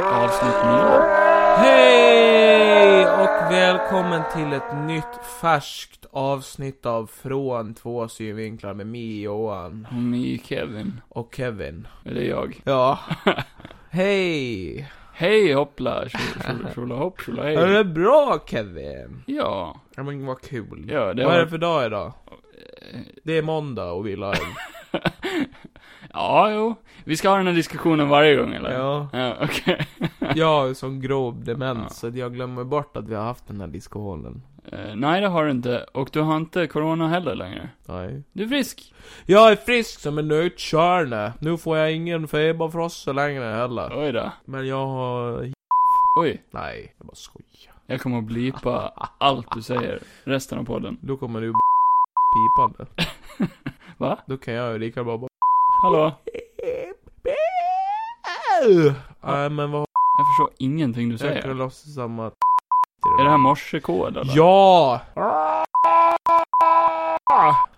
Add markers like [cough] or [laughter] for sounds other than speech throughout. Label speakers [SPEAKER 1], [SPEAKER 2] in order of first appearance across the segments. [SPEAKER 1] avsnitt nio. Hej och välkommen till ett nytt färskt avsnitt av Från två synvinklar med mig Johan
[SPEAKER 2] Och ni Kevin,
[SPEAKER 1] och Kevin.
[SPEAKER 2] eller jag. [laughs]
[SPEAKER 1] Ja. Hej!
[SPEAKER 2] Hej hoppla, tjo-
[SPEAKER 1] [laughs]
[SPEAKER 2] tjo- tjola hopp, tjola
[SPEAKER 1] Är
[SPEAKER 2] hej.
[SPEAKER 1] det bra Kevin?
[SPEAKER 2] Ja,
[SPEAKER 1] Ja men vad kul.
[SPEAKER 2] ja det
[SPEAKER 1] vad är det
[SPEAKER 2] var...
[SPEAKER 1] för dag idag? Det är måndag och vi la
[SPEAKER 2] Ja, jo. Vi ska ha den här diskussionen varje gång [laughs] eller?
[SPEAKER 1] Ja.
[SPEAKER 2] Ja, okej.
[SPEAKER 1] Jag har ju sån grov demens
[SPEAKER 2] Ja.
[SPEAKER 1] så att jag glömmer bort att vi har haft den här diskussionen.
[SPEAKER 2] Eh, Nej, det har du inte. Och du har inte corona heller längre.
[SPEAKER 1] Nej.
[SPEAKER 2] Du är frisk.
[SPEAKER 1] Jag är frisk som en nötkärna. Nu får jag ingen feberfrossa längre heller.
[SPEAKER 2] Oj då.
[SPEAKER 1] Men jag har...
[SPEAKER 2] Oj.
[SPEAKER 1] Nej, jag bara skojar.
[SPEAKER 2] Jag kommer att blipa allt du säger resten av podden.
[SPEAKER 1] Då kommer du [laughs] pipande.
[SPEAKER 2] [laughs] Va?
[SPEAKER 1] Då kan jag ju lika bra bara...
[SPEAKER 2] Hallå?
[SPEAKER 1] Nej men vad
[SPEAKER 2] Jag förstår ingenting du
[SPEAKER 1] jag
[SPEAKER 2] säger.
[SPEAKER 1] kan låtsas som att...
[SPEAKER 2] Är det här morsekod eller?
[SPEAKER 1] Ja!
[SPEAKER 2] [laughs]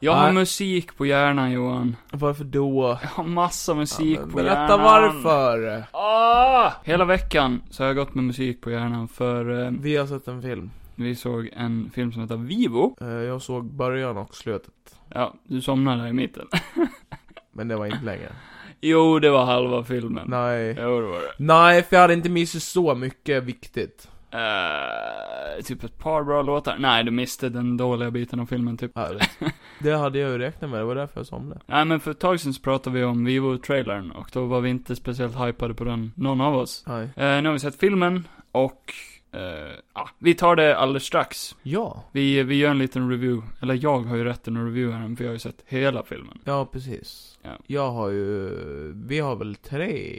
[SPEAKER 2] Jag har
[SPEAKER 1] Nej.
[SPEAKER 2] musik på hjärnan Johan.
[SPEAKER 1] Varför då?
[SPEAKER 2] Jag har massa musik
[SPEAKER 1] Ja, men
[SPEAKER 2] på hjärnan.
[SPEAKER 1] berätta varför!
[SPEAKER 2] Ah! Hela veckan så har jag gått med musik på hjärnan för eh,
[SPEAKER 1] Vi har sett en film.
[SPEAKER 2] vi såg en film som heter Vivo.
[SPEAKER 1] Eh, Jag såg början och slutet.
[SPEAKER 2] Ja, du somnade där i mitten. [laughs]
[SPEAKER 1] Men det var inte längre.
[SPEAKER 2] jo, det var halva filmen.
[SPEAKER 1] Nej.
[SPEAKER 2] Jo, det var det.
[SPEAKER 1] Nej, för jag hade inte missat så mycket viktigt.
[SPEAKER 2] Eh, typ ett par bra låtar. Nej, du missade den dåliga biten av filmen typ.
[SPEAKER 1] Ja,
[SPEAKER 2] [laughs]
[SPEAKER 1] det- Det hade jag ju räknat med, det var därför jag somnade.
[SPEAKER 2] Nej, men för ett tag sedan så pratade vi om Vivo-trailern och då var vi inte speciellt hypade på den, någon av oss.
[SPEAKER 1] Nej.
[SPEAKER 2] Eh, nu har vi sett filmen och, eh, ja, vi tar det alldeles strax.
[SPEAKER 1] Ja.
[SPEAKER 2] Vi, vi gör en liten review, eller jag har ju rätten att reviewa den för jag har ju sett hela filmen.
[SPEAKER 1] Ja, precis.
[SPEAKER 2] Ja.
[SPEAKER 1] Jag har ju... Vi har väl tre...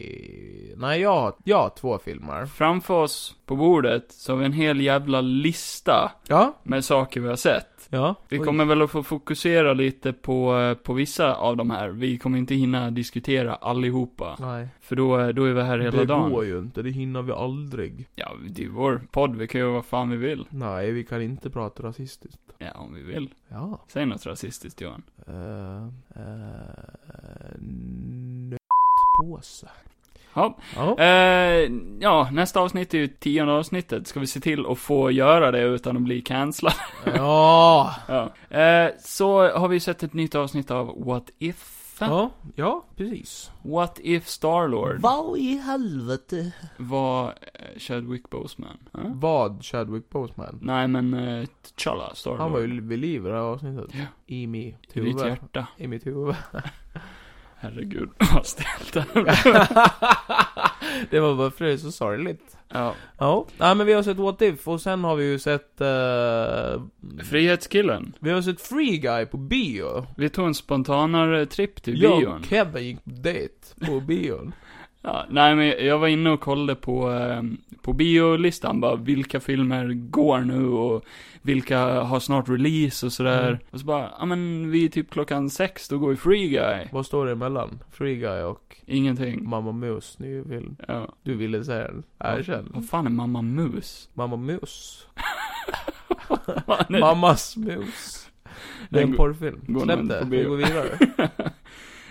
[SPEAKER 1] Nej, jag har, jag har två filmer.
[SPEAKER 2] Framför oss på bordet så har vi en hel jävla lista
[SPEAKER 1] Ja.
[SPEAKER 2] med saker vi har sett.
[SPEAKER 1] Ja.
[SPEAKER 2] Vi
[SPEAKER 1] Oj.
[SPEAKER 2] kommer väl att få fokusera lite på, eh, på vissa av de här. Vi kommer inte hinna diskutera allihopa.
[SPEAKER 1] Nej.
[SPEAKER 2] För då, eh, då är vi här hela
[SPEAKER 1] det
[SPEAKER 2] dagen.
[SPEAKER 1] går ju inte, det hinner vi aldrig.
[SPEAKER 2] Ja, det är vår podd. Vi kan göra vad fan vi vill.
[SPEAKER 1] Nej, vi kan inte prata rasistiskt.
[SPEAKER 2] Ja, om vi vill.
[SPEAKER 1] Ja.
[SPEAKER 2] Säg något rasistiskt, Johan.
[SPEAKER 1] Uh, uh, Nötpåse.
[SPEAKER 2] Ja. [laughs]
[SPEAKER 1] Ja.
[SPEAKER 2] Eh, ja, nästa avsnitt är ju tionde avsnittet. Ska vi se till att få göra det utan att bli cancellad? [laughs]
[SPEAKER 1] Ja.
[SPEAKER 2] Ja. Eh, så har vi sett ett nytt avsnitt av What If.
[SPEAKER 1] Ja, ja, precis.
[SPEAKER 2] What If Starlord
[SPEAKER 1] Vad i helvete?
[SPEAKER 2] var eh, Chadwick Boseman? Ja?
[SPEAKER 1] Vad Chadwick Boseman?
[SPEAKER 2] Nej, men eh, T'Challa, Starlord.
[SPEAKER 1] Han var ju vid liv i det här avsnittet.
[SPEAKER 2] Ja.
[SPEAKER 1] I mitt
[SPEAKER 2] I ditt
[SPEAKER 1] huvud.
[SPEAKER 2] hjärta.
[SPEAKER 1] I
[SPEAKER 2] [laughs]
[SPEAKER 1] mitt huvud. [laughs]
[SPEAKER 2] Herregud, vad stelt det här blev.
[SPEAKER 1] det var bara för det är så sorgligt.
[SPEAKER 2] Ja.
[SPEAKER 1] Ja, nej men vi har sett What If och sen har vi ju sett... eh,
[SPEAKER 2] Frihetskillen.
[SPEAKER 1] vi har sett Free Guy på bio.
[SPEAKER 2] Vi tog en spontanare tripp till
[SPEAKER 1] Jag
[SPEAKER 2] bion.
[SPEAKER 1] och Kevin gick på dejt på bion.
[SPEAKER 2] Ja, nej, men jag var inne och kollade på, eh, på biolistan bara, vilka filmer går nu och vilka har snart release och sådär.
[SPEAKER 1] Mm.
[SPEAKER 2] Och så bara, ja men vi är typ klockan sex, då går ju Free Guy.
[SPEAKER 1] Vad står det emellan? Free Guy och
[SPEAKER 2] Ingenting.
[SPEAKER 1] Mamma Mus nya film.
[SPEAKER 2] Ja.
[SPEAKER 1] Du ville säga den. Erkänn.
[SPEAKER 2] Vad fan är Mamma
[SPEAKER 1] [laughs]
[SPEAKER 2] Mus?
[SPEAKER 1] Mamma Mus.
[SPEAKER 2] Vad fan är-
[SPEAKER 1] Mammas mus. Det är
[SPEAKER 2] Den
[SPEAKER 1] en
[SPEAKER 2] går-
[SPEAKER 1] porrfilm.
[SPEAKER 2] går
[SPEAKER 1] Släpp
[SPEAKER 2] nog
[SPEAKER 1] det,
[SPEAKER 2] på
[SPEAKER 1] vi
[SPEAKER 2] bio. [laughs]
[SPEAKER 1] går vidare.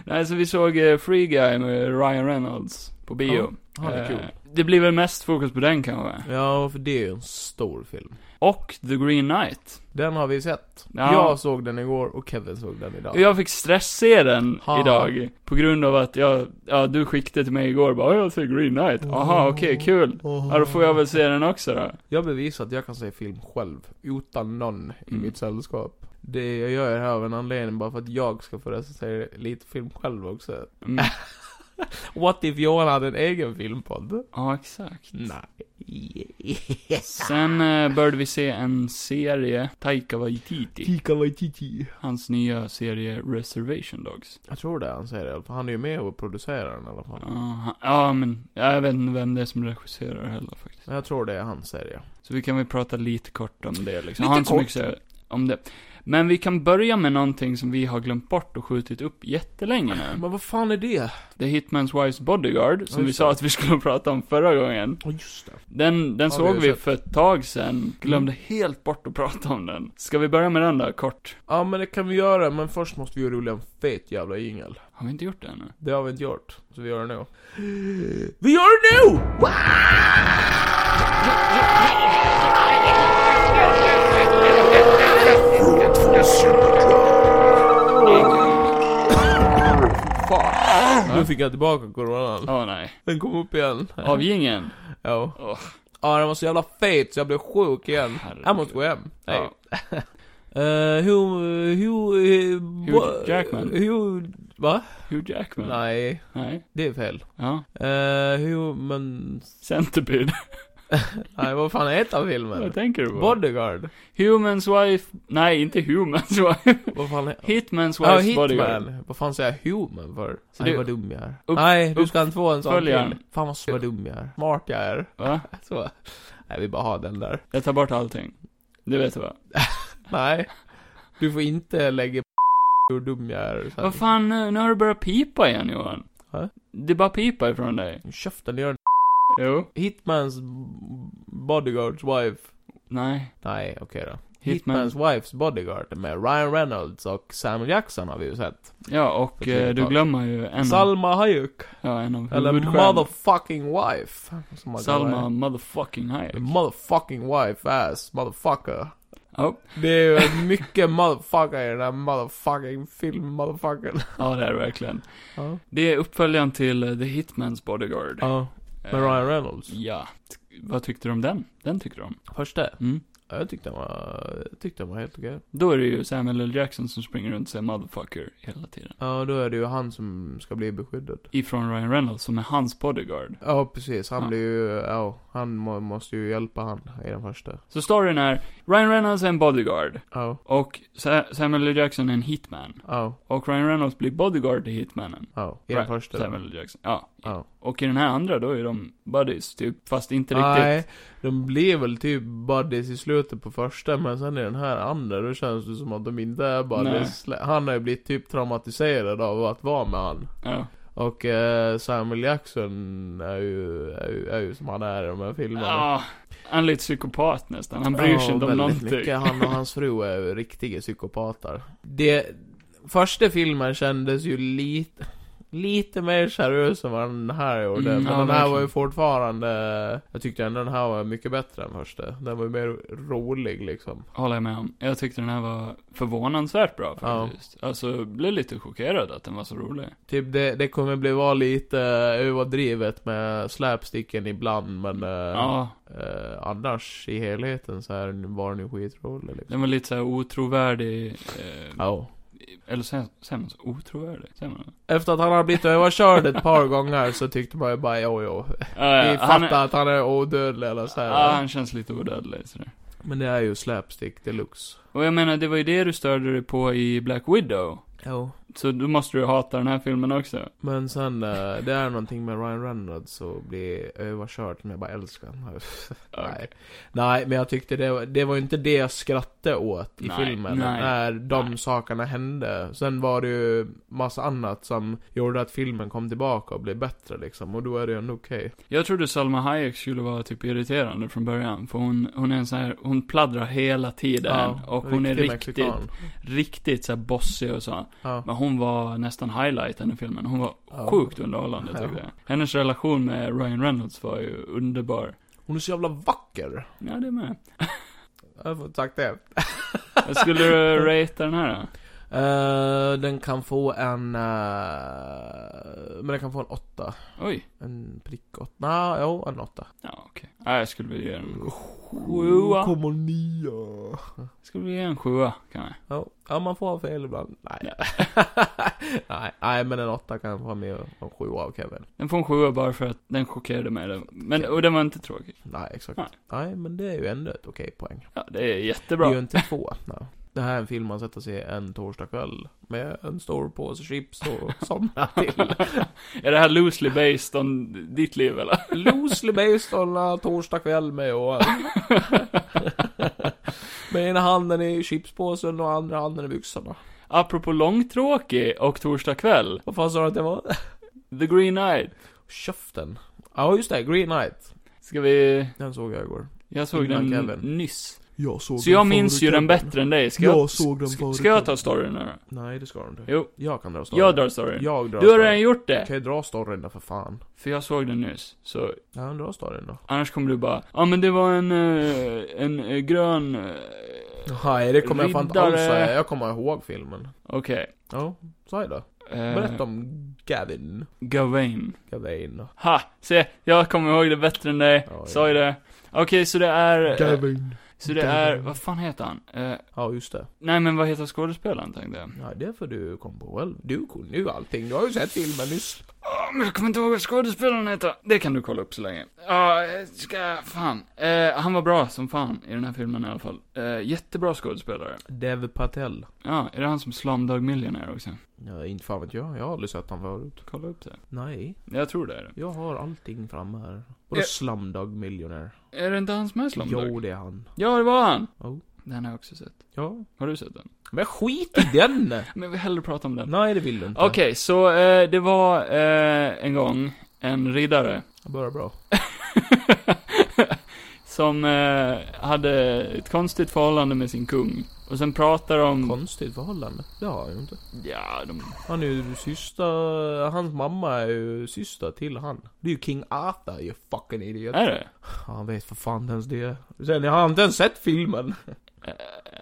[SPEAKER 2] Nej, så vi såg eh, Free Guy med Ryan Reynolds på bio.
[SPEAKER 1] Ja, det är
[SPEAKER 2] Eh,
[SPEAKER 1] kul.
[SPEAKER 2] det blir väl mest fokus på den kanske.
[SPEAKER 1] Ja, för det är ju en stor film.
[SPEAKER 2] Och The Green Knight.
[SPEAKER 1] Den har vi sett.
[SPEAKER 2] Ja.
[SPEAKER 1] Jag såg den igår och Kevin såg den idag.
[SPEAKER 2] Jag fick stressa den
[SPEAKER 1] Ha.
[SPEAKER 2] idag. På grund av att jag, ja du skickade till mig igår bara "Ja, jag ser Green Knight.
[SPEAKER 1] Mm.
[SPEAKER 2] Aha, okej, kul. Ja, då får jag väl se den också då.
[SPEAKER 1] Jag bevisar att jag kan se film själv, utan någon i
[SPEAKER 2] Mm.
[SPEAKER 1] mitt sällskap. Det jag gör här av en anledning, bara för att jag ska få recensera lite film själv också.
[SPEAKER 2] Mm.
[SPEAKER 1] [laughs] What if Johan hade en egen filmpodd?
[SPEAKER 2] Ja, exakt.
[SPEAKER 1] Mm.
[SPEAKER 2] [laughs]
[SPEAKER 1] Nej.
[SPEAKER 2] Sen eh, började vi se en serie, Taika Waititi.
[SPEAKER 1] Tika Waititi.
[SPEAKER 2] Hans nya serie Reservation Dogs.
[SPEAKER 1] Jag tror det han säger det, för han är ju med och producerar den i alla fall.
[SPEAKER 2] Ja, han- Ja, men jag vet inte vem det är som regisserar heller faktiskt.
[SPEAKER 1] Men jag tror det är han säger det.
[SPEAKER 2] Så vi kan väl prata lite kort om det liksom.
[SPEAKER 1] Lite
[SPEAKER 2] Har inte så
[SPEAKER 1] kort.
[SPEAKER 2] mycket att säga om det. Men vi kan börja med någonting som vi har glömt bort och skjutit upp jättelänge nu.
[SPEAKER 1] Men vad fan är det?
[SPEAKER 2] The Hitman's Wife's Bodyguard, som
[SPEAKER 1] Ja,
[SPEAKER 2] vi
[SPEAKER 1] just
[SPEAKER 2] sa
[SPEAKER 1] det.
[SPEAKER 2] att vi skulle [laughs] prata om förra gången.
[SPEAKER 1] Ja, just det.
[SPEAKER 2] Den, den
[SPEAKER 1] Ja,
[SPEAKER 2] såg
[SPEAKER 1] vi har
[SPEAKER 2] vi
[SPEAKER 1] sett. Mm.
[SPEAKER 2] för ett tag sedan. Glömde helt bort att prata om den. Ska vi börja med den då, kort?
[SPEAKER 1] Ja, men det kan vi göra, men först måste vi ju rulla en fet jävla jingel.
[SPEAKER 2] Har vi inte gjort det ännu?
[SPEAKER 1] Det har vi inte gjort, så vi gör det nu. Vi gör det nu! Wow! Sen fick jag tillbaka coronan.
[SPEAKER 2] Åh nej.
[SPEAKER 1] Den kom upp igen.
[SPEAKER 2] Av gingen?
[SPEAKER 1] Ja.
[SPEAKER 2] Åh.
[SPEAKER 1] Ja, den var så jävla fet så jag blev sjuk igen.
[SPEAKER 2] Herregud.
[SPEAKER 1] Jag måste gå hem. Hej.
[SPEAKER 2] Ja.
[SPEAKER 1] Eh, Hugh... Hugh... eh, bo-
[SPEAKER 2] Jackman.
[SPEAKER 1] Hugh... Va?
[SPEAKER 2] Hugh Jackman?
[SPEAKER 1] Nej,
[SPEAKER 2] Nej.
[SPEAKER 1] det är fel.
[SPEAKER 2] Ja.
[SPEAKER 1] Uh, Hugh... Men... [laughs]
[SPEAKER 2] Centipede.
[SPEAKER 1] Nej, vad fan heter filmen?
[SPEAKER 2] Vad tänker du på?
[SPEAKER 1] Bodyguard?
[SPEAKER 2] Humans wife. Nej, inte humans wife.
[SPEAKER 1] Vad fan
[SPEAKER 2] [laughs]
[SPEAKER 1] heter...
[SPEAKER 2] Hitman's
[SPEAKER 1] Ja,
[SPEAKER 2] wife's
[SPEAKER 1] Hitman.
[SPEAKER 2] bodyguard.
[SPEAKER 1] Vad fan säger jag human för?
[SPEAKER 2] Så
[SPEAKER 1] Nej,
[SPEAKER 2] det-
[SPEAKER 1] vad dum jag är.
[SPEAKER 2] Upp-
[SPEAKER 1] Nej, du ska inte få en sån
[SPEAKER 2] uppföljaren.
[SPEAKER 1] till. Fan vad, vad dum jag är. Smart jag är. [laughs]
[SPEAKER 2] Va?
[SPEAKER 1] Så. Nej, vi bara har den där.
[SPEAKER 2] Jag tar bort allting. Det vet du va?
[SPEAKER 1] Nej. Du får inte lägga [laughs] hur dum jag är. sen.
[SPEAKER 2] Vad fan, nu, nu har du börjat pipa igen Johan.
[SPEAKER 1] Va?
[SPEAKER 2] Det bara pipar ifrån dig.
[SPEAKER 1] Käften, det gör en
[SPEAKER 2] Jo.
[SPEAKER 1] Hitmans bodyguards wife.
[SPEAKER 2] Nej.
[SPEAKER 1] Nej, okej då.
[SPEAKER 2] Hitman.
[SPEAKER 1] Hitmans wifes bodyguard med Ryan Reynolds och Samuel Jackson har vi ju sett.
[SPEAKER 2] Ja, och eh, du glömmer ju en av,
[SPEAKER 1] Salma Hayek.
[SPEAKER 2] ja, en av
[SPEAKER 1] Eller
[SPEAKER 2] huvudstjärnorna.
[SPEAKER 1] motherfucking wife. som man kallar
[SPEAKER 2] Salma
[SPEAKER 1] henne.
[SPEAKER 2] motherfucking Hayek.
[SPEAKER 1] Mm. Motherfucking wife ass motherfucker.
[SPEAKER 2] Ja,
[SPEAKER 1] Det är
[SPEAKER 2] [laughs]
[SPEAKER 1] ju mycket motherfucker i den här motherfucking film motherfucking.
[SPEAKER 2] ja det är det verkligen.
[SPEAKER 1] Ja.
[SPEAKER 2] Det är uppföljaren till eh, The Hitman's Bodyguard.
[SPEAKER 1] ja. Med
[SPEAKER 2] Eh,
[SPEAKER 1] Ryan Reynolds.
[SPEAKER 2] Ja. T- Vad tyckte du om den? Den tyckte du om?
[SPEAKER 1] Första?
[SPEAKER 2] Mm.
[SPEAKER 1] Ja, jag tyckte den var, jag tyckte den var helt okej.
[SPEAKER 2] Då är det ju Samuel L. Jackson som springer runt och säger 'motherfucker' hela tiden.
[SPEAKER 1] Ja, då är det ju han som ska bli beskyddad.
[SPEAKER 2] Ifrån Ryan Reynolds som är hans bodyguard.
[SPEAKER 1] Ja, precis. Han
[SPEAKER 2] Ja.
[SPEAKER 1] blir ju, ja, han må, måste ju hjälpa han i den första.
[SPEAKER 2] Så storyn är, Ryan Reynolds är en bodyguard.
[SPEAKER 1] Ja,
[SPEAKER 2] Och Sa- Samuel L. Jackson är en hitman.
[SPEAKER 1] ja,
[SPEAKER 2] Och Ryan Reynolds blir bodyguard till hitmanen.
[SPEAKER 1] ja. I den
[SPEAKER 2] Right.
[SPEAKER 1] första.
[SPEAKER 2] Samuel L. Jackson, ja.
[SPEAKER 1] Ja.
[SPEAKER 2] Och i den här andra då är de buddies, typ. Fast inte riktigt.
[SPEAKER 1] Nej, de blir väl typ buddies i slutet på första, men sen i den här andra, då känns det som att de inte är buddies. Han har ju blivit typ traumatiserad av att vara med han.
[SPEAKER 2] Ja.
[SPEAKER 1] Och eh, Samuel Jackson är ju, är, ju, är ju som han är i de här filmerna.
[SPEAKER 2] Ah, han är lite psykopat nästan. Han bryr sig inte om
[SPEAKER 1] väldigt
[SPEAKER 2] någonting.
[SPEAKER 1] Mycket. Han och hans fru är
[SPEAKER 2] [laughs]
[SPEAKER 1] ju riktiga psykopater. Det, första filmen kändes ju lite, lite mer seriös än vad den här gjorde.
[SPEAKER 2] Mm,
[SPEAKER 1] men
[SPEAKER 2] ja,
[SPEAKER 1] den här var ju
[SPEAKER 2] verkligen.
[SPEAKER 1] fortfarande, jag tyckte ändå den här var mycket bättre än första. Den var ju mer rolig liksom.
[SPEAKER 2] Håller jag med om. Jag tyckte den här var förvånansvärt bra
[SPEAKER 1] Ja.
[SPEAKER 2] faktiskt. Alltså, jag blev lite chockerad att den var så rolig.
[SPEAKER 1] Typ det, det kommer bli vara lite överdrivet med slapsticken ibland men eh,
[SPEAKER 2] Ja,
[SPEAKER 1] eh, annars i helheten så här var den ju skitrolig liksom.
[SPEAKER 2] den var lite såhär otrovärdig. Eh,
[SPEAKER 1] Ja.
[SPEAKER 2] Eller säger säger man så? Otrovärdig? Säger man det?
[SPEAKER 1] Efter att han har blivit överkörd ett par gånger så tyckte man ju bara jo, jo.
[SPEAKER 2] Ja,
[SPEAKER 1] Vi
[SPEAKER 2] ja,
[SPEAKER 1] fattar
[SPEAKER 2] Eh, han, är-
[SPEAKER 1] att han är odödlig eller så här.
[SPEAKER 2] ja, han känns lite odödlig sådär.
[SPEAKER 1] Men det är ju slapstick deluxe.
[SPEAKER 2] Och jag menar, det var ju det du störde dig på i Black Widow.
[SPEAKER 1] Jo.
[SPEAKER 2] Så då måste du hata den här filmen också.
[SPEAKER 1] Men sen, eh, det är någonting med Ryan Reynolds och bli överkörd som jag bara älskar. [laughs] Nej.
[SPEAKER 2] Okej.
[SPEAKER 1] Nej, men jag tyckte det var, det var inte det jag skrattade åt i
[SPEAKER 2] Nej,
[SPEAKER 1] filmen.
[SPEAKER 2] nej,
[SPEAKER 1] när de
[SPEAKER 2] nej.
[SPEAKER 1] sakerna hände. Sen var det ju massa annat som gjorde att filmen kom tillbaka och blev bättre liksom. Och då är det ju ändå okej.
[SPEAKER 2] Jag trodde Salma Hayek skulle vara typ irriterande från början, för hon, hon är en sån här, hon pladdrar hela tiden. och hon är
[SPEAKER 1] riktig
[SPEAKER 2] riktigt,
[SPEAKER 1] mexikan.
[SPEAKER 2] riktigt såhär bossig och så.
[SPEAKER 1] Ja.
[SPEAKER 2] Men hon var nästan highlighten i filmen. Hon var
[SPEAKER 1] Ja.
[SPEAKER 2] sjukt underhållande tycker
[SPEAKER 1] Ja.
[SPEAKER 2] jag. Hennes relation med Ryan Reynolds var ju underbar.
[SPEAKER 1] Hon är så jävla vacker.
[SPEAKER 2] Ja, det med.
[SPEAKER 1] Jag får sagt det.
[SPEAKER 2] Vad skulle
[SPEAKER 1] [laughs]
[SPEAKER 2] du ratea den här då?
[SPEAKER 1] Eh, den kan få en... eh, men den kan få en åtta.
[SPEAKER 2] Oj.
[SPEAKER 1] En prick åtta. Nej, jo, en åtta.
[SPEAKER 2] Ja, okej. Nej, jag skulle vilja ge den en sjua.
[SPEAKER 1] 7,9.
[SPEAKER 2] Jag skulle vilja ge en sjua, kan jag.
[SPEAKER 1] Ja, ja, man får ha fel ibland. Nej. [laughs] nej, nej, men en åtta kan få med och en sjua av Kevin.
[SPEAKER 2] Den får en sjua bara för att den chockerade mig. Den- Men, och den var inte tråkig.
[SPEAKER 1] Nej, exakt.
[SPEAKER 2] Nej.
[SPEAKER 1] Nej, men det är ju ändå ett okej poäng.
[SPEAKER 2] Ja, det är
[SPEAKER 1] Det är
[SPEAKER 2] jättebra.
[SPEAKER 1] ju inte två. Nej. Det här är en film man sätter sig en torsdag kväll med en stor påse chips och [laughs] somnar till.
[SPEAKER 2] [laughs] är det här loosely based on ditt liv eller?
[SPEAKER 1] Loosely based on uh, torsdag kväll med [laughs] och... med ena handen i chipspåsen och andra handen i byxorna.
[SPEAKER 2] Apropå långtråkig och torsdag kväll.
[SPEAKER 1] Vad fan sa du att det var?
[SPEAKER 2] The Green Knight.
[SPEAKER 1] Köften. Ja just det, Green Knight.
[SPEAKER 2] Ska vi...
[SPEAKER 1] Den såg jag igår.
[SPEAKER 2] Jag såg
[SPEAKER 1] Innan
[SPEAKER 2] den
[SPEAKER 1] Kevin.
[SPEAKER 2] nyss.
[SPEAKER 1] Jag såg
[SPEAKER 2] Så jag minns ju den bättre än dig. Ska jag,
[SPEAKER 1] Jag såg den
[SPEAKER 2] sk-
[SPEAKER 1] förut.
[SPEAKER 2] Ska jag ta storyn nu då?
[SPEAKER 1] Nej det ska du inte.
[SPEAKER 2] Jo,
[SPEAKER 1] Jag kan dra storyn.
[SPEAKER 2] jag drar storyn.
[SPEAKER 1] Jag drar
[SPEAKER 2] Du har
[SPEAKER 1] storyn.
[SPEAKER 2] redan gjort
[SPEAKER 1] Kan
[SPEAKER 2] det.
[SPEAKER 1] jag dra storyn då för fan?
[SPEAKER 2] För jag såg den nyss. Så
[SPEAKER 1] Ja, dra storyn då.
[SPEAKER 2] annars kommer du bara, ja ah, men det var en, eh, en eh, grön... eh,
[SPEAKER 1] Nej det kommer jag fan inte alls
[SPEAKER 2] Riddare.
[SPEAKER 1] säga. Jag kommer ihåg filmen.
[SPEAKER 2] Okej.
[SPEAKER 1] Ja, säg då.
[SPEAKER 2] Eh,
[SPEAKER 1] Berätta om Gavin.
[SPEAKER 2] Gawain.
[SPEAKER 1] Gavin.
[SPEAKER 2] Ha! Se, jag kommer ihåg det bättre än dig.
[SPEAKER 1] Ja,
[SPEAKER 2] Sa ju
[SPEAKER 1] ja.
[SPEAKER 2] det. Okej, så det är... eh,
[SPEAKER 1] Gavin.
[SPEAKER 2] Så det är, vad fan heter han? Eh,
[SPEAKER 1] Ja, just det.
[SPEAKER 2] nej men vad heter skådespelaren tänkte jag.
[SPEAKER 1] Ja, det är för du kom på själv. Du kunde ju allting. Du har ju sett filmen nyss.
[SPEAKER 2] Åh, Ah, men jag kommer inte ihåg vad skådespelaren heter. Det kan du kolla upp så länge. Ja, eh, ska, fan. Eh, han var bra som fan i den här filmen i alla fall. Eh, jättebra skådespelare.
[SPEAKER 1] Dev Patel.
[SPEAKER 2] Ja, är det han som Slumdog Millionaire också?
[SPEAKER 1] Ja, inte fan vet jag. Jag har aldrig sett han förut.
[SPEAKER 2] Kolla upp det.
[SPEAKER 1] Nej.
[SPEAKER 2] Jag tror det är det.
[SPEAKER 1] Jag har allting framme här. Både
[SPEAKER 2] Ja.
[SPEAKER 1] Slumdog Millionaire.
[SPEAKER 2] Är det inte han som är Slumdog? Oh.
[SPEAKER 1] Jo, det är han.
[SPEAKER 2] Ja, det var han!
[SPEAKER 1] Jo.
[SPEAKER 2] Den har jag också sett.
[SPEAKER 1] Ja.
[SPEAKER 2] Har du sett den?
[SPEAKER 1] Men skit i den!
[SPEAKER 2] Men vi hellre prata om den.
[SPEAKER 1] [laughs] Nej, det vill du inte.
[SPEAKER 2] Okej, så eh, det var eh, en gång en riddare
[SPEAKER 1] Bara bra.
[SPEAKER 2] som eh, hade ett konstigt förhållande med sin kung. Och sen pratar de...
[SPEAKER 1] Konstigt förhållande. Det har jag ju inte.
[SPEAKER 2] ja, de...
[SPEAKER 1] Han är ju syster... Hans mamma är ju syster till han. Det är ju King Arthur, you fucking idiot.
[SPEAKER 2] Är det?
[SPEAKER 1] Han vet för fan inte ens det. Sen har han inte ens sett filmen.
[SPEAKER 2] Eh,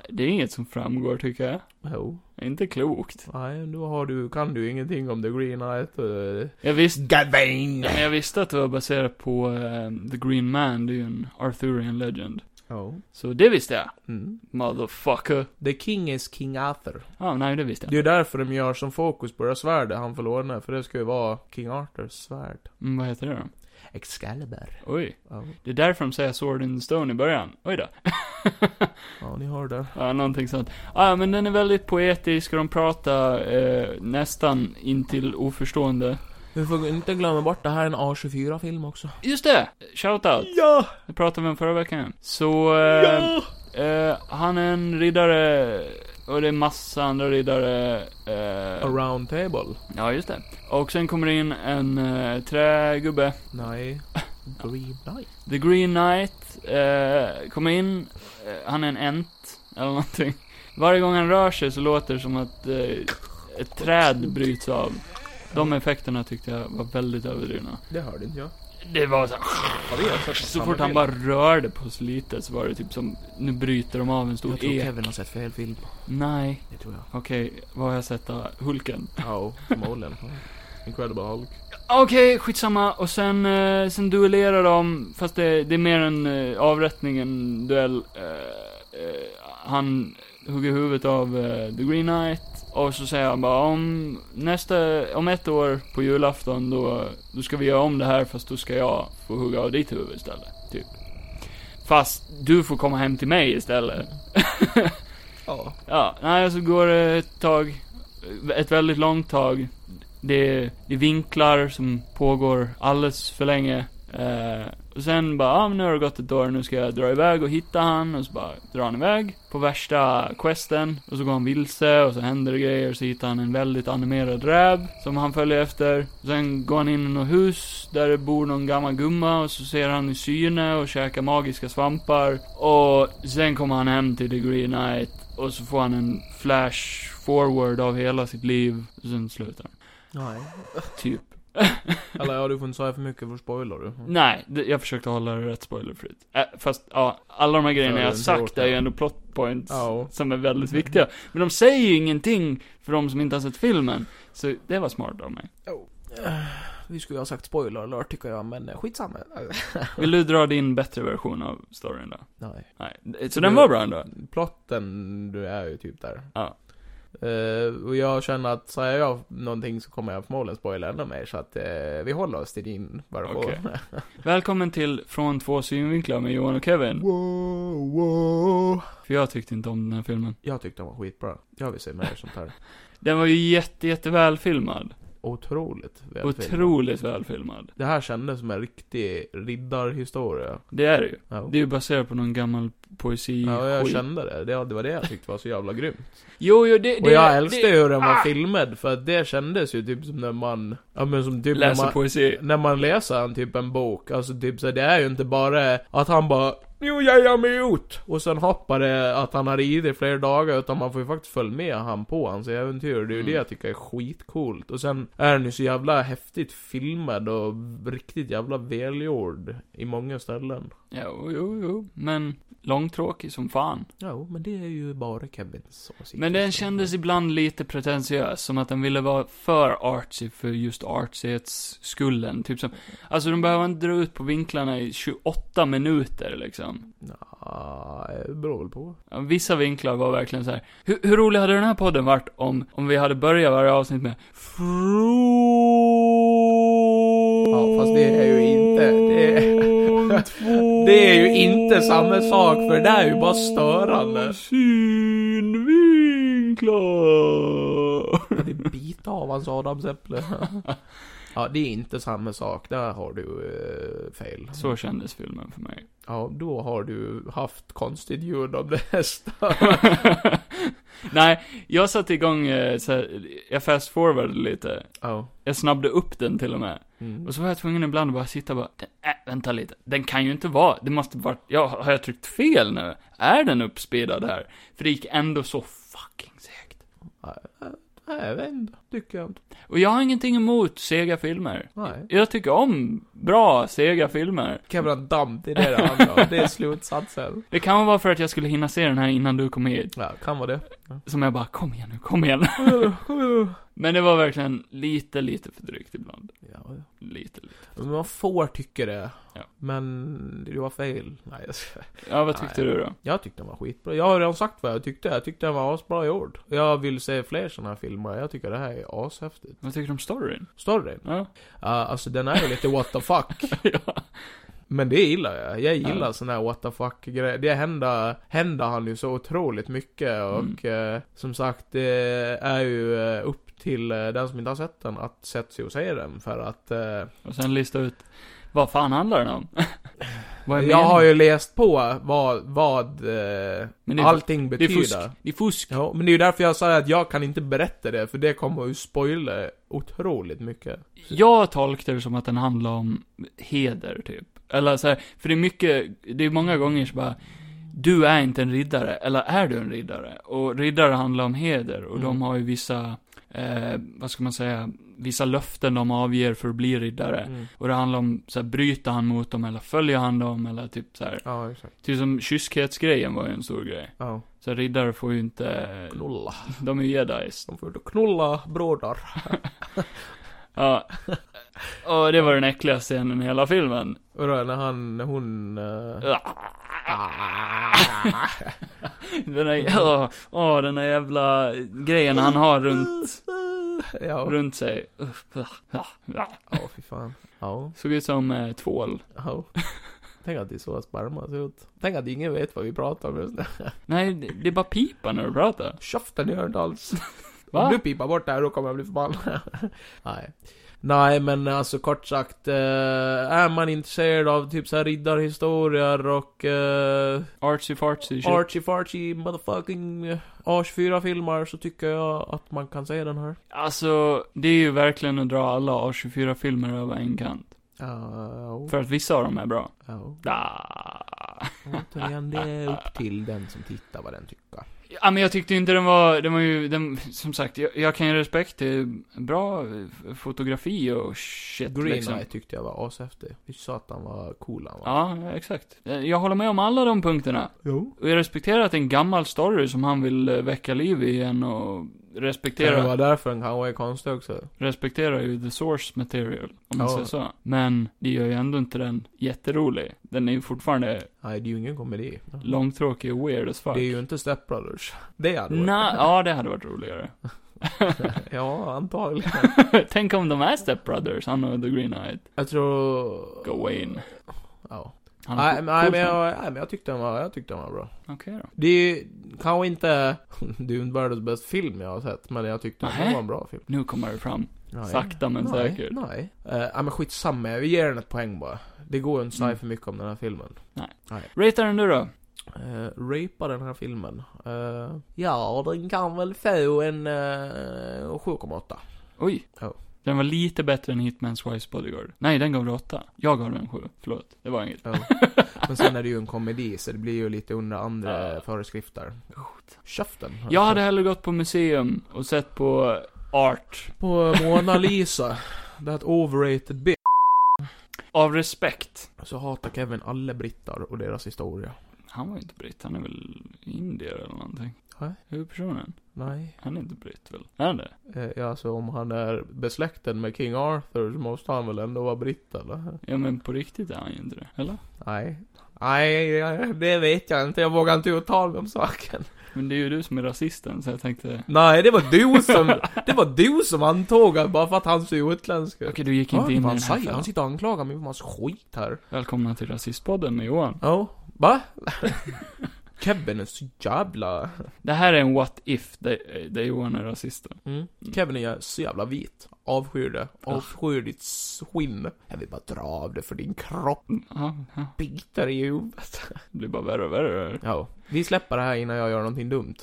[SPEAKER 2] Det är inget som framgår, tycker jag.
[SPEAKER 1] Jo.
[SPEAKER 2] Det är inte klokt.
[SPEAKER 1] Nej, då har du, kan du ingenting om The Green Knight. Uh,
[SPEAKER 2] Jag visste...
[SPEAKER 1] Gavain!
[SPEAKER 2] Men jag visste att det var baserat på eh, The Green Man, det är ju en Arthurian legend.
[SPEAKER 1] Ja.
[SPEAKER 2] Så det visste jag.
[SPEAKER 1] Mm.
[SPEAKER 2] Motherfucker.
[SPEAKER 1] The King is King Arthur.
[SPEAKER 2] Ja, ah, nej, det visste
[SPEAKER 1] Det
[SPEAKER 2] jag.
[SPEAKER 1] är därför de gör som fokus på det här svärdet han förlorade, för det ska ju vara King Arthurs svärd.
[SPEAKER 2] Mm, vad heter det då?
[SPEAKER 1] Excalibur.
[SPEAKER 2] Oj.
[SPEAKER 1] Ja,
[SPEAKER 2] Det är därför de säger Sword in the Stone i början. Oj då.
[SPEAKER 1] ja ni hör det.
[SPEAKER 2] Ja, någonting sånt. Ja, men den är väldigt poetisk och de pratar eh, nästan intill oförstående.
[SPEAKER 1] Vi får inte glömma bort, det här är en A24-film också.
[SPEAKER 2] Just det! Shoutout!
[SPEAKER 1] Ja!
[SPEAKER 2] Det pratade vi om förra veckan. Så, eh,
[SPEAKER 1] Ehm,
[SPEAKER 2] eh, han är en riddare och det är massa andra riddare.
[SPEAKER 1] A
[SPEAKER 2] Eh,
[SPEAKER 1] round table.
[SPEAKER 2] ja, just det. Och sen kommer det in en eh, trägubbe.
[SPEAKER 1] Nej. Green Knight.
[SPEAKER 2] The Green Knight eh, kommer in. Eh, han är en ent, eller någonting. Varje gång han rör sig så låter det som att eh, ett träd bryts av. De effekterna tyckte jag var väldigt överdrivna.
[SPEAKER 1] Det hörde inte jag.
[SPEAKER 2] Det var så, här,
[SPEAKER 1] Har vi ens sett
[SPEAKER 2] så
[SPEAKER 1] samma
[SPEAKER 2] fort han
[SPEAKER 1] film?
[SPEAKER 2] bara rörde på sig lite så var det typ som, nu bryter de av en stor
[SPEAKER 1] Jag tror
[SPEAKER 2] ek.
[SPEAKER 1] Kevin har sett fel film.
[SPEAKER 2] Nej,
[SPEAKER 1] E. Det tror jag.
[SPEAKER 2] okej, vad har jag sett då? Hulken.
[SPEAKER 1] Ja, förmodligen. Incredible Hulk.
[SPEAKER 2] Okej, skitsamma. Och sen, eh, sen duellerar de, fast det, det är mer en eh, avrättning än duell. Eh, eh, han hugger huvudet av eh, The Green Knight. Och så säger han bara om nästa, om ett år på julafton då, då ska vi göra om det här fast då ska jag få hugga av ditt huvud istället. Typ. Fast du får komma hem till mig istället.
[SPEAKER 1] Ja.
[SPEAKER 2] Ja, nej, så går det ett tag. Ett väldigt långt tag. Det, det är vinklar som pågår alldeles för länge. Eh, och sen bara, ah, men nu har det gått ett år, nu ska jag dra iväg och hitta han. Och så bara drar han iväg på värsta questen. Och så går han vilse och så händer det grejer. Och så hittar han en väldigt animerad räv som han följer efter. Sen går han in i något hus där det bor någon gammal gumma. Och så ser han i syne och käkar magiska svampar. Och sen kommer han hem till The Green Knight. Och så får han en flash forward av hela sitt liv. Och sen slutar han.
[SPEAKER 1] Nej.
[SPEAKER 2] Typ.
[SPEAKER 1] Eller ja, du får inte säga för mycket för spoiler du.
[SPEAKER 2] Nej, det, jag försökte hålla det rätt spoilerfritt. Äh, fast, ja, alla de här grejerna jag har sagt är ju ändå plot points.
[SPEAKER 1] Ja.
[SPEAKER 2] Som är väldigt viktiga. Men de säger ju ingenting för de som inte har sett filmen. Så det var smart av mig.
[SPEAKER 1] Eh, Vi skulle ju ha sagt spoiler alert tycker jag, men eh, skitsamma.
[SPEAKER 2] Vill du dra din bättre version av storyn då?
[SPEAKER 1] Nej.
[SPEAKER 2] Nej. Så den var bra ändå?
[SPEAKER 1] Plotten, du är ju typ där.
[SPEAKER 2] Ja.
[SPEAKER 1] Eh, och jag känner att säger jag någonting så kommer jag förmodligen spoila ännu mer, så att eh, vi håller oss till din version.
[SPEAKER 2] Okej. Välkommen till Från två synvinklar med Johan och Kevin.
[SPEAKER 1] wow, wow.
[SPEAKER 2] För jag tyckte inte om den här filmen.
[SPEAKER 1] Jag tyckte den var skitbra. Jag vill se mer sånt här.
[SPEAKER 2] Den var ju jätte, jätte välfilmad.
[SPEAKER 1] Otroligt välfilmat.
[SPEAKER 2] Otroligt välfilmad.
[SPEAKER 1] Det här kändes som en riktig riddarhistoria.
[SPEAKER 2] Det är det ju.
[SPEAKER 1] Ja.
[SPEAKER 2] Det är ju baserat på någon gammal poesi
[SPEAKER 1] Ja, jag
[SPEAKER 2] skit.
[SPEAKER 1] kände det. det. Det var det jag tyckte var så jävla grymt.
[SPEAKER 2] Jo, jo, det, det
[SPEAKER 1] Och jag älskade hur den var
[SPEAKER 2] ah!
[SPEAKER 1] filmad, för att det kändes ju typ som när man Ja men som typ när
[SPEAKER 2] läser
[SPEAKER 1] man,
[SPEAKER 2] poesi.
[SPEAKER 1] när man läser en, typ en bok, alltså typ så här, det är ju inte bara att han bara Nu jag är mig ut! Och sen hoppar det att han har ridit flera dagar, utan man får ju faktiskt följa med han på hans äventyr. Det är ju
[SPEAKER 2] Mm.
[SPEAKER 1] det jag tycker är skitcoolt. Och sen är den ju så jävla häftigt filmad och riktigt jävla välgjord i många ställen.
[SPEAKER 2] Jo, jo, jo. Men långtråkig som fan.
[SPEAKER 1] Ja, men det är ju bara Kevins åsikt.
[SPEAKER 2] Men den kändes ibland lite pretentiös, som att den ville vara för artsy för just artsighets skullen. Typ som, alltså de behöver inte dra ut på vinklarna i 28 minuter liksom.
[SPEAKER 1] Nja, det beror väl på.
[SPEAKER 2] Ja, Vissa vinklar var verkligen så här. Hur, hur rolig hade den här podden varit om, om vi hade börjat varje avsnitt med Från...
[SPEAKER 1] Ja, fast det är ju inte- det
[SPEAKER 2] två-
[SPEAKER 1] Det är ju inte samma sak, för det är ju bara störande.
[SPEAKER 2] Synvinklar.
[SPEAKER 1] Det bit av hans adamsäpple. Ja, det är inte samma sak. Där har du eh, fel.
[SPEAKER 2] Så kändes filmen för mig.
[SPEAKER 1] Ja, då har du haft konstigt ljud om det [laughs] hästar.
[SPEAKER 2] [laughs] Nej, jag satte igång, eh, så här, jag fast forwardade lite.
[SPEAKER 1] Ja.
[SPEAKER 2] Jag snabbade upp den till och med.
[SPEAKER 1] Mm.
[SPEAKER 2] Och så var jag tvungen ibland att bara sitta och bara, "Den- äh, vänta lite, den kan ju inte vara, det måste vara, ja, har jag tryckt fel nu? Är den uppspeedad här? För det gick ändå så fucking segt.
[SPEAKER 1] Nej, jag vet inte. Tycker jag inte.
[SPEAKER 2] Och jag har ingenting emot sega filmer.
[SPEAKER 1] Nej.
[SPEAKER 2] Jag tycker om bra, sega filmer.
[SPEAKER 1] Kevin har damp, det är det det handlar om. Det är slutsatsen.
[SPEAKER 2] Det kan vara för att jag skulle hinna se den här innan du kom hit.
[SPEAKER 1] [laughs] Ja, kan vara det.
[SPEAKER 2] Som jag bara, kom igen nu, kom igen. [laughs] Men det var verkligen lite, lite för drygt ibland.
[SPEAKER 1] Ja, ja.
[SPEAKER 2] Lite, lite.
[SPEAKER 1] [laughs] Men man får tycka det.
[SPEAKER 2] Ja.
[SPEAKER 1] Men det var fel. Nej, jag skojar.
[SPEAKER 2] Ja, vad tyckte
[SPEAKER 1] Nej.
[SPEAKER 2] du då?
[SPEAKER 1] Jag tyckte den var skitbra. Jag har redan sagt vad jag tyckte. Jag tyckte den var asbra gjord. Jag vill se fler såna här filmer. Jag tycker det här är ashäftigt.
[SPEAKER 2] Vad tyckte du om storyn?
[SPEAKER 1] Storyn?
[SPEAKER 2] Ja.
[SPEAKER 1] Ja, alltså den är ju lite what the fuck.
[SPEAKER 2] [laughs] ja.
[SPEAKER 1] Men det gillar jag. Jag gillar
[SPEAKER 2] Ja.
[SPEAKER 1] sån här what the fuck grejer. Det händer, händer han ju så otroligt mycket och
[SPEAKER 2] Mm.
[SPEAKER 1] eh, som sagt det är ju eh, upp till eh, den som inte har sett den att sätta sig och se den för att eh,
[SPEAKER 2] Och sen lista ut, vad fan handlar den om? [laughs] vad är
[SPEAKER 1] jag
[SPEAKER 2] meningen?
[SPEAKER 1] har ju läst på vad, vad eh,
[SPEAKER 2] Men det är-
[SPEAKER 1] allting
[SPEAKER 2] Det är
[SPEAKER 1] betyder.
[SPEAKER 2] fusk. Det är fusk.
[SPEAKER 1] Ja, men det är ju därför jag sa att jag kan inte berätta det, för det kommer ju spoila otroligt mycket.
[SPEAKER 2] Jag tolkade det som att den handlar om heder, typ. Eller så här, för det är mycket, det är många gånger så bara, du är inte en riddare, eller är du en riddare? Och riddare handlar om heder, och de
[SPEAKER 1] Mm.
[SPEAKER 2] har ju vissa, eh, vad ska man säga, vissa löften de avger för att bli riddare.
[SPEAKER 1] Mm.
[SPEAKER 2] Och det handlar om, så här, bryter han mot dem eller följer han dem eller typ så här.
[SPEAKER 1] Ja, exakt.
[SPEAKER 2] Typ som kyskhetsgrejen var ju en stor grej.
[SPEAKER 1] Ja.
[SPEAKER 2] Så här, riddare får ju inte,
[SPEAKER 1] Knulla.
[SPEAKER 2] de är ju jedis.
[SPEAKER 1] De får ut och knulla brådar.
[SPEAKER 2] Ja. Och det var den äckligaste scenen i hela filmen.
[SPEAKER 1] Och då när han, när hon... eh, Ah.
[SPEAKER 2] Den där, ja, åh, den där jävla grejen han har runt,
[SPEAKER 1] Ja,
[SPEAKER 2] runt sig.
[SPEAKER 1] ja fy fan. Ja,
[SPEAKER 2] Såg ut som eh, tvål.
[SPEAKER 1] ja. Tänk att det är så sperma ser ut. Tänk att ingen vet vad vi pratar om just nu.
[SPEAKER 2] Nej, det, det är bara pipa när du pratar.
[SPEAKER 1] Käften gör inte alls.
[SPEAKER 2] Va?
[SPEAKER 1] Om du pipar bort det här då kommer jag bli förbannad. [laughs] Nej. Nej men alltså kort sagt, eh, är man intresserad av typ så här riddarhistorier och eh,
[SPEAKER 2] Artsy fartsy shit.
[SPEAKER 1] Archie Farchie motherfucking eh, A24-filmer så tycker jag att man kan se den här.
[SPEAKER 2] Alltså, det är ju verkligen att dra alla A24-filmer över en kant.
[SPEAKER 1] Ja,
[SPEAKER 2] För att vissa av dem är bra.
[SPEAKER 1] ja.
[SPEAKER 2] Da.
[SPEAKER 1] Återigen, det är upp till den som tittar vad den tycker.
[SPEAKER 2] Ja, men jag tyckte inte den var, den var ju, den, som sagt, jag, jag kan ju respekt till bra eh, fotografi och shit
[SPEAKER 1] Green
[SPEAKER 2] liksom.
[SPEAKER 1] Eye tyckte jag var ashäftig. Fy satan vad cool han var.
[SPEAKER 2] Ja, exakt. Eh, Jag håller med om alla de punkterna.
[SPEAKER 1] Jo.
[SPEAKER 2] Och jag respekterar att det är en gammal story som han vill eh, väcka liv i igen och
[SPEAKER 1] Det
[SPEAKER 2] respektera,
[SPEAKER 1] var därför den kanske är konstig också.
[SPEAKER 2] respekterar ju the source material, om man
[SPEAKER 1] Ja.
[SPEAKER 2] säger så. Men det gör ju ändå inte den jätterolig. Den är ju fortfarande
[SPEAKER 1] Nej, det är ju ingen komedi.
[SPEAKER 2] långtråkig och weird as fuck.
[SPEAKER 1] Det är ju inte Step Brothers. Det hade varit-
[SPEAKER 2] Nej, ja det hade varit roligare.
[SPEAKER 1] [laughs] Ja, antagligen.
[SPEAKER 2] Tänk om de är Step Brothers, han och The Green Eyed.
[SPEAKER 1] Jag tror...
[SPEAKER 2] Gawain.
[SPEAKER 1] Ja.
[SPEAKER 2] Han
[SPEAKER 1] Nej,
[SPEAKER 2] cool-
[SPEAKER 1] men- nej,
[SPEAKER 2] cool
[SPEAKER 1] men
[SPEAKER 2] fan.
[SPEAKER 1] jag, nej, men jag tyckte den var, jag tyckte den var bra.
[SPEAKER 2] Okej då.
[SPEAKER 1] Det är ju kanske inte... [laughs] Det är ju inte världens bästa film jag har sett, men jag tyckte att
[SPEAKER 2] Nej.
[SPEAKER 1] det var en bra film.
[SPEAKER 2] Nu kommer det fram.
[SPEAKER 1] Nej.
[SPEAKER 2] Sakta men
[SPEAKER 1] nej,
[SPEAKER 2] säkert.
[SPEAKER 1] Nej. Eh, Ja, men skitsamma. Vi ger den ett poäng bara. Det går ju inte att säga
[SPEAKER 2] Mm.
[SPEAKER 1] för mycket om den här filmen.
[SPEAKER 2] Ratear den du då?
[SPEAKER 1] Uh,
[SPEAKER 2] Eh,
[SPEAKER 1] rapa den här filmen. Eh, ja, den kan väl få en uh, 7,8.
[SPEAKER 2] Oj.
[SPEAKER 1] Ja.
[SPEAKER 2] Den var lite bättre än Hitman's Wife's Bodyguard. Nej, den gav du 8. Jag gav den 7. Förlåt, det var inget.
[SPEAKER 1] Ja.
[SPEAKER 2] [laughs]
[SPEAKER 1] Men sen är det ju en komedi, så det blir ju lite under andra
[SPEAKER 2] Ja.
[SPEAKER 1] föreskrifter. Käften.
[SPEAKER 2] Jag hade hellre gått på museum och sett på art.
[SPEAKER 1] På Mona Lisa, that overrated bitch.
[SPEAKER 2] Av respekt.
[SPEAKER 1] Så hatar Kevin alla brittar och deras historia.
[SPEAKER 2] Han var ju inte britt, han är väl indier eller någonting.
[SPEAKER 1] Nej.
[SPEAKER 2] Huvudpersonen?
[SPEAKER 1] Nej.
[SPEAKER 2] Han är inte britt väl? Är han det?
[SPEAKER 1] Eh, ja, alltså om han är besläktad med King Arthur så måste han väl ändå vara britt eller?
[SPEAKER 2] Ja men på riktigt är han ju inte det, eller?
[SPEAKER 1] Nej. Nej, ja, det vet jag inte. Jag vågar inte uttala mig om saken.
[SPEAKER 2] Men det är ju du som är rasisten, så jag tänkte...
[SPEAKER 1] Nej, det var du som... Det var du som antog att bara för att han ser utländsk ut.
[SPEAKER 2] Okej, du gick inte
[SPEAKER 1] Hör
[SPEAKER 2] in i den
[SPEAKER 1] ni vad han
[SPEAKER 2] här
[SPEAKER 1] säger? Han
[SPEAKER 2] fällan.
[SPEAKER 1] sitter och anklagar mig för massa skit här.
[SPEAKER 2] Välkomna till Rasistpodden med Johan.
[SPEAKER 1] Ja. Va? [laughs] Kevin är så jävla...
[SPEAKER 2] Det här är en what if, där, där Johan är rasisten.
[SPEAKER 1] Mm. Kevin är så jävla vit. Avskyr det. Avskyr ditt skinn. Jag vill bara dra av det för din kropp
[SPEAKER 2] Ja, ja.
[SPEAKER 1] biter i huvudet.
[SPEAKER 2] Det blir bara värre och värre. det här.
[SPEAKER 1] Ja. Vi släpper det här innan jag gör någonting dumt.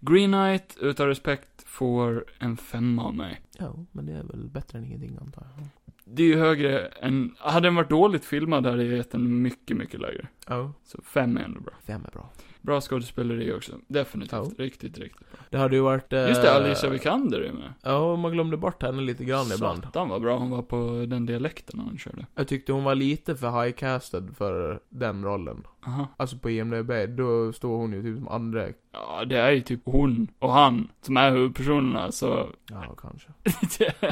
[SPEAKER 2] Green Knight, utav respekt, får en femma av mig.
[SPEAKER 1] Ja, men det är väl bättre än ingenting antar jag.
[SPEAKER 2] Det är ju högre än... Hade den varit dåligt filmad hade jag gett den mycket, mycket lägre.
[SPEAKER 1] Ja.
[SPEAKER 2] Så fem är ändå bra.
[SPEAKER 1] Fem är bra.
[SPEAKER 2] Bra skådespeleri också. Definitivt.
[SPEAKER 1] Ja.
[SPEAKER 2] Riktigt, riktigt bra.
[SPEAKER 1] Det hade ju varit... eh,
[SPEAKER 2] Just det, Alicia Vikander är med.
[SPEAKER 1] Ja, man glömde bort henne lite grann ibland.
[SPEAKER 2] Satan vad bra hon var på den dialekten hon körde.
[SPEAKER 1] Jag tyckte hon var lite för high-castad för den rollen.
[SPEAKER 2] Aha.
[SPEAKER 1] Alltså på IMDB, då står hon ju typ som andra...
[SPEAKER 2] Ja, det är ju typ hon och han som är huvudpersonerna, så... [laughs]
[SPEAKER 1] Ja, kanske.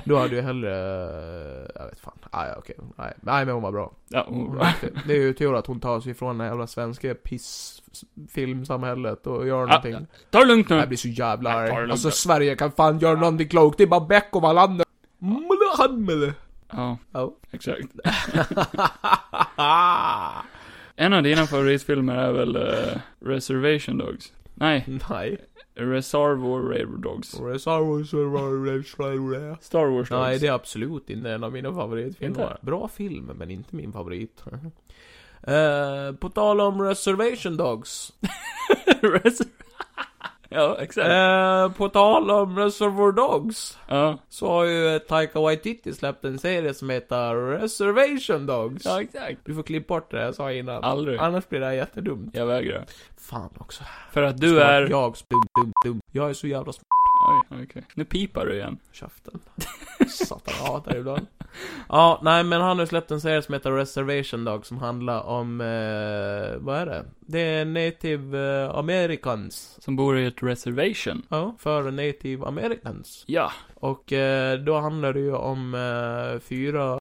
[SPEAKER 1] Då hade jag hellre... eh, Jag vet fan. Nej, okej. Nej. Nej, men hon var bra.
[SPEAKER 2] ja, hon var bra.
[SPEAKER 1] Det är ju tur att hon tar sig ifrån det här jävla svenska pissfilmsamhället och gör någonting.
[SPEAKER 2] Ta det lugnt
[SPEAKER 1] Jag
[SPEAKER 2] nu!
[SPEAKER 1] blir så jävla
[SPEAKER 2] Ah, Nej, ta det
[SPEAKER 1] arg.
[SPEAKER 2] lugnt.
[SPEAKER 1] Alltså Sverige kan fan göra någonting klokt. Det är bara Beck och Wallander. Mulle, han, mulle.
[SPEAKER 2] Ja,
[SPEAKER 1] Ja.
[SPEAKER 2] exakt. En av dina favoritfilmer är väl eh, Reservation Dogs? Nej,
[SPEAKER 1] [laughs] Nej.
[SPEAKER 2] Reservoir Railroad Dogs. Star Wars Dogs.
[SPEAKER 1] Nej, det är absolut inte en av mina favoritfilmer.
[SPEAKER 2] Inte?
[SPEAKER 1] Bra film, men inte min favorit. [laughs] Eh, på tal om Reservation Dogs.
[SPEAKER 2] [laughs] Res- ja, exakt.
[SPEAKER 1] Eh, på tal om Reservoir Dogs.
[SPEAKER 2] Ja,
[SPEAKER 1] Så har ju Taika Waititi släppt en serie som heter Reservation Dogs.
[SPEAKER 2] ja, exakt.
[SPEAKER 1] Du får klippa bort det jag sa innan.
[SPEAKER 2] Aldrig.
[SPEAKER 1] Annars blir det här jättedumt.
[SPEAKER 2] Jag vägrar.
[SPEAKER 1] Fan också.
[SPEAKER 2] För att
[SPEAKER 1] Ska
[SPEAKER 2] du
[SPEAKER 1] vara
[SPEAKER 2] är... Oj,
[SPEAKER 1] Jag, dum, dum, dum. Jag är så jävla smart
[SPEAKER 2] okej. Nu pipar du
[SPEAKER 1] [laughs]
[SPEAKER 2] igen.
[SPEAKER 1] i käften. Satan, jag hatar det ibland. [laughs] Ja, nej men han har nu släppt en serie som heter Reservation Dog som handlar om, eh, vad är det? Det är native eh, americans.
[SPEAKER 2] Som bor i ett reservation.
[SPEAKER 1] Ja, för native americans.
[SPEAKER 2] Ja.
[SPEAKER 1] Och eh, då handlar det ju om eh, fyra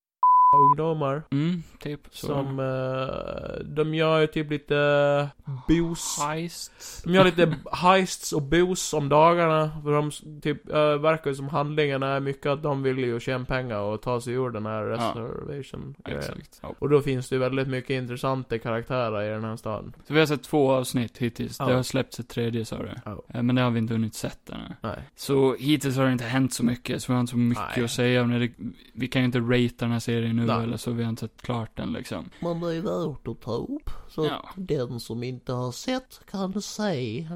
[SPEAKER 1] ungdomar
[SPEAKER 2] Mm, typ så.
[SPEAKER 1] som, eh, de gör ju typ lite bus.
[SPEAKER 2] Heist.
[SPEAKER 1] De gör
[SPEAKER 2] [laughs]
[SPEAKER 1] lite heists och bos om dagarna. För de s- typ, eh, verkar ju som handlingarna är mycket att de vill ju tjäna pengar och ta sig ur den här reservation
[SPEAKER 2] Exakt. Ja.
[SPEAKER 1] Och då finns det ju väldigt mycket intressanta karaktärer i den här staden.
[SPEAKER 2] Så vi har sett två avsnitt hittills.
[SPEAKER 1] Ja.
[SPEAKER 2] Det har släppts ett tredje, sa du.
[SPEAKER 1] Ja.
[SPEAKER 2] Eh, Men det har vi inte hunnit sett ännu.
[SPEAKER 1] Nej.
[SPEAKER 2] Så hittills har det inte hänt så mycket, så vi har inte så mycket
[SPEAKER 1] Nej.
[SPEAKER 2] att säga om det. Vi kan ju inte rate den här serien nu
[SPEAKER 1] Nej.
[SPEAKER 2] eller så, vi har inte sett klart den liksom.
[SPEAKER 3] Men det är värt att ta upp. Så
[SPEAKER 2] Ja.
[SPEAKER 3] den som inte har sett kan se.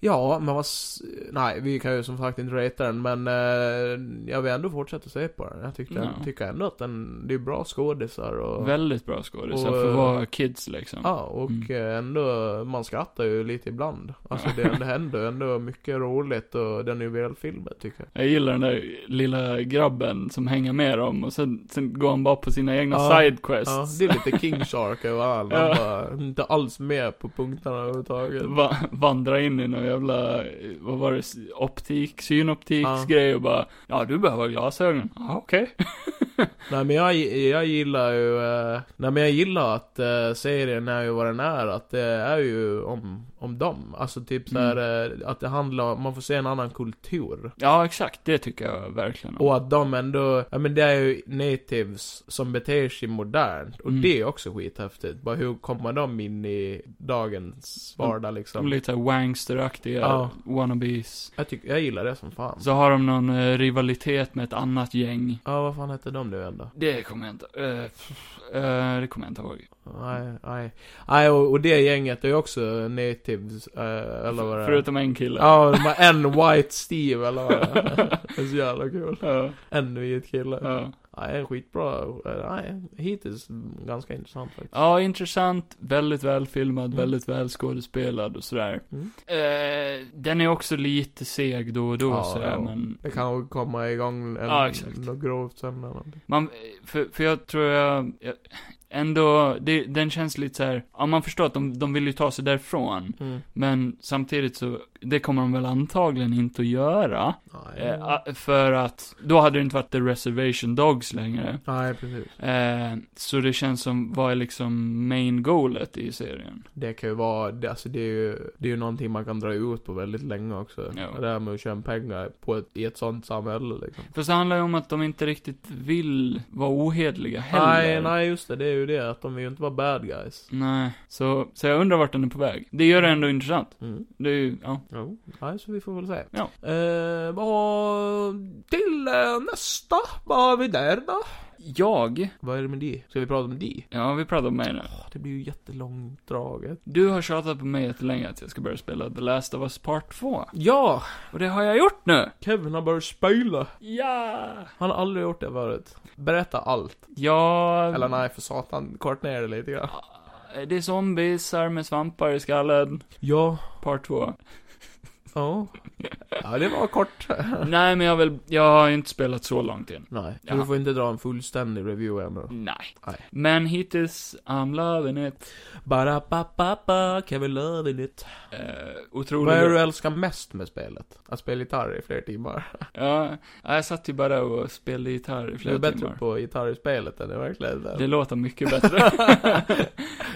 [SPEAKER 1] Ja, men vad... s- Nej, vi kan ju som sagt inte rata den, men eh, jag vill ändå fortsätta se på den. Jag tyckte,
[SPEAKER 2] Ja.
[SPEAKER 1] tycker ändå att den... Det är bra skådisar och...
[SPEAKER 2] Väldigt bra skådisar
[SPEAKER 1] Och,
[SPEAKER 2] för att
[SPEAKER 1] eh,
[SPEAKER 2] vara kids liksom.
[SPEAKER 1] Ja, och
[SPEAKER 2] Mm.
[SPEAKER 1] eh, ändå, man skrattar ju lite ibland. Alltså det, det händer ju ändå mycket roligt och den är ju välfilmad tycker jag.
[SPEAKER 2] Jag gillar den där lilla grabben som hänger med dem och sen, sen går han bara på sina egna
[SPEAKER 1] Ja. Ja,
[SPEAKER 2] sidequests.
[SPEAKER 1] det är lite King Shark överallt. Han
[SPEAKER 2] Ja.
[SPEAKER 1] bara inte alls med på punkterna överhuvudtaget.
[SPEAKER 2] Va vandra in i någon jävla, eh, vad var det, s- optik, synoptiksgrej
[SPEAKER 1] Ja.
[SPEAKER 2] grej och bara, ja du behöver glasögon. Ja, okej.
[SPEAKER 1] Nej men jag, jag gillar ju, eh, nej men jag gillar att eh, serien är ju vad den är, att det är ju om, om dem. Alltså typ såhär,
[SPEAKER 2] Mm.
[SPEAKER 1] eh, att det handlar om, man får se en annan kultur.
[SPEAKER 2] Ja, exakt, det tycker jag verkligen om.
[SPEAKER 1] Och att de ändå, ja men det är ju natives som beter sig modernt. Och
[SPEAKER 2] Mm.
[SPEAKER 1] det är också skithäftigt. Bara hur kommer de in i dagens vardag
[SPEAKER 2] De
[SPEAKER 1] liksom?
[SPEAKER 2] Mm. lite wangsteraktiga
[SPEAKER 1] Ja.
[SPEAKER 2] wannabes.
[SPEAKER 1] Jag tycker, jag gillar det som fan.
[SPEAKER 2] Så har de någon eh, rivalitet med ett annat gäng.
[SPEAKER 1] Ja, vad fan hette de han nu ändå?
[SPEAKER 2] Det kommer jag inte... eh, pff, eh, det kommer jag inte ihåg.
[SPEAKER 1] Nej, nej. Nej, och, och det gänget är ju också natives, eh, eller vad det är.
[SPEAKER 2] Förutom en kille.
[SPEAKER 1] Ja, de har en white Steve eller vad det är. Det är så jävla kul.
[SPEAKER 2] [laughs] Ja,
[SPEAKER 1] En vit kille.
[SPEAKER 2] ja.
[SPEAKER 1] Nej, en skitbra. eh, Nej, hittills ganska intressant faktiskt.
[SPEAKER 2] ja, intressant. Väldigt välfilmad,
[SPEAKER 1] Mm.
[SPEAKER 2] väldigt välskådespelad och sådär.
[SPEAKER 1] Mm.
[SPEAKER 2] Eh, den är också lite seg då och då
[SPEAKER 1] Ja,
[SPEAKER 2] sådär,
[SPEAKER 1] ja.
[SPEAKER 2] men...
[SPEAKER 1] Det kan ju komma igång en,
[SPEAKER 2] Ja, exakt.
[SPEAKER 1] något grovt sen eller någonting.
[SPEAKER 2] Man, för, för jag tror jag, jag ändå, det, den känns lite så här. ja man förstår att de, de vill ju ta sig därifrån,
[SPEAKER 1] Mm.
[SPEAKER 2] men samtidigt så, det kommer de väl antagligen inte att göra.
[SPEAKER 1] Nej.
[SPEAKER 2] Eh, a- för att, då hade det inte varit The Reservation Dogs längre.
[SPEAKER 1] nej, precis.
[SPEAKER 2] Eh, så det känns som, vad är liksom main goalet i serien?
[SPEAKER 1] Det kan ju vara, det, alltså det är ju, det är ju någonting man kan dra ut på väldigt länge också.
[SPEAKER 2] Ja.
[SPEAKER 1] Det där med att tjäna pengar på ett, i ett sånt samhälle liksom.
[SPEAKER 2] Fast det handlar ju om att de inte riktigt vill vara ohederliga heller.
[SPEAKER 1] Nej, nej just det, det är ju det att de vill ju inte vara bad guys.
[SPEAKER 2] Nej, så, så jag undrar vart den är på väg. Det gör det ändå intressant.
[SPEAKER 1] Mm.
[SPEAKER 2] Det är ju, ja.
[SPEAKER 1] Jo. Nej, så vi får väl se.
[SPEAKER 2] Ja.
[SPEAKER 1] Eh, vad har... Till eh, nästa, vad har vi där då?
[SPEAKER 2] Jag,
[SPEAKER 1] Vad är det med det? Ska vi prata om det?
[SPEAKER 2] ja vi pratar om mig nu.
[SPEAKER 1] Åh, det blir ju jättelångdraget.
[SPEAKER 2] Du har tjatat på mig jättelänge att jag ska börja spela The Last of Us Part 2.
[SPEAKER 1] Ja!
[SPEAKER 2] Och det har jag gjort nu!
[SPEAKER 1] Kevin har börjat spela.
[SPEAKER 2] Ja!
[SPEAKER 1] Han har aldrig gjort det förut. Berätta allt.
[SPEAKER 2] Jag...
[SPEAKER 1] Eller nej, för satan. Kort ner det lite grann.
[SPEAKER 2] Det är zombiesar med svampar i skallen.
[SPEAKER 1] Ja.
[SPEAKER 2] Part 2.
[SPEAKER 1] Ja. Ja, det var kort.
[SPEAKER 2] Nej, men jag vill... Jag har ju inte spelat så långt än.
[SPEAKER 1] Nej,
[SPEAKER 2] Ja.
[SPEAKER 1] du får inte dra en fullständig review ännu.
[SPEAKER 2] Nej.
[SPEAKER 1] Nej.
[SPEAKER 2] Men hittills, I'm loving it.
[SPEAKER 1] Bara pa pa pa, Kevin loving it.
[SPEAKER 2] Eh,
[SPEAKER 1] Vad är det du
[SPEAKER 2] otroligt.
[SPEAKER 1] älskar mest med spelet? Att spela gitarr i flera timmar.
[SPEAKER 2] Ja, ja, jag satt ju bara och spelade gitarr i
[SPEAKER 1] Du är
[SPEAKER 2] flera
[SPEAKER 1] bättre
[SPEAKER 2] timmar.
[SPEAKER 1] på gitarr i spelet än i verkligheten.
[SPEAKER 2] Det låter mycket
[SPEAKER 1] [laughs]
[SPEAKER 2] bättre.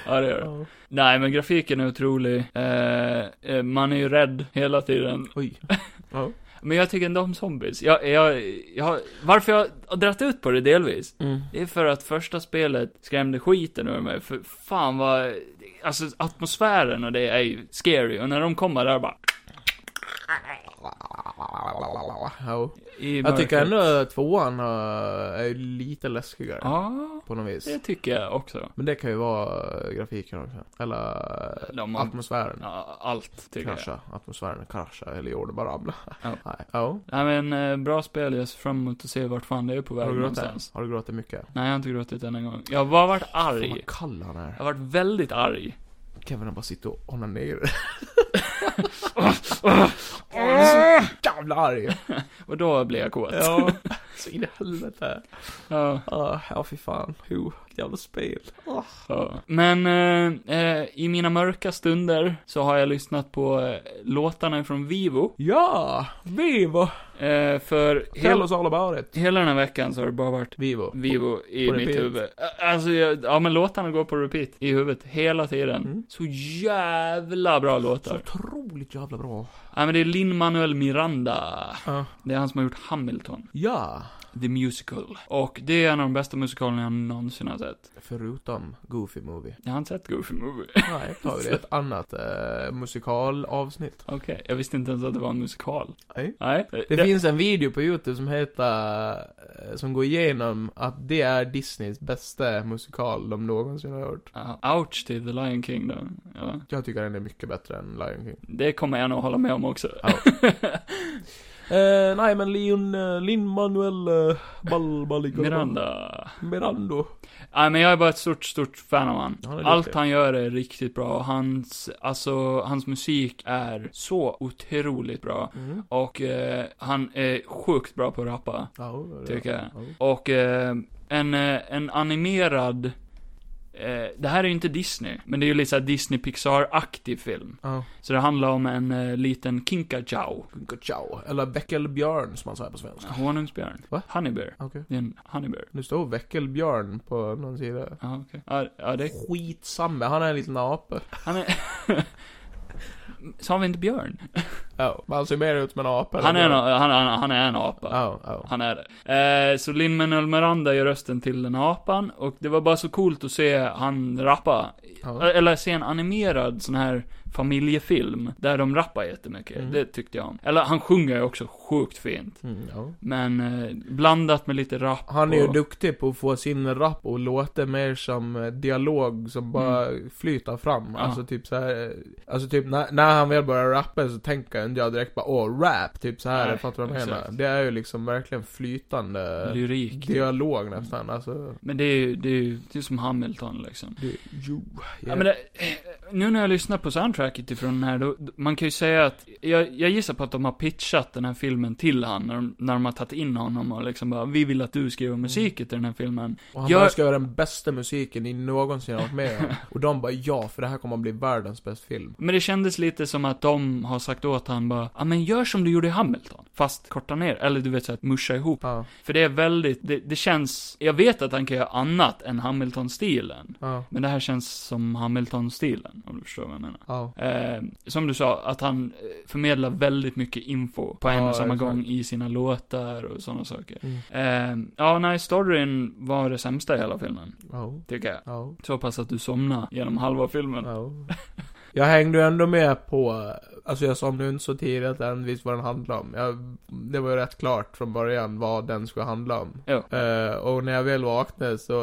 [SPEAKER 2] ja, det gör det.
[SPEAKER 1] Ja.
[SPEAKER 2] Nej, men grafiken är otrolig. Eh, eh, man är ju rädd hela tiden.
[SPEAKER 1] Oj. Ja.
[SPEAKER 2] Men jag tycker ändå om zombies. Jag, jag, jag, varför jag har dragit ut på det delvis,
[SPEAKER 1] Mm.
[SPEAKER 2] det är för att första spelet skrämde skiten ur mig, för fan vad, alltså atmosfären och det är ju scary, och när de kommer där bara,
[SPEAKER 1] Ja.
[SPEAKER 2] i
[SPEAKER 1] Jag tycker ändå att tvåan eh, är lite läskigare.
[SPEAKER 2] Ja,
[SPEAKER 1] På något vis.
[SPEAKER 2] det tycker jag också.
[SPEAKER 1] Men det kan ju vara eh, grafiken också. Eller eh,
[SPEAKER 2] De har,
[SPEAKER 1] atmosfären.
[SPEAKER 2] ja, allt tycker jag.
[SPEAKER 1] krascha. Atmosfären krascha eller jorden bara ramla.
[SPEAKER 2] Ja.
[SPEAKER 1] [laughs] Nej. Ja.
[SPEAKER 2] Nej men, eh, bra spel, jag ser fram emot att se vart fan det är på väg
[SPEAKER 1] Har du
[SPEAKER 2] någonstans.
[SPEAKER 1] gråtit? Har du gråtit mycket?
[SPEAKER 2] Nej, jag har inte gråtit än en gång. Jag har bara varit
[SPEAKER 1] Fan
[SPEAKER 2] arg.
[SPEAKER 1] vad kall han
[SPEAKER 2] Jag har
[SPEAKER 1] är.
[SPEAKER 2] varit väldigt arg.
[SPEAKER 1] Kevin har bara sitter och
[SPEAKER 2] [laughs]
[SPEAKER 1] onanerar.
[SPEAKER 2] Jag är så-
[SPEAKER 1] Jävla arg!
[SPEAKER 2] Och då blir jag kåt.
[SPEAKER 1] Ja. Så in i helvete.
[SPEAKER 2] Ja.
[SPEAKER 1] Ah, Ja, fy fan. Jo, jävla spel.
[SPEAKER 2] Ja. Men eh, eh, i mina mörka stunder så har jag lyssnat på eh, låtarna från Vivo.
[SPEAKER 1] Ja! Vivo!
[SPEAKER 2] Eh, för
[SPEAKER 1] Tell
[SPEAKER 2] hela,
[SPEAKER 1] us all about it.
[SPEAKER 2] hela den här veckan så har det bara varit
[SPEAKER 1] Vivo.
[SPEAKER 2] Vivo i
[SPEAKER 1] På
[SPEAKER 2] mitt
[SPEAKER 1] repeat.
[SPEAKER 2] huvud. Eh, Alltså, jag, ja men låtarna går på repeat i huvudet hela tiden.
[SPEAKER 1] Mm.
[SPEAKER 2] Så jävla bra
[SPEAKER 1] Så
[SPEAKER 2] låtar.
[SPEAKER 1] otroligt jävla bra.
[SPEAKER 2] Ja men det är Lin-Manuel Miranda.
[SPEAKER 1] Ja.
[SPEAKER 2] Det är han som har gjort Hamilton,
[SPEAKER 1] Ja.
[SPEAKER 2] The Musical. Och det är en av de bästa musikalerna jag någonsin har sett.
[SPEAKER 1] Förutom Goofy Movie.
[SPEAKER 2] Jag har inte sett Goofy Movie.
[SPEAKER 1] [laughs] Nej, tar vi det. Ett annat eh, musikalavsnitt.
[SPEAKER 2] Okej, jag visste inte ens att det var en musikal.
[SPEAKER 1] Nej.
[SPEAKER 2] Nej.
[SPEAKER 1] Det finns en video på Youtube som heter, eh, som går igenom att det är Disneys bästa musikal de någonsin har hört.
[SPEAKER 2] Ja, ouch till The Lion King då. Ja.
[SPEAKER 1] Jag tycker den är mycket bättre än Lion King.
[SPEAKER 2] Det kommer jag nog hålla med om också.
[SPEAKER 1] Ja.
[SPEAKER 2] [laughs]
[SPEAKER 1] Eh, nej men Leon, eh, Lin-Manuel eh, Bal, Balico-
[SPEAKER 2] Miranda.
[SPEAKER 1] Mirando.
[SPEAKER 2] Nej men jag är bara ett stort, stort fan av han.
[SPEAKER 1] Han är
[SPEAKER 2] Allt
[SPEAKER 1] duktig.
[SPEAKER 2] han gör är riktigt bra och hans, alltså, hans musik är så otroligt bra.
[SPEAKER 1] Mm.
[SPEAKER 2] Och eh, han är sjukt bra på att rappa,
[SPEAKER 1] Ja, det är det.
[SPEAKER 2] tycker jag.
[SPEAKER 1] Ja.
[SPEAKER 2] Och eh, en, eh, en animerad, eh, det här är ju inte Disney, men det är ju lite såhär Disney-Pixar-aktig film.
[SPEAKER 1] Ja.
[SPEAKER 2] Så det handlar om en eh, liten Kinka Chow,
[SPEAKER 1] Kunka Chow. Eller Väckelbjörn som man säger på svenska.
[SPEAKER 2] honungsbjörn.
[SPEAKER 1] Va?
[SPEAKER 2] Honeybear.
[SPEAKER 1] Okej.
[SPEAKER 2] Det är en honeybear.
[SPEAKER 1] Nu står Väckelbjörn på någon sida.
[SPEAKER 2] Ja, okej. Ja, ja, det... [laughs]
[SPEAKER 1] Skitsamma, han är en liten ape.
[SPEAKER 2] Han är... Sa vi inte björn?
[SPEAKER 1] Eh, Ja, men han ser mer ut som en apa.
[SPEAKER 2] Han är en, han, han, han är en apa.
[SPEAKER 1] Ja, ja.
[SPEAKER 2] Han är det. Eh, så Lin-Manuel Miranda gör rösten till den här apan, och det var bara så coolt att se han rappa. eh,
[SPEAKER 1] Ja.
[SPEAKER 2] Eller se en animerad sån här familjefilm, där de rappar jättemycket.
[SPEAKER 1] Mm.
[SPEAKER 2] Det tyckte jag om. Eller han sjunger ju också sjukt fint.
[SPEAKER 1] Mm, ja.
[SPEAKER 2] Men eh, blandat med lite rap
[SPEAKER 1] Han är ju
[SPEAKER 2] och-
[SPEAKER 1] duktig på att få sin rap och låta mer som eh, dialog som bara flyter fram.
[SPEAKER 2] Mm. Ja.
[SPEAKER 1] Alltså typ så här, eh, alltså typ när, när han väl börjar rappa så tänker inte jag direkt bara åh rap, typ så här,
[SPEAKER 2] Nej,
[SPEAKER 1] fattar du vad jag menar?
[SPEAKER 2] exakt.
[SPEAKER 1] Det är ju liksom verkligen flytande
[SPEAKER 2] lyrik.
[SPEAKER 1] dialog
[SPEAKER 2] Mm.
[SPEAKER 1] nästan, alltså.
[SPEAKER 2] Men det är ju, det är ju det är som Hamilton liksom.
[SPEAKER 1] Det, jo,
[SPEAKER 2] Ja, men det, nu när jag lyssnar på soundtracket ifrån den här, då, man kan ju säga att, jag, jag gissar på att de har pitchat den här filmen till han, när de, när de har tagit in honom och liksom bara, vi vill att du skriver musiken till den här filmen.
[SPEAKER 1] Och han
[SPEAKER 2] Jag-
[SPEAKER 1] bara ska göra den bästa musiken ni någonsin har varit med
[SPEAKER 2] [laughs]
[SPEAKER 1] om. Och de bara ja, för det här kommer att bli världens bästa film.
[SPEAKER 2] Men det kändes lite som att de har sagt åt han bara, ja men gör som du gjorde i Hamilton, fast korta ner, eller du vet såhär, musha ihop.
[SPEAKER 1] Ja,
[SPEAKER 2] För det är väldigt, det, det känns, jag vet att han kan göra annat än Hamilton-stilen.
[SPEAKER 1] ja,
[SPEAKER 2] Men det här känns som Hamilton-stilen, om du förstår vad jag menar.
[SPEAKER 1] ja.
[SPEAKER 2] Eh, som du sa, att han eh, förmedlar väldigt mycket info på en
[SPEAKER 1] Ja,
[SPEAKER 2] och samma
[SPEAKER 1] exakt.
[SPEAKER 2] gång i sina låtar och sådana saker.
[SPEAKER 1] Mm.
[SPEAKER 2] Eh, ja, nej, storyn var det sämsta i hela filmen,
[SPEAKER 1] Ja,
[SPEAKER 2] tycker jag.
[SPEAKER 1] ja.
[SPEAKER 2] Så pass att du somnade genom halva filmen.
[SPEAKER 1] Ja. Jag hängde ju ändå med på, alltså jag somnade inte så tidigt än, visst vad den handlade om. Jag, det var ju rätt klart från början vad den skulle handla om.
[SPEAKER 2] Ja.
[SPEAKER 1] Eh, och när jag väl vaknade så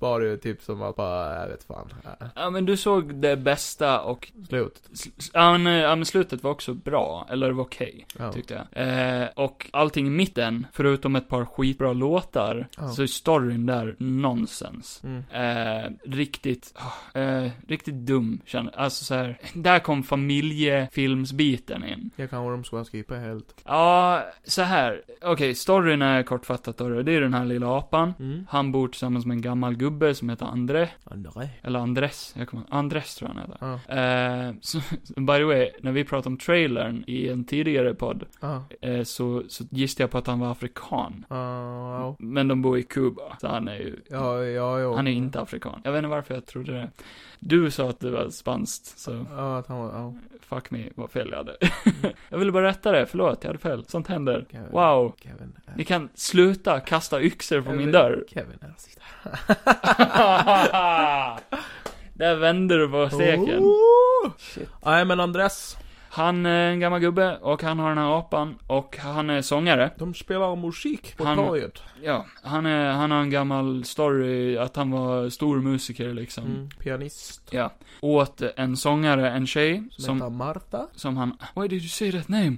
[SPEAKER 1] var det ju typ som att bara, jag vet fan, eh,
[SPEAKER 2] Ja, men du såg det bästa och,
[SPEAKER 1] slut.
[SPEAKER 2] sl- sl- ja men, eh, ja, men slutet var också bra, eller det var okej.
[SPEAKER 1] Ja.
[SPEAKER 2] Tyckte jag. Eh, och allting i mitten, förutom ett par skitbra låtar,
[SPEAKER 1] Ja.
[SPEAKER 2] så är storyn där nonsens.
[SPEAKER 1] Mm.
[SPEAKER 2] Eh, riktigt, ah, eh, riktigt dum känner Alltså så här, där kom familjefilmsbiten in.
[SPEAKER 1] Jag kanske de skulle skippa helt.
[SPEAKER 2] Ja, så här. Okej, storyn är kortfattat då. Det är den här lilla apan.
[SPEAKER 1] Mm.
[SPEAKER 2] Han bor tillsammans med en gammal gubbe som heter André,
[SPEAKER 1] Nej.
[SPEAKER 2] eller Andres, jag kommer Andres tror jag han heter.
[SPEAKER 1] Ja.
[SPEAKER 2] Eh, så, by the way, när vi pratade om trailern i en tidigare podd,
[SPEAKER 1] Ja.
[SPEAKER 2] eh, så, så gissade jag på att han var afrikan.
[SPEAKER 1] Ja.
[SPEAKER 2] Men de bor i Kuba, så han är ju
[SPEAKER 1] Ja, ja, ja.
[SPEAKER 2] Han är inte afrikan. Jag vet inte varför jag trodde det. Du sa att du var spanskt, så
[SPEAKER 1] Ja, att han var, ja.
[SPEAKER 2] fuck me vad fel jag hade. [laughs] jag ville bara rätta det, förlåt, jag hade fel. Sånt händer.
[SPEAKER 1] Kevin.
[SPEAKER 2] Wow.
[SPEAKER 1] Kevin. är-
[SPEAKER 2] Ni kan sluta kasta yxor på min
[SPEAKER 1] Kevin-
[SPEAKER 2] dörr. [laughs]
[SPEAKER 1] Kevin är rasist.
[SPEAKER 2] Där vänder du på steken.
[SPEAKER 1] Oh! Nej men Andres,
[SPEAKER 2] Han är en gammal gubbe och han har den här apan och han är sångare.
[SPEAKER 1] de spelar musik på
[SPEAKER 2] Han-
[SPEAKER 1] torget.
[SPEAKER 2] Ja, han, är, han har en gammal story att han var stor musiker liksom.
[SPEAKER 1] Mm. Pianist.
[SPEAKER 2] Ja. Åt en sångare, en tjej,
[SPEAKER 1] Som,
[SPEAKER 2] som
[SPEAKER 1] heter Marta.
[SPEAKER 2] [gasps] Som han, why did you say that name?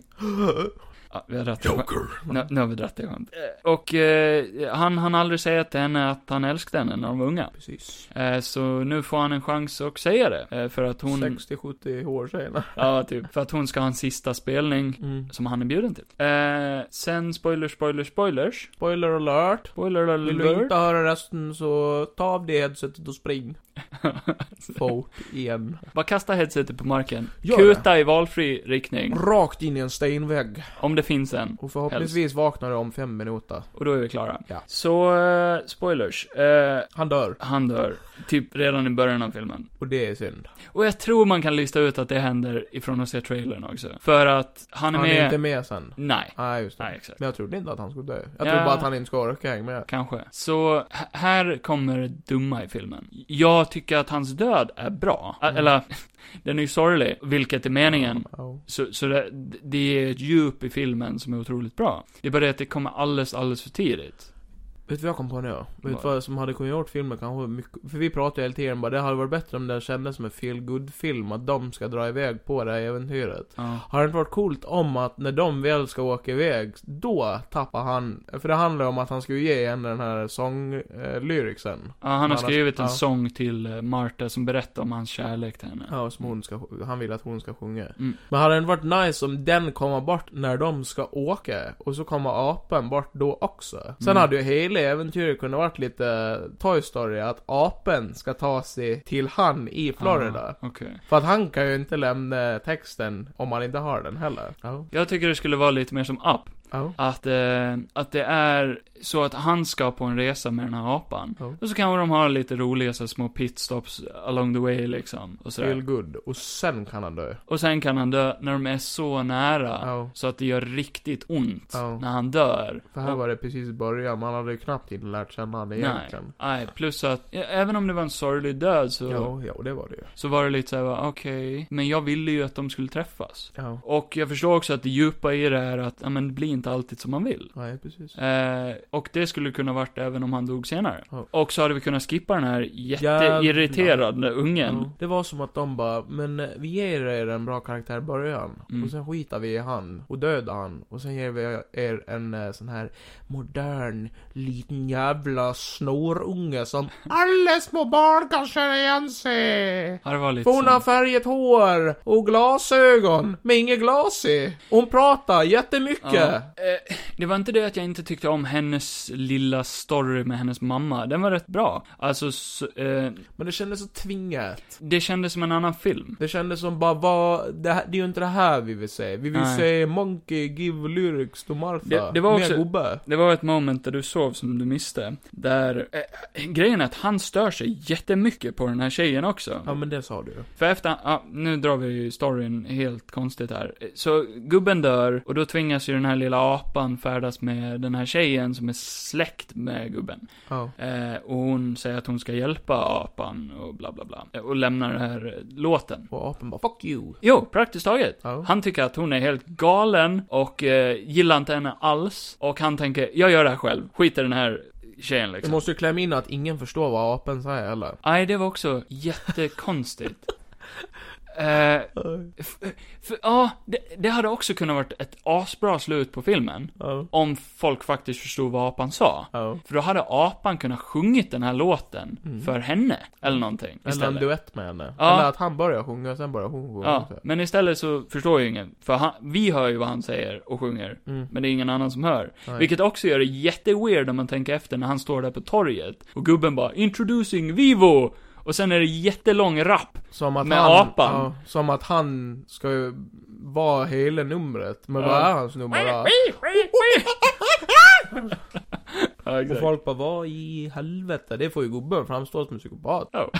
[SPEAKER 2] Ja, vi har dratt det skämt. Nu, nu har vi dratt det skämt. Eh, Och eh, han han aldrig säga till henne att han älskade henne när de var unga.
[SPEAKER 1] Precis.
[SPEAKER 2] Eh, så nu får han en chans att säga det. Eh, för att hon,
[SPEAKER 1] 60-70 år
[SPEAKER 2] [laughs]
[SPEAKER 1] senare.
[SPEAKER 2] ja typ, för att hon ska ha en sista spelning
[SPEAKER 1] Mm.
[SPEAKER 2] som han är bjuden till. Eh, sen spoilers, spoilers, spoilers.
[SPEAKER 1] Spoiler alert.
[SPEAKER 2] Spoiler
[SPEAKER 1] Vill du
[SPEAKER 2] alert.
[SPEAKER 1] inte höra resten så ta av det headsetet
[SPEAKER 2] [laughs]
[SPEAKER 1] och spring. Fort igen.
[SPEAKER 2] Bara kasta headsetet på marken.
[SPEAKER 1] Gör det.
[SPEAKER 2] Kuta i valfri riktning.
[SPEAKER 1] Rakt in i en stenvägg.
[SPEAKER 2] Om det finns en.
[SPEAKER 1] Och förhoppningsvis vaknar du om fem minuter.
[SPEAKER 2] Och då är vi klara.
[SPEAKER 1] Ja.
[SPEAKER 2] Så, eh, spoilers. Eh,
[SPEAKER 1] Han dör.
[SPEAKER 2] Han dör, typ redan i början av filmen.
[SPEAKER 1] Och det är synd.
[SPEAKER 2] Och jag tror man kan lista ut att det händer ifrån att se trailern också. För att han är
[SPEAKER 1] Han
[SPEAKER 2] med...
[SPEAKER 1] är inte med sen.
[SPEAKER 2] Nej.
[SPEAKER 1] Nej, just det.
[SPEAKER 2] Nej, exakt.
[SPEAKER 1] Men jag trodde inte att han skulle dö. Jag
[SPEAKER 2] Ja.
[SPEAKER 1] trodde bara att han inte skulle orka hänga med.
[SPEAKER 2] Kanske. Så, h- här kommer det dumma i filmen. Jag tycker att hans död är bra. Ä-
[SPEAKER 1] Mm.
[SPEAKER 2] Eller, [laughs] den är ju sorglig, vilket är meningen.
[SPEAKER 1] Ja.
[SPEAKER 2] Så, så det, det är ett djup i filmen som är otroligt bra. Det är bara det att det kommer alldeles, alldeles för tidigt.
[SPEAKER 1] Vet du vad jag kom på nu? Vet du
[SPEAKER 2] Vad?
[SPEAKER 1] vad som hade kunnat gjort filmen kanske mycket, För vi pratade ju hela tiden bara, det hade varit bättre om den kändes som en feel good film att de ska dra iväg på det här äventyret.
[SPEAKER 2] Ja.
[SPEAKER 1] Har det inte varit coolt om att när de väl ska åka iväg, då tappar han... För det handlar ju om att han ska ju ge henne den här eh, sånglyricsen.
[SPEAKER 2] Ja, han har
[SPEAKER 1] Annars-
[SPEAKER 2] skrivit en
[SPEAKER 1] ja.
[SPEAKER 2] sång till eh, Martha som berättar om hans kärlek till henne.
[SPEAKER 1] Ja, som hon ska, han vill att hon ska sjunga.
[SPEAKER 2] Mm.
[SPEAKER 1] Men hade det inte varit nice om den kommer bort när de ska åka? Och så kommer apan bort då också. Sen
[SPEAKER 2] Mm.
[SPEAKER 1] hade ju hela äventyret kunnat varit lite Toy Story, att apan ska ta sig till han i Florida.
[SPEAKER 2] Ah, Okej.
[SPEAKER 1] För att han kan ju inte lämna texten om han inte har den heller. Ja.
[SPEAKER 2] Jag tycker det skulle vara lite mer som Up.
[SPEAKER 1] Ja.
[SPEAKER 2] Att, eh, att det är så att han ska på en resa med den här apan.
[SPEAKER 1] Ja.
[SPEAKER 2] Och så kanske de har lite roliga så här, små pitstops along the way liksom. Och, sådär.
[SPEAKER 1] Feel good. Och sen kan han dö.
[SPEAKER 2] och sen kan han dö när de är så nära.
[SPEAKER 1] Ja.
[SPEAKER 2] Så att det gör riktigt ont
[SPEAKER 1] Ja.
[SPEAKER 2] när han dör.
[SPEAKER 1] För här
[SPEAKER 2] Och-
[SPEAKER 1] var det precis i början, man hade ju knappt hinner lärt känna honom egentligen.
[SPEAKER 2] Nej, plus att, ja, även om det var en sorglig död så,
[SPEAKER 1] Ja, ja, det var det ju.
[SPEAKER 2] så var det lite såhär, okej, men jag ville ju att de skulle träffas.
[SPEAKER 1] Ja.
[SPEAKER 2] Och jag förstår också att det djupa i det är att, ja men det blir inte alltid som man vill.
[SPEAKER 1] Nej, precis.
[SPEAKER 2] Eh, och det skulle kunna varit även om han dog senare.
[SPEAKER 1] Ja.
[SPEAKER 2] Och så hade vi kunnat skippa den här
[SPEAKER 1] Jävlar.
[SPEAKER 2] jätteirriterande ungen.
[SPEAKER 1] Ja. Det var som att de bara, men eh, vi ger er en bra karaktär i början.
[SPEAKER 2] Mm.
[SPEAKER 1] Och sen skitar vi i han och dödar han. Och sen ger vi er en eh, sån här modern liten jävla snorunge som alla små barn kan känna igen sig.
[SPEAKER 2] Ja, det var lite
[SPEAKER 1] För hon har
[SPEAKER 2] sån.
[SPEAKER 1] färgat hår och glasögon med inget glas i. Hon pratar jättemycket.
[SPEAKER 2] Ja. Eh, det var inte det att jag inte tyckte om hennes lilla story med hennes mamma. Den var rätt bra. Alltså, s- eh,
[SPEAKER 1] Men det kändes så tvingat.
[SPEAKER 2] det kändes som en annan film.
[SPEAKER 1] Det kändes som bara, vad, det, här, det är ju inte det här vi vill se. Vi vill
[SPEAKER 2] Nej.
[SPEAKER 1] se Monkey Give Lyrics to Martha.
[SPEAKER 2] Det- det var
[SPEAKER 1] Mer
[SPEAKER 2] också-
[SPEAKER 1] gubbe.
[SPEAKER 2] Det var ett moment där du sov som du miste. Där, eh, grejen är att han stör sig jättemycket på den här tjejen också.
[SPEAKER 1] Ja men det sa du.
[SPEAKER 2] För efter, ja, nu drar vi ju storyn helt konstigt här. Så gubben dör, och då tvingas ju den här lilla apan färdas med den här tjejen som är släkt med gubben.
[SPEAKER 1] Ja.
[SPEAKER 2] Eh, och hon säger att hon ska hjälpa apan och bla bla bla. Eh, Och lämnar den här eh, låten.
[SPEAKER 1] Och apen bara 'Fuck you'
[SPEAKER 2] Jo, praktiskt taget.
[SPEAKER 1] Ja.
[SPEAKER 2] Han tycker att hon är helt galen och eh, gillar inte henne alls. Och han tänker, jag gör det här själv. Skit i den här tjejen
[SPEAKER 1] Du
[SPEAKER 2] liksom.
[SPEAKER 1] måste ju klämma in att ingen förstår vad apen säger eller?
[SPEAKER 2] Nej, det var också jättekonstigt. eh, f- för, ja, det, det hade också kunnat varit ett asbra slut på filmen.
[SPEAKER 1] Ja.
[SPEAKER 2] Om folk faktiskt förstod vad apan sa.
[SPEAKER 1] Ja.
[SPEAKER 2] För då hade apan kunnat sjungit den här låten
[SPEAKER 1] Mm.
[SPEAKER 2] för henne, eller någonting.
[SPEAKER 1] Eller en
[SPEAKER 2] istället.
[SPEAKER 1] duett med henne.
[SPEAKER 2] Ja.
[SPEAKER 1] Eller att han börjar sjunga och sen börjar hon sjunga.
[SPEAKER 2] Ja,
[SPEAKER 1] också.
[SPEAKER 2] men istället så förstår ju ingen. För han, vi hör ju vad han säger och sjunger.
[SPEAKER 1] Mm.
[SPEAKER 2] Men det är ingen annan som hör.
[SPEAKER 1] Nej.
[SPEAKER 2] Vilket också gör det jätteweird om man tänker efter när han står där på torget. Och gubben bara 'Introducing Vivo!' Och sen är det jättelång rap.
[SPEAKER 1] Som att
[SPEAKER 2] Med
[SPEAKER 1] han,
[SPEAKER 2] apan.
[SPEAKER 1] Ja, som att han ska ju vara hela numret. Men
[SPEAKER 2] [laughs]
[SPEAKER 1] vad
[SPEAKER 2] Ja.
[SPEAKER 1] är hans nummer då?
[SPEAKER 2] ja,
[SPEAKER 1] Och
[SPEAKER 2] exakt.
[SPEAKER 1] folk bara, vad i helvete? Det får ju gubben framstå som en psykopat.
[SPEAKER 2] Ja.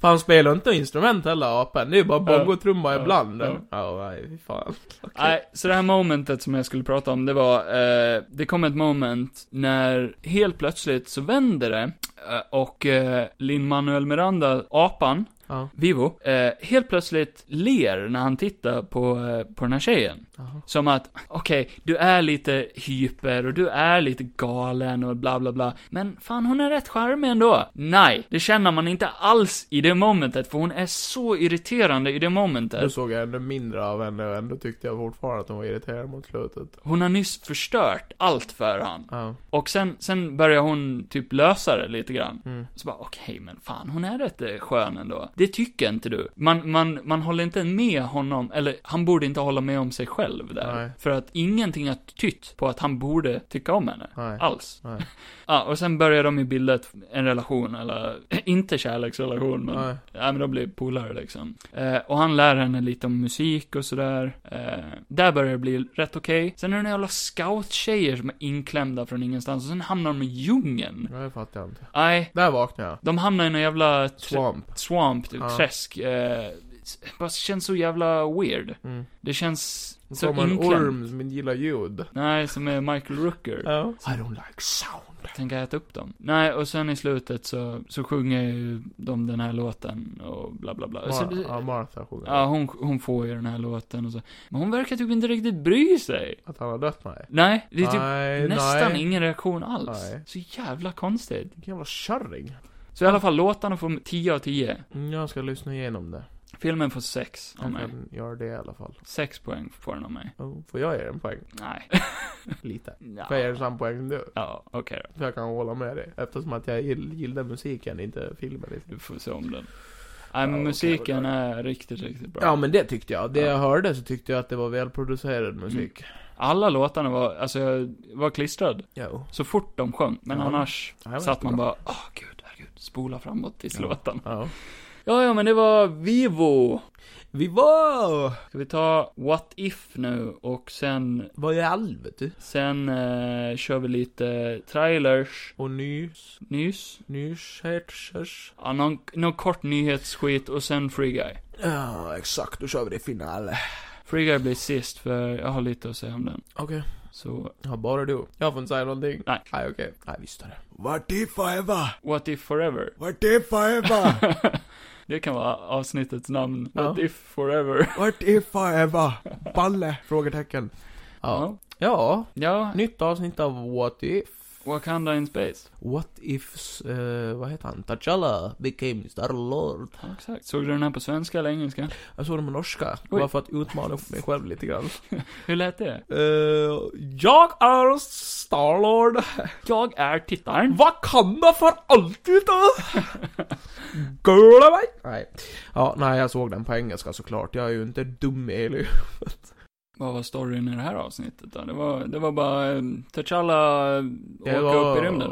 [SPEAKER 1] För han spelar inte instrument heller, apen. Det är ju bara
[SPEAKER 2] Ja.
[SPEAKER 1] bongotrumma
[SPEAKER 2] Ja.
[SPEAKER 1] ibland.
[SPEAKER 2] Ja.
[SPEAKER 1] Ja, nej, fy fan.
[SPEAKER 2] Nej, så det här momentet som jag skulle prata om, det var, eh, det kom ett moment när helt plötsligt så vänder det eh, och eh, Lin-Manuel Miranda, apan,
[SPEAKER 1] Ja.
[SPEAKER 2] Vivo, eh, helt plötsligt ler när han tittar på, eh, på den här tjejen.
[SPEAKER 1] Jaha.
[SPEAKER 2] Som att, okej, du är lite hyper och du är lite galen och bla bla bla, men fan hon är rätt charmig ändå. Nej, det känner man inte alls i det momentet, för hon är så irriterande i det momentet.
[SPEAKER 1] Då såg jag ännu mindre av henne och ändå tyckte jag fortfarande att hon var irriterad mot slutet.
[SPEAKER 2] Hon har nyss förstört allt för han.
[SPEAKER 1] Ja.
[SPEAKER 2] Och sen, sen börjar hon typ lösa det lite grann.
[SPEAKER 1] Mm.
[SPEAKER 2] Så bara, okej men fan, hon är rätt eh, skön ändå. Det tycker inte du. Man, man, man håller inte med honom, eller han borde inte hålla med om sig själv där.
[SPEAKER 1] Nej.
[SPEAKER 2] För att ingenting har tytt på att han borde tycka om henne.
[SPEAKER 1] Nej.
[SPEAKER 2] Alls.
[SPEAKER 1] Nej.
[SPEAKER 2] [laughs] Ja, och sen börjar de ju bilda ett- en relation, eller [clears throat] inte kärleksrelation, men
[SPEAKER 1] Nej.
[SPEAKER 2] Ja men de blir polare liksom. Eh, och han lär henne lite om musik och sådär. Eh, där börjar det bli rätt okej. Sen är det några jävla scouttjejer som är inklämda från ingenstans och sen hamnar de i djungeln.
[SPEAKER 1] Nej, det fattar jag inte.
[SPEAKER 2] Nej,
[SPEAKER 1] Där vaknade jag.
[SPEAKER 2] de hamnar i någon jävla tr-
[SPEAKER 1] Swamp.
[SPEAKER 2] swamp typ,
[SPEAKER 1] Ja.
[SPEAKER 2] träsk. Eh, s- bara känns så jävla weird.
[SPEAKER 1] Mm.
[SPEAKER 2] Det känns
[SPEAKER 1] Det
[SPEAKER 2] så
[SPEAKER 1] kommer en
[SPEAKER 2] inklämt.
[SPEAKER 1] orm som inte gillar ljud.
[SPEAKER 2] Nej, som är Michael Rooker.
[SPEAKER 1] Ja. I don't like sound.
[SPEAKER 2] Tänker äta upp dem. Nej, och sen i slutet så, så sjunger ju de den här låten och bla bla bla. Så
[SPEAKER 1] Mar-
[SPEAKER 2] det-
[SPEAKER 1] ja, Martha sjunger.
[SPEAKER 2] Ja, hon, hon får ju den här låten och så. Men hon verkar typ inte riktigt bry sig.
[SPEAKER 1] Att han har dött? Nej.
[SPEAKER 2] Nej, det är typ
[SPEAKER 1] nej,
[SPEAKER 2] nästan
[SPEAKER 1] nej.
[SPEAKER 2] ingen reaktion alls.
[SPEAKER 1] Nej.
[SPEAKER 2] Så jävla konstigt.
[SPEAKER 1] Vilken jävla kärring.
[SPEAKER 2] Så i alla fall, låtarna får 10 av 10.
[SPEAKER 1] Mm, Jag ska lyssna igenom det.
[SPEAKER 2] Filmen får 6 av
[SPEAKER 1] Jag
[SPEAKER 2] mig.
[SPEAKER 1] kan göra det i alla fall.
[SPEAKER 2] 6 poäng får den av mig.
[SPEAKER 1] Oh, får jag ge en poäng?
[SPEAKER 2] Nej.
[SPEAKER 1] [laughs] Lite.
[SPEAKER 2] Ja.
[SPEAKER 1] Får jag ge en samma poäng som du?
[SPEAKER 2] Ja, okej då.
[SPEAKER 1] För jag kan hålla med dig. Eftersom att jag gill- gillar musiken, inte filmen. i sig.
[SPEAKER 2] Du får se om den.
[SPEAKER 1] Ja,
[SPEAKER 2] Nej, men
[SPEAKER 1] okej,
[SPEAKER 2] musiken
[SPEAKER 1] okej.
[SPEAKER 2] är riktigt, riktigt bra.
[SPEAKER 1] Ja Mm. men det tyckte jag. Det
[SPEAKER 2] Ja.
[SPEAKER 1] jag hörde så tyckte jag att det var välproducerad musik.
[SPEAKER 2] Alla låtarna var, alltså jag var klistrad.
[SPEAKER 1] Jo.
[SPEAKER 2] Så fort de sjöng. Men
[SPEAKER 1] Ja.
[SPEAKER 2] annars
[SPEAKER 1] Det här var
[SPEAKER 2] satt man
[SPEAKER 1] jättebra.
[SPEAKER 2] bara, åh gud, herregud, spola framåt tills
[SPEAKER 1] Ja.
[SPEAKER 2] låten.
[SPEAKER 1] Ja.
[SPEAKER 2] Ja, ja, men det var Vivo.
[SPEAKER 1] Vi var...
[SPEAKER 2] Ska vi ta What If nu och sen,
[SPEAKER 1] Var i helvete?
[SPEAKER 2] sen eh, kör vi lite trailers
[SPEAKER 1] Och nys...
[SPEAKER 2] nyss.
[SPEAKER 1] Nyshetsers.
[SPEAKER 2] Ja, någon, någon kort nyhetsskit och sen Free Guy.
[SPEAKER 1] Ja, exakt. Då kör vi det i final.
[SPEAKER 2] Free Guy blir sist för jag har lite att säga om den.
[SPEAKER 1] Okej.
[SPEAKER 2] Så,
[SPEAKER 1] Ja, bara du. Jag får inte säga någonting.
[SPEAKER 2] nej.
[SPEAKER 1] Nej, okej. Nej, visst är det.
[SPEAKER 3] Vart är forever?
[SPEAKER 2] What If Forever.
[SPEAKER 3] Vart är forever?
[SPEAKER 2] det kan vara avsnittets namn.
[SPEAKER 1] Ja.
[SPEAKER 2] What If Forever.
[SPEAKER 3] Vart är forever?
[SPEAKER 1] Balle? Frågetecken. Ja. Ja.
[SPEAKER 2] Ja,
[SPEAKER 1] Nytt avsnitt av What If.
[SPEAKER 2] Wakanda in Space.
[SPEAKER 1] What Ifs... eh, vad heter han? T'Challa became Star-Lord.
[SPEAKER 2] Ja, exakt. Såg du den här på svenska eller engelska?
[SPEAKER 1] Jag såg dem på norska.
[SPEAKER 2] Oj.
[SPEAKER 1] Bara för att utmana upp mig själv lite grann.
[SPEAKER 2] Hur lät det?
[SPEAKER 1] Eh, jag är Starlord.
[SPEAKER 2] Jag är tittaren.
[SPEAKER 1] Vad kan det för alltid då? Gula mig! Nej. Ja, nej, jag såg den på engelska såklart. Jag är ju inte dum, Eli.
[SPEAKER 2] Vad var storyn i det här avsnittet då? Det var, det var bara um, T'Challa um,
[SPEAKER 1] Det
[SPEAKER 2] åka upp i rymden.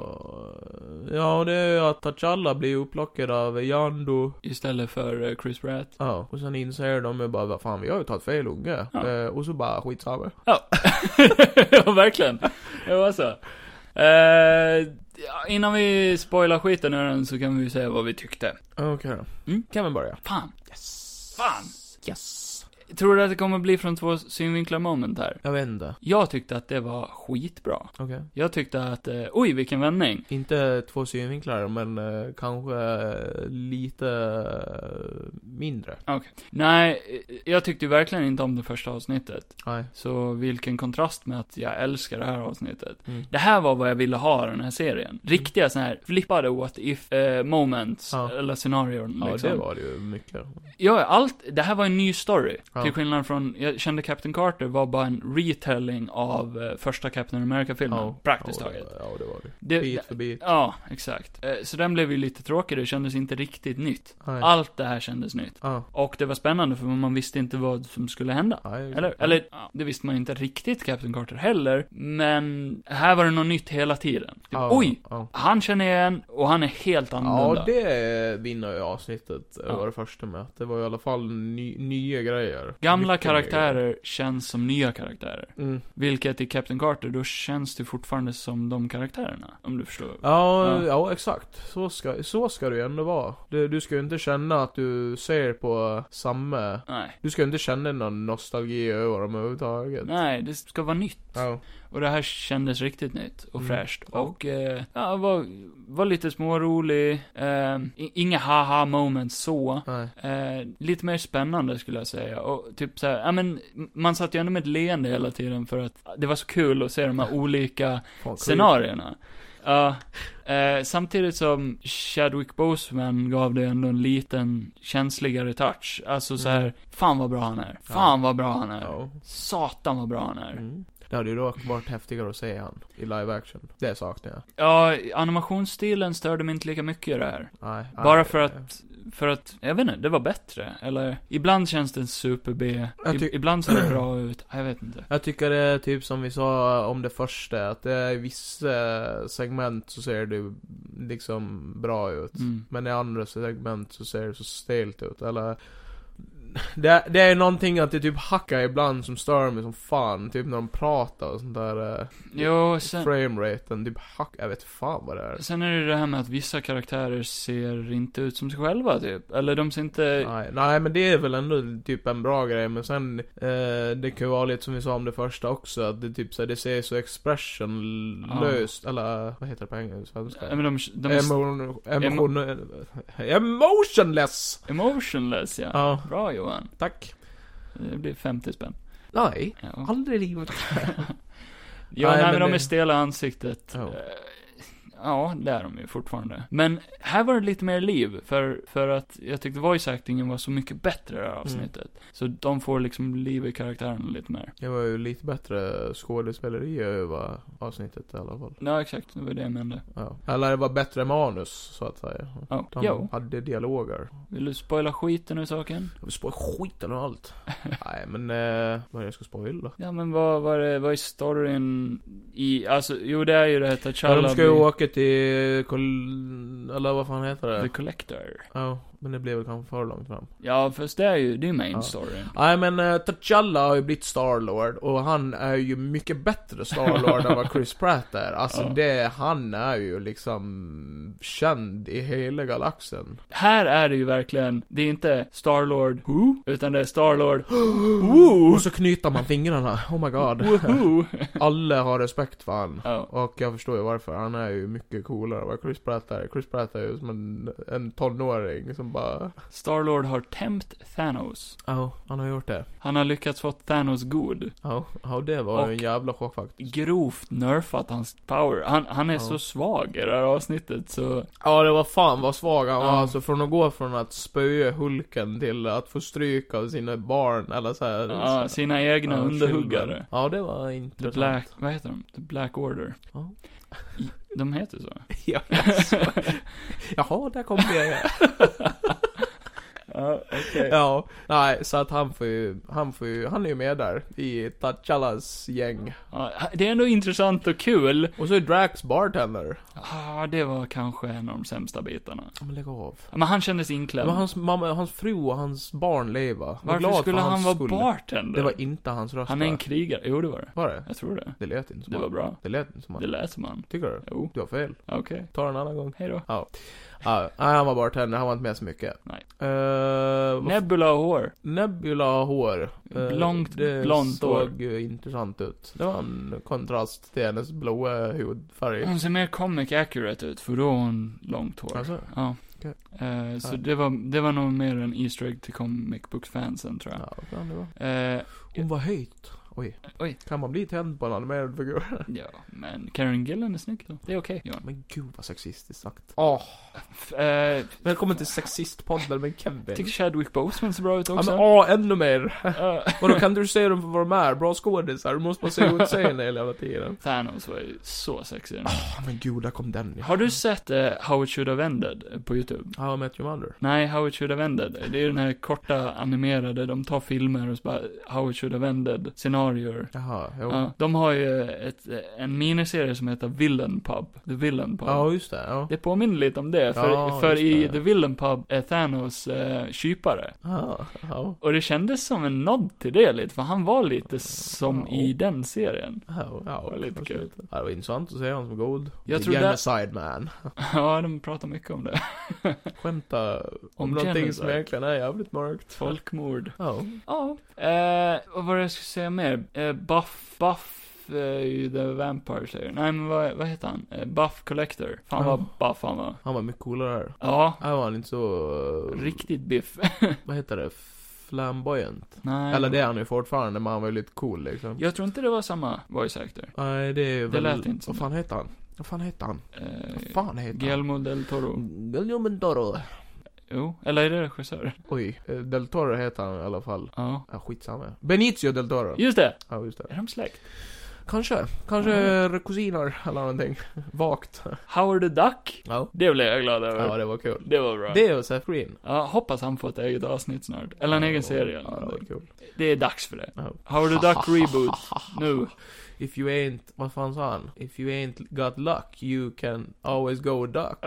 [SPEAKER 1] Ja, det är ju att T'Challa blir upplockad av Yando.
[SPEAKER 2] Istället för eh, Chris Pratt.
[SPEAKER 1] Ja, och sen inser de ju bara vad fan, vi har ju tagit fel unge.
[SPEAKER 2] Ja.
[SPEAKER 1] Eh, och så bara skitsamma.
[SPEAKER 2] [laughs] ja, verkligen. Det var så. Eh, ja, innan vi spoilar skiten ur den så kan vi ju säga vad vi tyckte.
[SPEAKER 1] Okej då.
[SPEAKER 2] Mm.
[SPEAKER 1] Kan vi börja?
[SPEAKER 2] Fan.
[SPEAKER 1] Yes.
[SPEAKER 2] Fan.
[SPEAKER 1] Yes.
[SPEAKER 2] Tror du att det kommer bli från två synvinklar moment här?
[SPEAKER 1] Jag vet inte.
[SPEAKER 2] Jag tyckte att det var skitbra.
[SPEAKER 1] Okej.
[SPEAKER 2] Jag tyckte att, eh, oj vilken vändning.
[SPEAKER 1] Inte två synvinklar, men eh, kanske eh, lite eh, mindre.
[SPEAKER 2] Nej, eh, jag tyckte ju verkligen inte om det första avsnittet.
[SPEAKER 1] Nej.
[SPEAKER 2] Så vilken kontrast med att jag älskar det här avsnittet.
[SPEAKER 1] Mm.
[SPEAKER 2] Det här var vad jag ville ha i den här serien. Riktiga sådana här flippade what if eh, moments,
[SPEAKER 1] Ja.
[SPEAKER 2] eller scenarion
[SPEAKER 1] Ja,
[SPEAKER 2] liksom.
[SPEAKER 1] det var det ju mycket.
[SPEAKER 2] Ja, allt, det här var en ny story.
[SPEAKER 1] Ja.
[SPEAKER 2] Till skillnad från, jag kände Captain Carter var bara en retelling av eh, första Captain America-filmen, praktiskt
[SPEAKER 1] ja,
[SPEAKER 2] taget.
[SPEAKER 1] det- Ja, det var det.
[SPEAKER 2] Det,
[SPEAKER 1] Bit för bit.
[SPEAKER 2] ja, exakt. Eh, så den blev ju lite tråkig, det kändes inte riktigt nytt.
[SPEAKER 1] Nej.
[SPEAKER 2] Allt det här kändes nytt.
[SPEAKER 1] Ja.
[SPEAKER 2] Och det var spännande för man visste inte vad som skulle hända.
[SPEAKER 1] Nej,
[SPEAKER 2] Eller,
[SPEAKER 1] ja.
[SPEAKER 2] eller ja, det visste man ju inte riktigt Captain Carter heller, men här var det något nytt hela tiden. Typ,
[SPEAKER 1] Ja,
[SPEAKER 2] Oj!
[SPEAKER 1] Ja.
[SPEAKER 2] Han känner jag igen och han är helt annorlunda.
[SPEAKER 1] Ja, det vinner ju avsnittet,
[SPEAKER 2] Ja.
[SPEAKER 1] var det första med. Att Det var i alla fall ny, nya grejer.
[SPEAKER 2] Gamla
[SPEAKER 1] Mycket
[SPEAKER 2] karaktärer känns som nya karaktärer.
[SPEAKER 1] nya. Mm.
[SPEAKER 2] Vilket i Captain Carter, då känns det fortfarande som de karaktärerna. Om du förstår.
[SPEAKER 1] Ja,
[SPEAKER 2] Ja.
[SPEAKER 1] ja. exakt. Så ska, så ska det ju ändå vara. Du, du ska ju inte känna att du ser på samma...
[SPEAKER 2] Nej.
[SPEAKER 1] Du ska ju inte känna någon nostalgi över dem överhuvudtaget.
[SPEAKER 2] Nej, det ska vara nytt.
[SPEAKER 1] Ja.
[SPEAKER 2] Och det här kändes riktigt nytt och
[SPEAKER 1] Mm.
[SPEAKER 2] fräscht.
[SPEAKER 1] Ja.
[SPEAKER 2] Och, eh, ja, var, var lite smårolig. Eh, i- inga haha moments så.
[SPEAKER 1] Nej.
[SPEAKER 2] Eh, lite mer spännande skulle jag säga. Och typ så här, ja men, m- man satt ju ändå med ett leende hela tiden för att det var så kul att se de
[SPEAKER 1] [laughs]
[SPEAKER 2] här olika
[SPEAKER 1] Fan,
[SPEAKER 2] scenarierna. Ja, eh, samtidigt som Chadwick Boseman gav det ändå en liten känsligare touch. Alltså så här, fan vad bra han är. Fan vad bra han är.
[SPEAKER 1] Ja.
[SPEAKER 2] Satan vad bra han är.
[SPEAKER 1] Mm. Det hade ju dock varit häftigare att se han i live action. Det saknar jag.
[SPEAKER 2] Ja, animationsstilen störde mig inte lika mycket i det här.
[SPEAKER 1] Nej,
[SPEAKER 2] Bara
[SPEAKER 1] nej,
[SPEAKER 2] för
[SPEAKER 1] nej.
[SPEAKER 2] att, för att, jag vet inte, det var bättre. Eller, ibland känns det super-B,
[SPEAKER 1] Jag
[SPEAKER 2] i-
[SPEAKER 1] tyck-
[SPEAKER 2] ibland ser det bra ut, jag vet inte.
[SPEAKER 1] Jag tycker det är typ som vi sa om det första, att det är i vissa segment så ser det liksom bra ut.
[SPEAKER 2] Mm.
[SPEAKER 1] Men i andra segment så ser det så stelt ut, eller... Det, det är någonting att det typ hackar ibland som stör mig som fan, typ när de pratar och sånt där. Eh,
[SPEAKER 2] Jo, sen,
[SPEAKER 1] frameraten, typ hack, jag vet fan vad det är.
[SPEAKER 2] sen är det det här med att vissa karaktärer ser inte ut som sig själva typ. Eller de ser inte,
[SPEAKER 1] Nej, nej men det är väl ändå typ en bra grej men sen eh, Det kan ju vara lite som vi sa om det första också att det typ så här, det ser så expressionlöst eller vad heter det på engelska?
[SPEAKER 2] ja, men de, de är s-
[SPEAKER 1] Emotion, emotion, emotionless!
[SPEAKER 2] emotionless ja.
[SPEAKER 1] Ja,
[SPEAKER 2] Bra Johan,
[SPEAKER 1] tack.
[SPEAKER 2] det blir 50 spänn.
[SPEAKER 1] Nej, [laughs]
[SPEAKER 2] Ja. [laughs]
[SPEAKER 1] aldrig i livet.
[SPEAKER 2] Ja, nej,
[SPEAKER 1] Nej,
[SPEAKER 2] men,
[SPEAKER 1] men
[SPEAKER 2] de
[SPEAKER 1] det-
[SPEAKER 2] är stela i ansiktet.
[SPEAKER 1] Ja.
[SPEAKER 2] Eh, Ja, det är de ju fortfarande. Men här var det lite mer liv, för, för att jag tyckte voice actingen var så mycket bättre i det här
[SPEAKER 1] Mm.
[SPEAKER 2] avsnittet. Så de får liksom liv i karaktären lite mer.
[SPEAKER 1] Det var ju lite bättre skådespeleri över avsnittet i alla fall.
[SPEAKER 2] Ja, exakt, det var det jag menade.
[SPEAKER 1] Ja. Eller det var bättre manus, så att säga.
[SPEAKER 2] Ja,
[SPEAKER 1] De
[SPEAKER 2] jo.
[SPEAKER 1] hade dialoger.
[SPEAKER 2] Vill du spoila skiten ur saken? [laughs]
[SPEAKER 1] Jag vill spoila skiten och allt. Nej men, eh, vad är det jag ska spoila?
[SPEAKER 2] Ja, men vad, vad, är, vad är storyn i, alltså, jo det är ju det här
[SPEAKER 1] Ja,
[SPEAKER 2] T'Challa
[SPEAKER 1] de ska ju
[SPEAKER 2] blir-
[SPEAKER 1] åka till... Kol- eller vad fan heter
[SPEAKER 2] The
[SPEAKER 1] det?
[SPEAKER 2] Collector.
[SPEAKER 1] Ja, men det blev väl kanske för långt fram.
[SPEAKER 2] Ja, fast det är ju, det är ju main
[SPEAKER 1] Ja.
[SPEAKER 2] storyn.
[SPEAKER 1] Nej men uh, T'Challa har ju blivit Starlord och han är ju mycket bättre Starlord än vad [laughs] Chris Pratt är. Alltså
[SPEAKER 2] Ja.
[SPEAKER 1] det, han är ju liksom känd i hela [gasps] galaxen.
[SPEAKER 2] Här är det ju verkligen, det är inte Starlord Who? Utan det är Starlord
[SPEAKER 1] Och så knyter man fingrarna, oh my god. [laughs]
[SPEAKER 2] Woohoo!
[SPEAKER 1] Alla har respekt för han.
[SPEAKER 2] Ja.
[SPEAKER 1] Och jag förstår ju varför, han är ju mycket coolare än vad Chris Pratt är. Chris Pratt är ju som en, en tonåring som bara...
[SPEAKER 2] Starlord har tämjt Thanos.
[SPEAKER 1] Ja, han har gjort det.
[SPEAKER 2] Han har lyckats få Thanos god.
[SPEAKER 1] Ja, ja det var ju
[SPEAKER 2] Och-
[SPEAKER 1] en jävla chock faktiskt.
[SPEAKER 2] Grovt nerfat hans power. Han, han är
[SPEAKER 1] Ja.
[SPEAKER 2] så svag i det här avsnittet så...
[SPEAKER 1] Ja det var fan vad svag han var
[SPEAKER 2] Ja.
[SPEAKER 1] alltså från att gå från att spöa Hulken till att få stryk av sina barn eller så här.
[SPEAKER 2] Ja, sina egna
[SPEAKER 1] Ja,
[SPEAKER 2] underhuggare.
[SPEAKER 1] children. Ja det var
[SPEAKER 2] The
[SPEAKER 1] intressant.
[SPEAKER 2] Black, vad heter de? The Black Order.
[SPEAKER 1] Ja.
[SPEAKER 2] I- De heter så.
[SPEAKER 1] [laughs] Ja, alltså. Jaha, där kom det [laughs] igen.
[SPEAKER 2] Ja, okej.
[SPEAKER 1] Ja, nej så att han får ju, han får ju, han är ju med där i T'Challas gäng.
[SPEAKER 2] Ja, det är ändå intressant och kul.
[SPEAKER 1] Och så är Drax bartender.
[SPEAKER 2] Ah, det var kanske en av de sämsta bitarna.
[SPEAKER 1] Ja, Men lägg av.
[SPEAKER 2] Ja, Men han kändes inklämd.
[SPEAKER 1] Men hans mamma, hans fru och hans barn lever. Var glad
[SPEAKER 2] Varför
[SPEAKER 1] för
[SPEAKER 2] skulle
[SPEAKER 1] hans
[SPEAKER 2] han vara
[SPEAKER 1] skull.
[SPEAKER 2] bartender?
[SPEAKER 1] Det var inte hans röst
[SPEAKER 2] han är en
[SPEAKER 1] va?
[SPEAKER 2] krigare. Jo, det var det.
[SPEAKER 1] Var det?
[SPEAKER 2] Jag tror det.
[SPEAKER 1] Det lät inte som
[SPEAKER 2] Det var
[SPEAKER 1] han.
[SPEAKER 2] bra.
[SPEAKER 1] Det lät inte som
[SPEAKER 2] Det
[SPEAKER 1] han.
[SPEAKER 2] lät som han.
[SPEAKER 1] Tycker du?
[SPEAKER 2] Jo,
[SPEAKER 1] Du har fel.
[SPEAKER 2] okej.
[SPEAKER 1] Ta en annan gång.
[SPEAKER 2] Hej då.
[SPEAKER 1] Ja, nej, han var bartender, han var inte med så mycket.
[SPEAKER 2] Nej.
[SPEAKER 1] Eh, vad-
[SPEAKER 2] Nebula och hår.
[SPEAKER 1] Nebula har hår. Eh,
[SPEAKER 2] Blont-
[SPEAKER 1] det
[SPEAKER 2] blont
[SPEAKER 1] såg ju intressant ut. Det var en kontrast till hennes blåa hudfärg.
[SPEAKER 2] Hon ser mer comic accurate ut, för då har hon långt hår.
[SPEAKER 1] Alltså,
[SPEAKER 2] Ja.
[SPEAKER 1] Okej.
[SPEAKER 2] Eh, så
[SPEAKER 1] Ja.
[SPEAKER 2] det var, det var nog mer en Easter egg till comic book fansen, tror jag.
[SPEAKER 1] ja, vad fan det var.
[SPEAKER 2] Eh,
[SPEAKER 1] Hon var höjt. Oj.
[SPEAKER 2] Oj.
[SPEAKER 1] Kan man bli tänd på en animerad figur?
[SPEAKER 2] ja, men Karen Gillan är snygg då. Det är okej, Johan.
[SPEAKER 1] [laughs] Men gud vad sexistiskt sagt. Åh,
[SPEAKER 2] F- eh,
[SPEAKER 1] välkommen till sexistpodden med Kevin.
[SPEAKER 2] jag tycker Chadwick Boseman ser bra ut
[SPEAKER 1] Ja,
[SPEAKER 2] också.
[SPEAKER 1] men åh, ännu mer. [laughs]
[SPEAKER 2] Eh, [laughs]
[SPEAKER 1] Och då kan du se dem för vad de är, bra skådisar. Du måste bara [laughs] se utseende hela jävla tiden.
[SPEAKER 2] Thanos var ju så sexig.
[SPEAKER 1] Åh, men gud, där kom den.
[SPEAKER 2] Har du sett eh, How It Should Have Ended på YouTube?
[SPEAKER 1] How I Met Your Mother.
[SPEAKER 2] Nej, How It Should Have Ended. Det är den här korta animerade, de tar filmer och så bara How It Should Have Ended scenarier.
[SPEAKER 1] Jaha, jo.
[SPEAKER 2] Ja, de har ju ett, en miniserie som heter Villain Pub. The Villain Pub.
[SPEAKER 1] Ja, just det. Ja.
[SPEAKER 2] Det påminner lite om det, för,
[SPEAKER 1] Ja,
[SPEAKER 2] för
[SPEAKER 1] just
[SPEAKER 2] i
[SPEAKER 1] det.
[SPEAKER 2] The Villain Pub är Thanos eh, kypare.
[SPEAKER 1] Ja, ja,
[SPEAKER 2] Och det kändes som en nod till det lite, för han var lite som
[SPEAKER 1] Ja.
[SPEAKER 2] i den serien.
[SPEAKER 1] ja, ja,
[SPEAKER 2] var lite
[SPEAKER 1] kanske
[SPEAKER 2] kul.
[SPEAKER 1] lite. Ja, det var intressant att se honom som god.
[SPEAKER 2] Jag
[SPEAKER 1] The
[SPEAKER 2] tror det-
[SPEAKER 1] Genocide man.
[SPEAKER 2] [laughs] Ja, de pratar mycket om det.
[SPEAKER 1] Skämta om,
[SPEAKER 2] Om
[SPEAKER 1] någonting som
[SPEAKER 2] genocide.
[SPEAKER 1] egentligen är jävligt mörkt.
[SPEAKER 2] Folkmord.
[SPEAKER 1] Ja.
[SPEAKER 2] Ja. Eh, vad var det jag skulle säga mer? Eh, Buff, Buff, eh, The Vampire Slayer. Nej men vad, vad heter han? Eh, Buff Collector. Fan
[SPEAKER 1] Ja.
[SPEAKER 2] vad buff han var.
[SPEAKER 1] Han var mycket coolare här.
[SPEAKER 2] Ja.
[SPEAKER 1] Här var han inte så... eh,
[SPEAKER 2] Riktigt biff.
[SPEAKER 1] Vad heter det? Flamboyant.
[SPEAKER 2] Nej.
[SPEAKER 1] Eller det är han ju fortfarande, men han var ju lite cool liksom.
[SPEAKER 2] Jag tror inte det var samma voice actor.
[SPEAKER 1] Nej, det är ju
[SPEAKER 2] Det
[SPEAKER 1] väl...
[SPEAKER 2] lät inte som
[SPEAKER 1] Vad fan heter han? Vad fan heter han? Vad
[SPEAKER 2] Eh,
[SPEAKER 1] fan heter han? Mm.
[SPEAKER 2] Guillermo del Toro.
[SPEAKER 1] Guillermo del Toro.
[SPEAKER 2] Jo, eller är det regissör?
[SPEAKER 1] Oj, eh, del Toro heter han i alla fall.
[SPEAKER 2] Ja.
[SPEAKER 1] Ja, skitsamma. Benicio del Toro.
[SPEAKER 2] Just det!
[SPEAKER 1] Ja, just det.
[SPEAKER 2] Är
[SPEAKER 1] Mm.
[SPEAKER 2] de släkt?
[SPEAKER 1] Kanske. Kanske kusiner eller någonting. [laughs] Vagt.
[SPEAKER 2] Howard the Duck?
[SPEAKER 1] Ja.
[SPEAKER 2] Det blev jag glad över.
[SPEAKER 1] Ja, det var kul.
[SPEAKER 2] Det var bra.
[SPEAKER 1] Det och Seth Green.
[SPEAKER 2] Ja, hoppas han får ett eget avsnitt snart. Eller en egen serie.
[SPEAKER 1] Ja, det var kul.
[SPEAKER 2] Det är dags för det.
[SPEAKER 1] Ja.
[SPEAKER 2] Howard the Duck reboot. Nu.
[SPEAKER 1] [laughs] If you ain't, vad fan sa han? If you ain't got luck, you can always
[SPEAKER 2] [laughs]
[SPEAKER 1] go duck.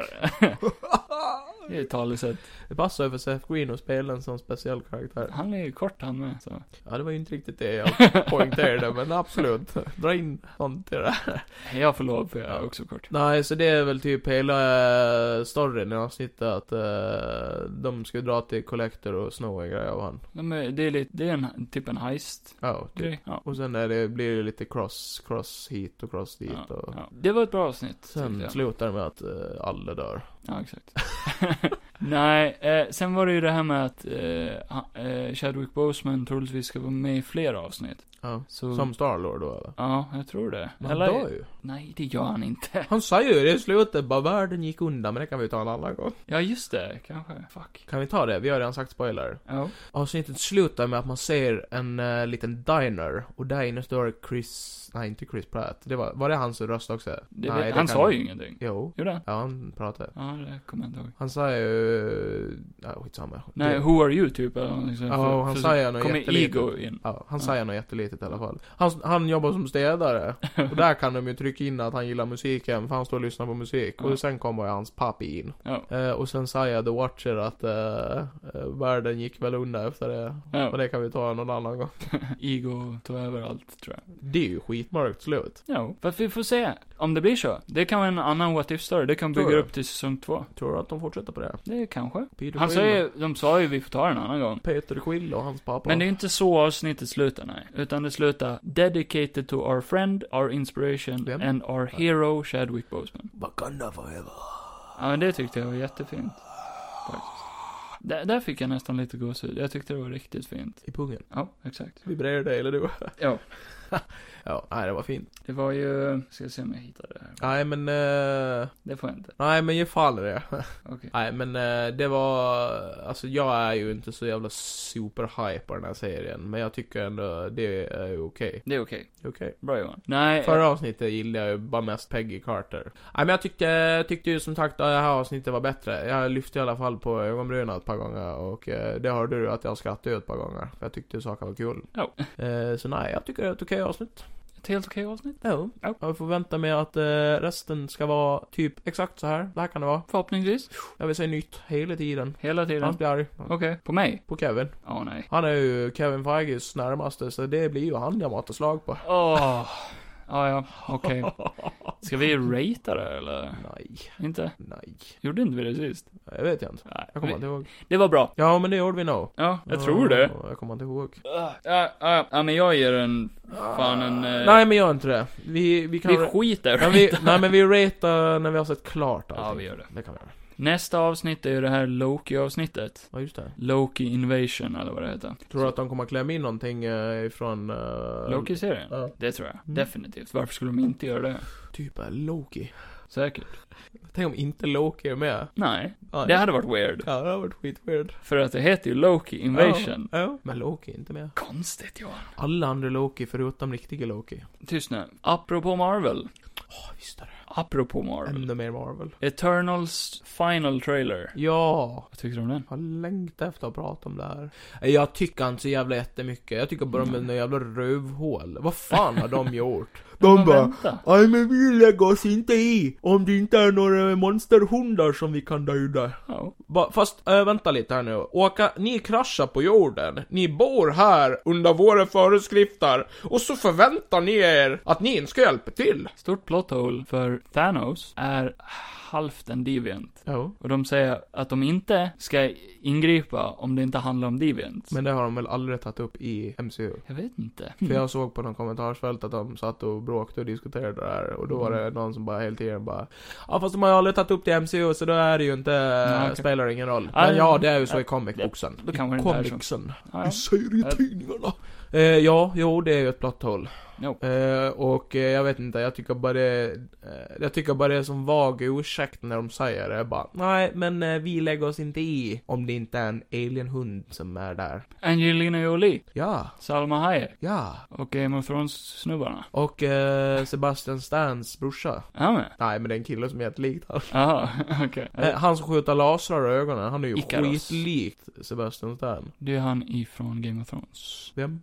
[SPEAKER 2] Det är ett talesätt.
[SPEAKER 1] Det passar ju för Seth Green att spela en sån speciell karaktär.
[SPEAKER 2] Han är ju kort han med,
[SPEAKER 1] [laughs]
[SPEAKER 2] så.
[SPEAKER 1] Ja, det var ju inte riktigt det jag
[SPEAKER 2] [laughs]
[SPEAKER 1] poängterade, men absolut. Dra in sånt i det.
[SPEAKER 2] Jag får lov för jag är också kort.
[SPEAKER 1] Nej, så det är väl typ hela eh, storyn i avsnittet att eh, de ska dra till Collector och sno en grej av han.
[SPEAKER 2] De är, det är lite, det är en, typ en heist
[SPEAKER 1] Ja, typ.
[SPEAKER 2] grej. Ja.
[SPEAKER 1] Och sen är det, blir det lite cross, cross hit och cross dit
[SPEAKER 2] Ja,
[SPEAKER 1] och...
[SPEAKER 2] ja. Det var ett bra avsnitt.
[SPEAKER 1] Sen
[SPEAKER 2] tyckte jag.
[SPEAKER 1] slutar det med att eh, alla dör.
[SPEAKER 2] Ja, exakt. [laughs] Nej, eh, sen var det ju det här med att eh, ha- eh, Chadwick Boseman troligtvis ska vara med i flera avsnitt.
[SPEAKER 1] Ja.
[SPEAKER 2] Så,
[SPEAKER 1] Som Starlord då eller?
[SPEAKER 2] Ja, jag tror det.
[SPEAKER 1] Men han dör ju.
[SPEAKER 2] Nej, det gör han inte. [laughs]
[SPEAKER 1] Han sa ju det i slutet, bara världen gick undan, men det kan vi ta en annan gång.
[SPEAKER 2] Ja, just det. Kanske. Fuck.
[SPEAKER 1] Kan vi ta det? Vi har redan sagt spoiler.
[SPEAKER 2] Ja.
[SPEAKER 1] Avsnittet slutar med att man ser en eh, liten diner, och där inne står Chris... Nej, inte Chris Pratt. Det var, var det hans röst också?
[SPEAKER 2] Det,
[SPEAKER 1] Nej,
[SPEAKER 2] han
[SPEAKER 1] kan-
[SPEAKER 2] sa ju ingenting.
[SPEAKER 1] Jo.
[SPEAKER 2] Gjorde han?
[SPEAKER 1] Ja, han pratade.
[SPEAKER 2] Ja, det kommer jag inte ihåg.
[SPEAKER 1] Han sa ju eh, nej, skitsamma.
[SPEAKER 2] Nej,
[SPEAKER 1] Det-
[SPEAKER 2] who are you typ eller någonting sånt.
[SPEAKER 1] Ja, han
[SPEAKER 2] så
[SPEAKER 1] säger något
[SPEAKER 2] kommer
[SPEAKER 1] jättelitet.
[SPEAKER 2] ego in.
[SPEAKER 1] Ja, han
[SPEAKER 2] Ja.
[SPEAKER 1] säger något jättelitet i alla fall. Han, han jobbar
[SPEAKER 2] [laughs]
[SPEAKER 1] som städare. Och där kan de ju trycka in att han gillar musiken, för han står och lyssnar på musik.
[SPEAKER 2] Ja.
[SPEAKER 1] Och sen kommer ju hans pappi in.
[SPEAKER 2] Ja.
[SPEAKER 1] Eh, och sen säger The Watcher att eh, eh, världen gick väl undan efter det. Men
[SPEAKER 2] Ja,
[SPEAKER 1] det kan vi ta någon annan gång.
[SPEAKER 2] ego tar över allt tror jag.
[SPEAKER 1] Det är ju skitmörkt slut.
[SPEAKER 2] Ja, fast vi får se om det blir så. Det kan vara en annan what if story, det kan
[SPEAKER 1] Tror
[SPEAKER 2] bygga
[SPEAKER 1] du?
[SPEAKER 2] upp till säsong två.
[SPEAKER 1] Tror du att de fortsätter på det?
[SPEAKER 2] Det kanske.
[SPEAKER 1] Peter
[SPEAKER 2] Han
[SPEAKER 1] Quill
[SPEAKER 2] säger, de sa ju vi får ta den en annan gång.
[SPEAKER 1] Peter Quill och hans pappa.
[SPEAKER 2] Men det är inte så avsnittet slutar, nej. Utan det slutar 'Dedicated to our friend, our inspiration
[SPEAKER 1] Vem?
[SPEAKER 2] and our hero Chadwick Boseman'
[SPEAKER 3] Wakanda forever.
[SPEAKER 2] Ja, men det tyckte jag var jättefint. Faktiskt. Där, där fick jag nästan lite gåshud. Jag tyckte det var riktigt fint.
[SPEAKER 1] I pungen.
[SPEAKER 2] Ja,
[SPEAKER 1] [laughs]
[SPEAKER 2] exakt.
[SPEAKER 1] Vibrerar det eller du?
[SPEAKER 2] Ja,
[SPEAKER 1] Ja, nej det var fint.
[SPEAKER 2] det var ju... Ska se om jag hittar det här.
[SPEAKER 1] Nej men, eh,
[SPEAKER 2] Det får jag inte.
[SPEAKER 1] nej men ge fan i det. [laughs]
[SPEAKER 2] Okej.
[SPEAKER 1] Nej men eh, det var, alltså jag är ju inte så jävla superhype på den här serien. Men jag tycker ändå det är ju okej.
[SPEAKER 2] Det är okej.
[SPEAKER 1] Det är Okej.
[SPEAKER 2] Bra Johan. Nej.
[SPEAKER 1] Förra avsnittet gillade jag ju bara mest Peggy Carter. Nej men jag tyckte, tyckte ju som sagt att det här avsnittet var bättre. Jag lyfte i alla fall på ögonbrynen ett par gånger och eh, det hörde du att jag skrattade ett par gånger. För jag tyckte saker var kul.
[SPEAKER 2] Ja.
[SPEAKER 1] Eh, så nej, jag tycker det är ett okej avsnitt.
[SPEAKER 2] Ett helt okej avsnitt.
[SPEAKER 1] Ja.
[SPEAKER 2] Ja.
[SPEAKER 1] Jag förväntar mig att eh, resten ska vara typ exakt så här. Det här kan det vara.
[SPEAKER 2] Förhoppningsvis.
[SPEAKER 1] Jag vill säga nytt hela tiden.
[SPEAKER 2] Hela
[SPEAKER 1] Han
[SPEAKER 2] tiden.
[SPEAKER 1] blir arg.
[SPEAKER 2] Okej. På mig?
[SPEAKER 1] På Kevin.
[SPEAKER 2] Åh nej.
[SPEAKER 1] Han är ju Kevin Feiges närmaste, så det blir ju han jag matar slag på.
[SPEAKER 2] Åh. Ja, ja. Okej. Ska vi ratea det eller?
[SPEAKER 1] Nej,
[SPEAKER 2] Inte?
[SPEAKER 1] nej.
[SPEAKER 2] Gjorde inte vi det sist?
[SPEAKER 1] Jag vet jag inte.
[SPEAKER 2] Nej.
[SPEAKER 1] Jag kommer
[SPEAKER 2] vi-
[SPEAKER 1] inte ihåg.
[SPEAKER 2] Det var bra.
[SPEAKER 1] Ja, men det gjorde vi nog.
[SPEAKER 2] Ja, jag tror det.
[SPEAKER 1] Ja, Jag kommer inte ihåg.
[SPEAKER 2] Ja, ja, ja, men jag ger en... Fan, en, eh,
[SPEAKER 1] Nej, men gör inte det. Vi, vi kan...
[SPEAKER 2] Vi skiter.
[SPEAKER 1] nej, vi, nej, men vi ratear när vi har sett klart allting.
[SPEAKER 2] Ja, vi gör det.
[SPEAKER 1] Det kan vi göra.
[SPEAKER 2] Nästa avsnitt är ju det här Loki-avsnittet.
[SPEAKER 1] Ja, just det.
[SPEAKER 2] Loki Invasion, eller vad det heter.
[SPEAKER 1] Tror du att de kommer klämma in någonting eh, ifrån... eh,
[SPEAKER 2] Loki-serien?
[SPEAKER 1] Ja.
[SPEAKER 2] Det tror jag.
[SPEAKER 1] Mm.
[SPEAKER 2] Definitivt. Varför skulle de inte göra det?
[SPEAKER 1] Typ är Loki.
[SPEAKER 2] Säkert.
[SPEAKER 1] Tänk om inte Loki är med.
[SPEAKER 2] Nej.
[SPEAKER 1] Ja,
[SPEAKER 2] Det hade varit weird.
[SPEAKER 1] Ja, det hade varit skitweird.
[SPEAKER 2] För att det heter ju Loki Invasion.
[SPEAKER 1] Ja, ja. Men Loki är inte med.
[SPEAKER 2] Konstigt, Johan.
[SPEAKER 1] Alla andra Loki förutom riktiga Loki.
[SPEAKER 2] Tyst nu. Apropå Marvel.
[SPEAKER 1] Ja, visst är det.
[SPEAKER 2] Apropå Marvel.
[SPEAKER 1] Ännu mer Marvel.
[SPEAKER 2] Eternals final trailer.
[SPEAKER 1] Ja!
[SPEAKER 2] Vad tyckte du om den?
[SPEAKER 1] Jag längtar efter att prata om det här. Mm. Nej, Eh, Jag tycker inte så jävla jättemycket. Jag tycker bara de är några jävla rövhål. Vad fan har de gjort?
[SPEAKER 2] Men
[SPEAKER 1] [laughs] De bara
[SPEAKER 2] vänta.
[SPEAKER 1] Nej men vi lägger oss inte i om det inte är några monsterhundar som vi kan döda.
[SPEAKER 2] Ja.
[SPEAKER 1] Va, fast eh, vänta lite här nu. Åka, ni kraschar på jorden. Ni bor här under våra föreskrifter. Och så förväntar ni er att ni ska hjälpa till.
[SPEAKER 2] Stort plot hole för Thanos är halvt en deviant.
[SPEAKER 1] Ja.
[SPEAKER 2] Och de säger att de inte ska ingripa om det inte handlar om deviants.
[SPEAKER 1] Men Mm. det har de väl aldrig tagit upp i MCU?
[SPEAKER 2] Jag vet inte.
[SPEAKER 1] För jag såg på någon kommentarsfält att de satt och bråkade och diskuterade det här och då var
[SPEAKER 2] Mm.
[SPEAKER 1] det någon som bara hela tiden bara Ja fast de har ju aldrig tagit upp det i MCU så då är det ju inte,
[SPEAKER 2] Nej, okej.
[SPEAKER 1] spelar det ingen roll.
[SPEAKER 2] Nej,
[SPEAKER 1] Men ja, det är ju så
[SPEAKER 2] nej,
[SPEAKER 1] i comicboxen.
[SPEAKER 2] Då kanske det inte är så.
[SPEAKER 1] Comicsen.
[SPEAKER 2] Ja,
[SPEAKER 1] Du säger i
[SPEAKER 2] Ja.
[SPEAKER 1] tidningarna. Eh, ja, jo det är ju ett blått hål.
[SPEAKER 2] Jo.
[SPEAKER 1] Eh, och eh, jag vet inte, jag tycker bara det, eh, jag tycker bara det är som vag ursäkt när de säger det. Jag bara, nej men eh, vi lägger oss inte i om det inte är en alienhund som är där.
[SPEAKER 2] Angelina Jolie,
[SPEAKER 1] Ja,
[SPEAKER 2] Salma Hayek
[SPEAKER 1] ja.
[SPEAKER 2] och Game of Thrones-snubbarna.
[SPEAKER 1] Och eh, Sebastian Stans brorsa.
[SPEAKER 2] Ja, men.
[SPEAKER 1] Nej, men det är en kille som är jättelikt han.
[SPEAKER 2] Jaha, [laughs] okej.
[SPEAKER 1] Eh, han som skjuter lasrar i ögonen, han är ju
[SPEAKER 2] Ikaros.
[SPEAKER 1] skitlikt Sebastian Stan.
[SPEAKER 2] Det är han ifrån Game of Thrones.
[SPEAKER 1] Vem?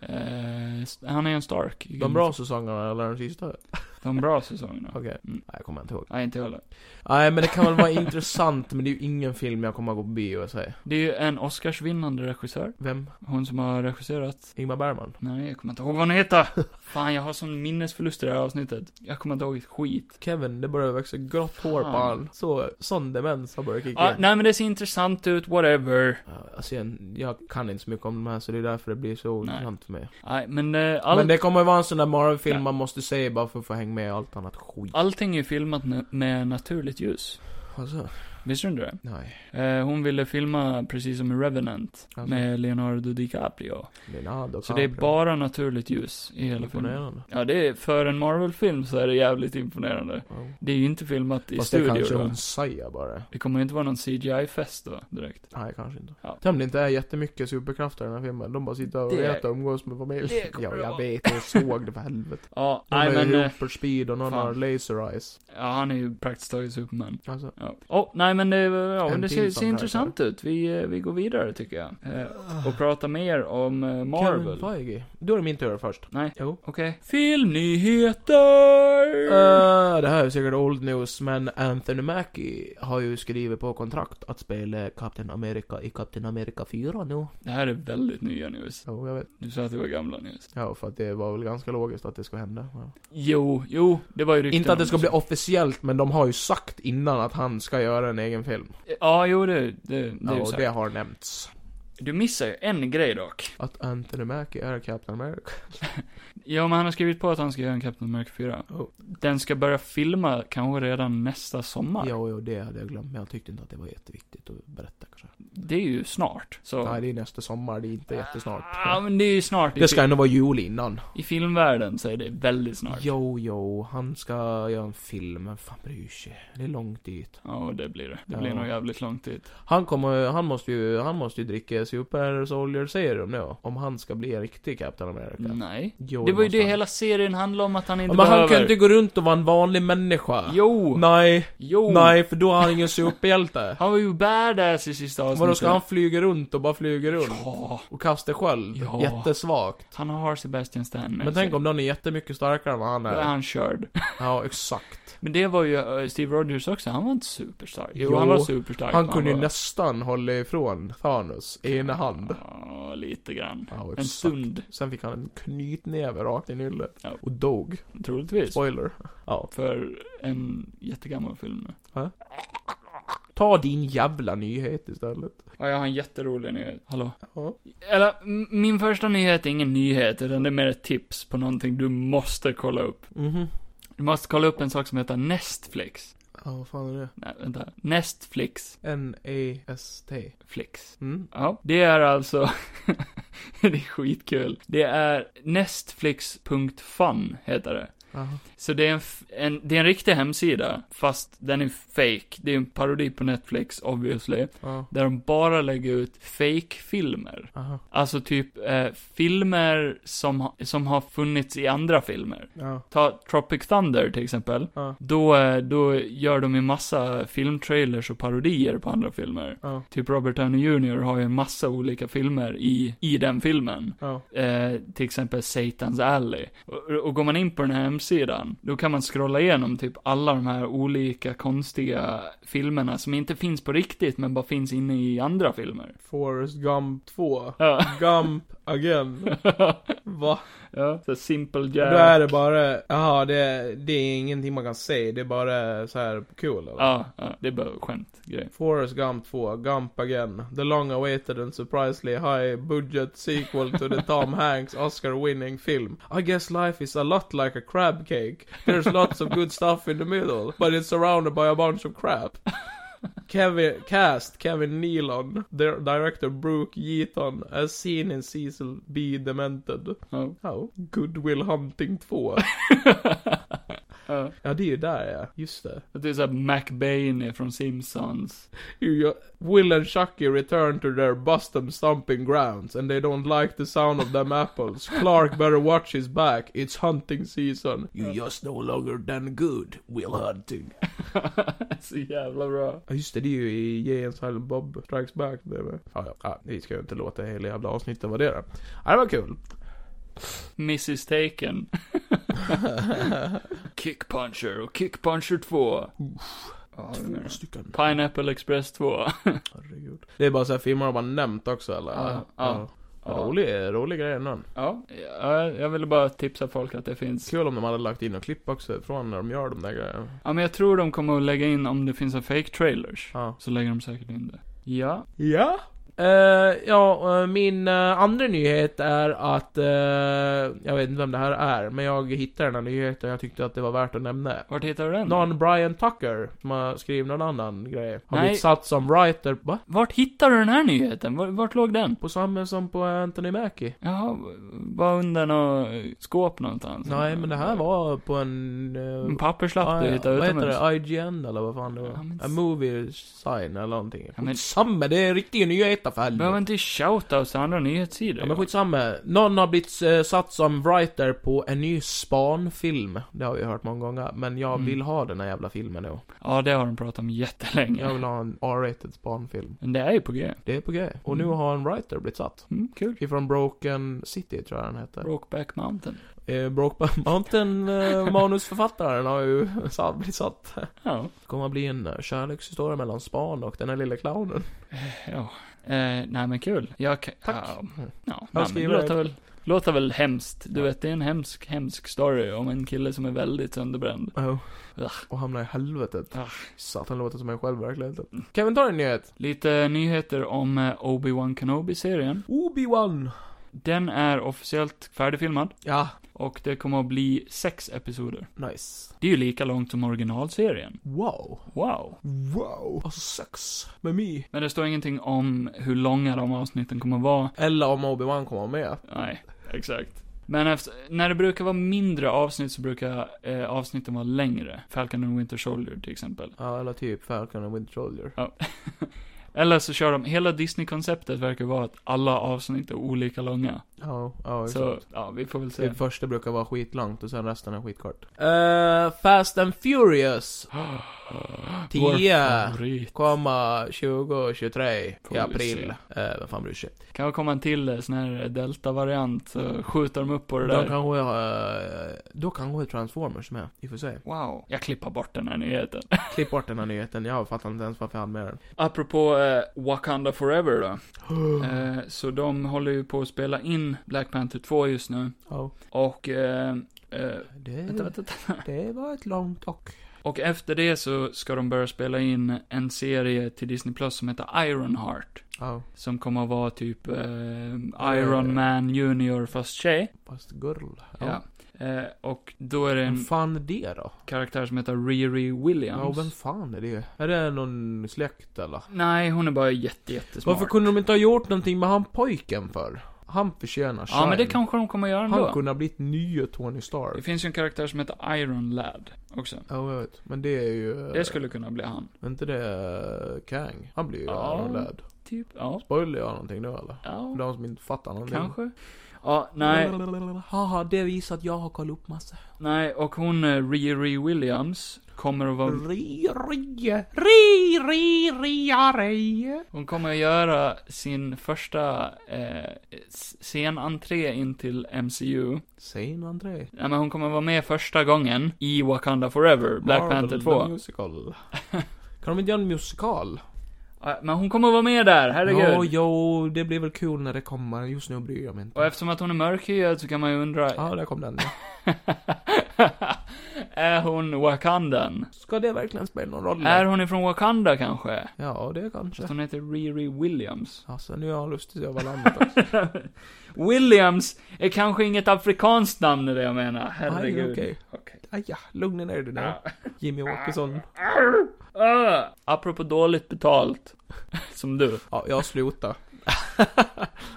[SPEAKER 2] Eh, han är en Stark. i Game
[SPEAKER 1] De
[SPEAKER 2] of
[SPEAKER 1] bra säsongerna eller den sista? Okej.
[SPEAKER 2] De bra säsongerna. Mm.
[SPEAKER 1] Nej, jag kommer inte ihåg.
[SPEAKER 2] Nej, inte jag heller.
[SPEAKER 1] Nej, men det kan väl vara intressant, men det är ju ingen film jag kommer att gå på bio och säga.
[SPEAKER 2] Det är ju en Oscarsvinnande regissör.
[SPEAKER 1] Vem?
[SPEAKER 2] Hon som har regisserat
[SPEAKER 1] Ingmar Bergman?
[SPEAKER 2] Nej, jag kommer inte ihåg vad hon heter. Fan, jag har sån minnesförlust i det här avsnittet. Jag kommer inte ihåg ett skit.
[SPEAKER 1] Kevin, det börjar växa grått hår på
[SPEAKER 2] Fan.
[SPEAKER 1] han. Så, sån demens har börjat kicka
[SPEAKER 2] Ah,
[SPEAKER 1] in.
[SPEAKER 2] nej, men det ser intressant ut, whatever.
[SPEAKER 1] Ja, Alltså, jag, jag kan inte så mycket om de här, så det är därför det blir så ointressant för mig.
[SPEAKER 2] Nej, men eh, all,
[SPEAKER 1] Men det kommer vara en sån där Marvel-film
[SPEAKER 2] Ja.
[SPEAKER 1] man måste se bara för att få hänga med i allt annat skit.
[SPEAKER 2] allting är ju filmat nu- med naturligt ljus.
[SPEAKER 1] Alltså,
[SPEAKER 2] Visste du inte det?
[SPEAKER 1] nej.
[SPEAKER 2] Eh, hon ville filma precis som i Revenant,
[SPEAKER 1] Alltså.
[SPEAKER 2] med Leonardo DiCaprio.
[SPEAKER 1] Leonardo
[SPEAKER 2] Så det är
[SPEAKER 1] DiCaprio.
[SPEAKER 2] bara naturligt ljus i hela filmen.
[SPEAKER 1] Imponerande.
[SPEAKER 2] Ja, det är, för en Marvel-film så är det jävligt imponerande.
[SPEAKER 1] Wow.
[SPEAKER 2] Det är ju inte filmat i
[SPEAKER 1] Fast det
[SPEAKER 2] studio
[SPEAKER 1] kanske
[SPEAKER 2] då.
[SPEAKER 1] hon säger bara.
[SPEAKER 2] Det kommer ju inte vara någon CGI-fest då, direkt.
[SPEAKER 1] Nej, kanske inte.
[SPEAKER 2] Ja.
[SPEAKER 1] Tänk om det inte är jättemycket superkrafter i den här filmen. De bara sitter och
[SPEAKER 2] Det-
[SPEAKER 1] äter och umgås med familj.
[SPEAKER 2] det kommer
[SPEAKER 1] Ja,
[SPEAKER 2] det
[SPEAKER 1] jag
[SPEAKER 2] vara.
[SPEAKER 1] vet. Jag såg det för helvete.
[SPEAKER 2] Ja,
[SPEAKER 1] De
[SPEAKER 2] nej
[SPEAKER 1] är
[SPEAKER 2] men,
[SPEAKER 1] ju
[SPEAKER 2] eh,
[SPEAKER 1] super speed och någon
[SPEAKER 2] fan.
[SPEAKER 1] har laser eyes.
[SPEAKER 2] ja, han är ju praktiskt taget Superman.
[SPEAKER 1] Alltså,
[SPEAKER 2] Ja. Oh, nej Nej men det, ja,
[SPEAKER 1] En
[SPEAKER 2] det
[SPEAKER 1] till
[SPEAKER 2] ser,
[SPEAKER 1] sån
[SPEAKER 2] ser
[SPEAKER 1] här
[SPEAKER 2] intressant ut. Vi, eh, vi går vidare tycker jag. Eh, och pratar mer om eh,
[SPEAKER 1] Kevin
[SPEAKER 2] Marvel. Okej.
[SPEAKER 1] Feige. Då är det min tur först.
[SPEAKER 2] Nej.
[SPEAKER 1] Jo.
[SPEAKER 2] Filmnyheter!
[SPEAKER 1] Eh, det här är säkert old news, men Anthony Mackie har ju skrivit på kontrakt att spela Captain America i Captain America 4 nu.
[SPEAKER 2] Det här är väldigt nya news.
[SPEAKER 1] Jo, jag vet.
[SPEAKER 2] Du sa att det var gamla news.
[SPEAKER 1] Ja, för att det var väl ganska logiskt att det ska hända. Ja.
[SPEAKER 2] Jo, jo, det var ju rykten
[SPEAKER 1] Inte att det
[SPEAKER 2] om
[SPEAKER 1] ska bli officiellt, men de har ju sagt innan att han ska göra en egen film.
[SPEAKER 2] Ja, jo det, det, det
[SPEAKER 1] Ja,
[SPEAKER 2] är ju
[SPEAKER 1] och det
[SPEAKER 2] sagt.
[SPEAKER 1] har nämnts.
[SPEAKER 2] Du missar ju en grej dock.
[SPEAKER 1] Att Anthony Mackie är Captain America.
[SPEAKER 2] Ja, men han har skrivit på att han ska göra en Captain America 4.
[SPEAKER 1] Oh.
[SPEAKER 2] Den ska börja filma kanske redan nästa sommar.
[SPEAKER 1] Jo, jo, det hade jag glömt, men jag tyckte inte att det var jätteviktigt att berätta kanske.
[SPEAKER 2] Det är ju snart. Så.
[SPEAKER 1] Nej, det är nästa sommar, det är inte jättesnart.
[SPEAKER 2] Ja, Ah, men det är ju snart.
[SPEAKER 1] Det ska
[SPEAKER 2] I,
[SPEAKER 1] ändå vara jul innan.
[SPEAKER 2] fi- I filmvärlden så är det väldigt snart.
[SPEAKER 1] Jo, jo, han ska göra en film, men fan bryr sig. Det är långt dit.
[SPEAKER 2] Ja, och det blir det. Det blir
[SPEAKER 1] Ja.
[SPEAKER 2] nog jävligt långt dit.
[SPEAKER 1] Han kommer, han måste ju, han måste ju dricka Super Soldier Serum nu. Om han ska bli en riktig Captain America.
[SPEAKER 2] Nej.
[SPEAKER 1] Jo,
[SPEAKER 2] Det var ju
[SPEAKER 1] måste
[SPEAKER 2] det
[SPEAKER 1] han.
[SPEAKER 2] hela serien handlade om, att han
[SPEAKER 1] Ja,
[SPEAKER 2] inte
[SPEAKER 1] Men han
[SPEAKER 2] behöver.
[SPEAKER 1] kunde inte gå runt och vara en vanlig människa.
[SPEAKER 2] Jo!
[SPEAKER 1] Nej,
[SPEAKER 2] Jo!
[SPEAKER 1] nej, för då är han ingen superhjälte.
[SPEAKER 2] Han var ju badass i sista avsnittet.
[SPEAKER 1] Vadå, ska han flyga runt och bara flyga runt?
[SPEAKER 2] Ja.
[SPEAKER 1] Och kasta sköld?
[SPEAKER 2] Ja.
[SPEAKER 1] Jättesvagt.
[SPEAKER 2] Han har Sebastian Stan med
[SPEAKER 1] Men
[SPEAKER 2] sig.
[SPEAKER 1] tänk om någon är jättemycket starkare än vad han
[SPEAKER 2] Då är
[SPEAKER 1] är.
[SPEAKER 2] han körd.
[SPEAKER 1] Ja, exakt.
[SPEAKER 2] Men det var ju eh, Steve Rogers också, han var inte superstark. Jo,
[SPEAKER 1] Jo,
[SPEAKER 2] han var superstark.
[SPEAKER 1] Han
[SPEAKER 2] men
[SPEAKER 1] kunde ju
[SPEAKER 2] var-
[SPEAKER 1] nästan hålla ifrån Thanos, i ena hand.
[SPEAKER 2] Ja, lite grann.
[SPEAKER 1] Ja,
[SPEAKER 2] En
[SPEAKER 1] exakt.
[SPEAKER 2] stund,
[SPEAKER 1] Sen fick han en knytnäve rakt i nyllet.
[SPEAKER 2] Ja.
[SPEAKER 1] Och dog.
[SPEAKER 2] troligtvis.
[SPEAKER 1] Spoiler. Ja.
[SPEAKER 2] För en jättegammal film nu.
[SPEAKER 1] Ta din jävla nyhet istället.
[SPEAKER 2] Ja, jag har en jätterolig nyhet. Hallå?
[SPEAKER 1] Ja.
[SPEAKER 2] Eller, m- min första nyhet är ingen nyhet, utan det är mer ett tips på någonting du måste kolla upp.
[SPEAKER 1] Mhm.
[SPEAKER 2] Du måste kolla upp en sak som heter Nestflix.
[SPEAKER 1] Ja, vad fan är det?
[SPEAKER 2] Nej, vänta. Nestflix.
[SPEAKER 1] N-E-S-T.
[SPEAKER 2] Flix.
[SPEAKER 1] Mm.
[SPEAKER 2] Ja, det är alltså... [laughs] det är skitkul. Det är nestflix.fun, heter det.
[SPEAKER 1] Jaha.
[SPEAKER 2] Så det är en, f- en, det är en riktig hemsida, fast den är fake. Det är en parodi på Netflix, obviously.
[SPEAKER 1] Ja.
[SPEAKER 2] Där de bara lägger ut fake-filmer.
[SPEAKER 1] Aha.
[SPEAKER 2] Alltså typ eh, filmer som, ha- som har funnits i andra filmer.
[SPEAKER 1] Ja.
[SPEAKER 2] Ta Tropic Thunder till exempel.
[SPEAKER 1] Ja.
[SPEAKER 2] Då, eh, då gör de ju massa filmtrailers och parodier på andra filmer.
[SPEAKER 1] Ja.
[SPEAKER 2] Typ Robert Downey Jr har ju en massa olika filmer i, i den filmen.
[SPEAKER 1] Ja.
[SPEAKER 2] Eh, till exempel Satan's Alley. Och, och går man in på den här hemsidan, då kan man scrolla igenom typ alla de här olika konstiga filmerna som inte finns på riktigt, men bara finns inne i andra filmer.
[SPEAKER 1] Forrest Gump 2.
[SPEAKER 2] Ja. [laughs]
[SPEAKER 1] Gump again. Va?
[SPEAKER 2] ja, så Simple
[SPEAKER 1] Då
[SPEAKER 2] Jack.
[SPEAKER 1] är det bara, jaha, det, det är ingenting man kan säga, det är bara så här cool eller?
[SPEAKER 2] Ja, ja, det är bara skämt grej.
[SPEAKER 1] Forrest Gump 2, Gump again. The long awaited and surprisingly high budget sequel to the Tom Hanks Oscar winning film. I guess life is a lot like a crab cake. There's lots of good stuff in the middle, but it's surrounded by a bunch of crap. Kevin, cast Kevin Nealon, dir- director Brooke Yeaton, as seen in Cecil B. Demented.
[SPEAKER 2] Ja.
[SPEAKER 1] Oh, Goodwill Hunting 2.
[SPEAKER 2] Ja.
[SPEAKER 1] Ja, det är ju där ja, just det.
[SPEAKER 2] Att Det är såhär McBain från Simpsons. [laughs]
[SPEAKER 1] You- Will and Chucky return to their bustum stomping grounds, and they don't like the sound of them apples. Clark better watch his back, it's hunting season. You just no longer than good, Will hunting.
[SPEAKER 2] Så jävla bra.
[SPEAKER 1] Ja just det, det är ju i Jay and Silent Bob Strikes Back. Det med. Ja, ja, ja, vi ska ju inte låta hela jävla avsnittet vara det då. Ja, det var kul.
[SPEAKER 2] Mrs
[SPEAKER 1] [laughs]
[SPEAKER 2] Taken. Kick Puncher och Kick Puncher 2. Ja, det är
[SPEAKER 1] Två
[SPEAKER 2] med.
[SPEAKER 1] stycken.
[SPEAKER 2] Pineapple Express
[SPEAKER 1] [laughs]
[SPEAKER 2] 2.
[SPEAKER 1] Herregud. Det är bara så här filmer de har nämnt också eller?
[SPEAKER 2] Ja, ja.
[SPEAKER 1] Ja, Rolig, rolig grej ändå.
[SPEAKER 2] Ja, ja, jag ville bara tipsa folk att det finns.
[SPEAKER 1] Kul om de hade lagt in en klipp också från när de gör de där grejerna.
[SPEAKER 2] Ja, men jag tror de kommer att lägga in om det finns en fake trailers.
[SPEAKER 1] Ja.
[SPEAKER 2] Så lägger de säkert in det. Ja.
[SPEAKER 1] Ja. ja, eh, min eh, andra nyhet är att, eh, jag vet inte vem det här är, men jag hittade den här nyheten och jag tyckte att det var värt att nämna.
[SPEAKER 2] Vart hittar du den?
[SPEAKER 1] Någon Brian Tucker, som har skrivit någon annan grej, har
[SPEAKER 2] Nej.
[SPEAKER 1] blivit satt som writer, va?
[SPEAKER 2] Vart hittar du den här nyheten? Vart, vart låg den?
[SPEAKER 1] På samma som på Anthony Mackie.
[SPEAKER 2] Jaha, var under något skåp någonstans?
[SPEAKER 1] Nej, men det här var på en... eh,
[SPEAKER 2] En papperslapp
[SPEAKER 1] ah,
[SPEAKER 2] du
[SPEAKER 1] ja,
[SPEAKER 2] hittade
[SPEAKER 1] Vad heter
[SPEAKER 2] utomhus.
[SPEAKER 1] det? IGN eller vad fan det var?
[SPEAKER 2] Ja, men-
[SPEAKER 1] A movie sign eller någonting.
[SPEAKER 2] Ja, men-
[SPEAKER 1] Samma, det är riktiga nyheter veta färg.
[SPEAKER 2] Behöver inte shoutouts till andra nyhetssidor.
[SPEAKER 1] Ja, men skitsamma. Någon har blivit eh, satt som writer på en ny Span-film. Det har vi hört många gånger. Men jag
[SPEAKER 2] Mm.
[SPEAKER 1] vill ha den här jävla filmen nu.
[SPEAKER 2] ja, det har de pratat om jättelänge.
[SPEAKER 1] Jag vill ha en R-rated Span-film.
[SPEAKER 2] Men det är ju på G.
[SPEAKER 1] Det är på grej. Och nu
[SPEAKER 2] Mm.
[SPEAKER 1] har en writer blivit satt.
[SPEAKER 2] Mm, kul.
[SPEAKER 1] Ifrån Broken City tror jag den heter.
[SPEAKER 2] Rockback Mountain.
[SPEAKER 1] eh, Brokeback [laughs] Mountain eh, manusförfattaren har ju [laughs] satt- blivit satt.
[SPEAKER 2] Ja.
[SPEAKER 1] Det kommer att bli en eh, kärlekshistoria mellan Span och den här lilla clownen.
[SPEAKER 2] Ja. Eh, nej men kul. Jag kan,
[SPEAKER 1] Tack.
[SPEAKER 2] Ja, ja,
[SPEAKER 1] Jag
[SPEAKER 2] nej, men det
[SPEAKER 1] skriver
[SPEAKER 2] låter
[SPEAKER 1] det.
[SPEAKER 2] väl, låter väl hemskt. Du
[SPEAKER 1] Ja.
[SPEAKER 2] vet, det är en hemsk, hemsk story om en kille som är väldigt sönderbränd.
[SPEAKER 1] Oh.
[SPEAKER 2] Ugh.
[SPEAKER 1] Och hamnar i helvetet.
[SPEAKER 2] Ugh.
[SPEAKER 1] Satan låter som en själv i verkligheten. Kan vi ta en nyhet?
[SPEAKER 2] Lite nyheter om eh, Obi-Wan Kenobi-serien.
[SPEAKER 1] Obi-Wan!
[SPEAKER 2] Den är officiellt färdigfilmad
[SPEAKER 1] Ja,
[SPEAKER 2] och det kommer att bli sex episoder.
[SPEAKER 1] nice.
[SPEAKER 2] Det är ju lika långt som originalserien.
[SPEAKER 1] Wow.
[SPEAKER 2] Wow.
[SPEAKER 1] Wow. Alltså sex med mig.
[SPEAKER 2] Men det står ingenting om hur långa de avsnitten kommer att vara.
[SPEAKER 1] Eller om Obi-Wan kommer med.
[SPEAKER 2] Nej, exakt. Men efter, när det brukar vara mindre avsnitt så brukar eh, avsnitten vara längre. Falcon and Winter Soldier till exempel.
[SPEAKER 1] Ja, eller typ Falcon and Winter Soldier.
[SPEAKER 2] Eller så kör de, hela Disney-konceptet verkar vara att alla avsnitt är olika långa.
[SPEAKER 1] Ja, ja,
[SPEAKER 2] Så,
[SPEAKER 1] exakt.
[SPEAKER 2] ja, vi får väl se.
[SPEAKER 1] Det första brukar vara skitlångt och sen resten är skitkort. Eh, Fast and Furious
[SPEAKER 2] [gasps] Vår
[SPEAKER 1] Tio.
[SPEAKER 2] favorit.
[SPEAKER 1] komma 2023
[SPEAKER 2] Får
[SPEAKER 1] i
[SPEAKER 2] vi
[SPEAKER 1] april. Eh, vem fan bryr sig?
[SPEAKER 2] Kan komma en till eh, sån här delta-variant, så skjuter de upp på det
[SPEAKER 1] Då
[SPEAKER 2] där.
[SPEAKER 1] kanske, uh, då kanske Transformers med, i och för sig.
[SPEAKER 2] Wow. Jag klippar bort den här nyheten. [laughs]
[SPEAKER 1] Klipp bort den här nyheten, jag fattar inte ens varför jag hade med [gasps] den.
[SPEAKER 2] Apropå eh, Wakanda Forever då. Eh, så de håller ju på att spela in Black Panther 2 just nu.
[SPEAKER 1] Ja.
[SPEAKER 2] Och, eh, eh, vänta,
[SPEAKER 1] Det,
[SPEAKER 2] vänta, vänta.
[SPEAKER 1] det var ett långt och.
[SPEAKER 2] Och efter det så ska de börja spela in en serie till Disney Plus som heter Ironheart.
[SPEAKER 1] Ja,
[SPEAKER 2] Som kommer att vara typ eh, Iron
[SPEAKER 1] Eh.
[SPEAKER 2] Man Junior fast tjej.
[SPEAKER 1] fast girl.
[SPEAKER 2] Ja. Eh, och då är det
[SPEAKER 1] Vem
[SPEAKER 2] en
[SPEAKER 1] fan är det då?
[SPEAKER 2] karaktär som heter Riri
[SPEAKER 1] Ja,
[SPEAKER 2] Williams.
[SPEAKER 1] vem fan är det? Är det någon släkt eller?
[SPEAKER 2] Nej, hon är bara jätte, jättesmart.
[SPEAKER 1] Varför kunde de inte ha gjort någonting med han pojken för? Han förtjänar
[SPEAKER 2] Ja, men det
[SPEAKER 1] shine.
[SPEAKER 2] kanske de kommer att göra ändå.
[SPEAKER 1] Han kunde ha blivit nye Tony
[SPEAKER 2] Det
[SPEAKER 1] Stark.
[SPEAKER 2] finns ju en karaktär som heter Iron Lad också.
[SPEAKER 1] Ja, jag vet. Men det är ju... eh,
[SPEAKER 2] Det skulle kunna bli han.
[SPEAKER 1] Är inte det eh, Kang? Han blir ju
[SPEAKER 2] Ja.
[SPEAKER 1] Iron Lad.
[SPEAKER 2] Typ, ja.
[SPEAKER 1] Spoiler jag någonting nu eller? För
[SPEAKER 2] Ja,
[SPEAKER 1] de som inte fattar någonting.
[SPEAKER 2] kanske. Ja, nej.
[SPEAKER 1] Haha, det visar att jag har kollat upp massa.
[SPEAKER 2] Nej, och hon eh, Riri Williams kommer att vara,
[SPEAKER 1] Ri, ri, ri, ri, ria, ri.
[SPEAKER 2] hon kommer att göra sin första eh, s- scenentré in till MCU.
[SPEAKER 1] Säg en André.
[SPEAKER 2] Nej, men hon kommer att vara med första gången i Wakanda Forever, Black
[SPEAKER 1] Marvel,
[SPEAKER 2] Panther
[SPEAKER 1] the
[SPEAKER 2] 2.
[SPEAKER 1] Musical. [laughs] kan de inte göra en musikal?
[SPEAKER 2] Ja, Men hon kommer att vara med där, herregud.
[SPEAKER 1] Jo, jo, det blir väl kul när det kommer. Just nu bryr jag mig inte.
[SPEAKER 2] Och eftersom att hon är mörkhyad så kan man ju undra,
[SPEAKER 1] Ja, där kom den.
[SPEAKER 2] [laughs] är hon Wakandan?
[SPEAKER 1] Ska det verkligen spela någon roll?
[SPEAKER 2] Är hon ifrån Wakanda kanske?
[SPEAKER 1] Ja, det
[SPEAKER 2] Fast
[SPEAKER 1] kanske.
[SPEAKER 2] hon heter Riri Williams.
[SPEAKER 1] Alltså, nu har jag lust att se vad landet
[SPEAKER 2] [laughs]
[SPEAKER 1] också.
[SPEAKER 2] Williams är kanske inget afrikanskt namn är det jag menar. Herregud.
[SPEAKER 1] Aj, okej.
[SPEAKER 2] Okej.
[SPEAKER 1] Aja, lugna ner dig nu.
[SPEAKER 2] [laughs]
[SPEAKER 1] Jimmy Åkesson.
[SPEAKER 2] Ah, apropå dåligt betalt. [laughs] Som du.
[SPEAKER 1] Ja, jag slutar.
[SPEAKER 2] Det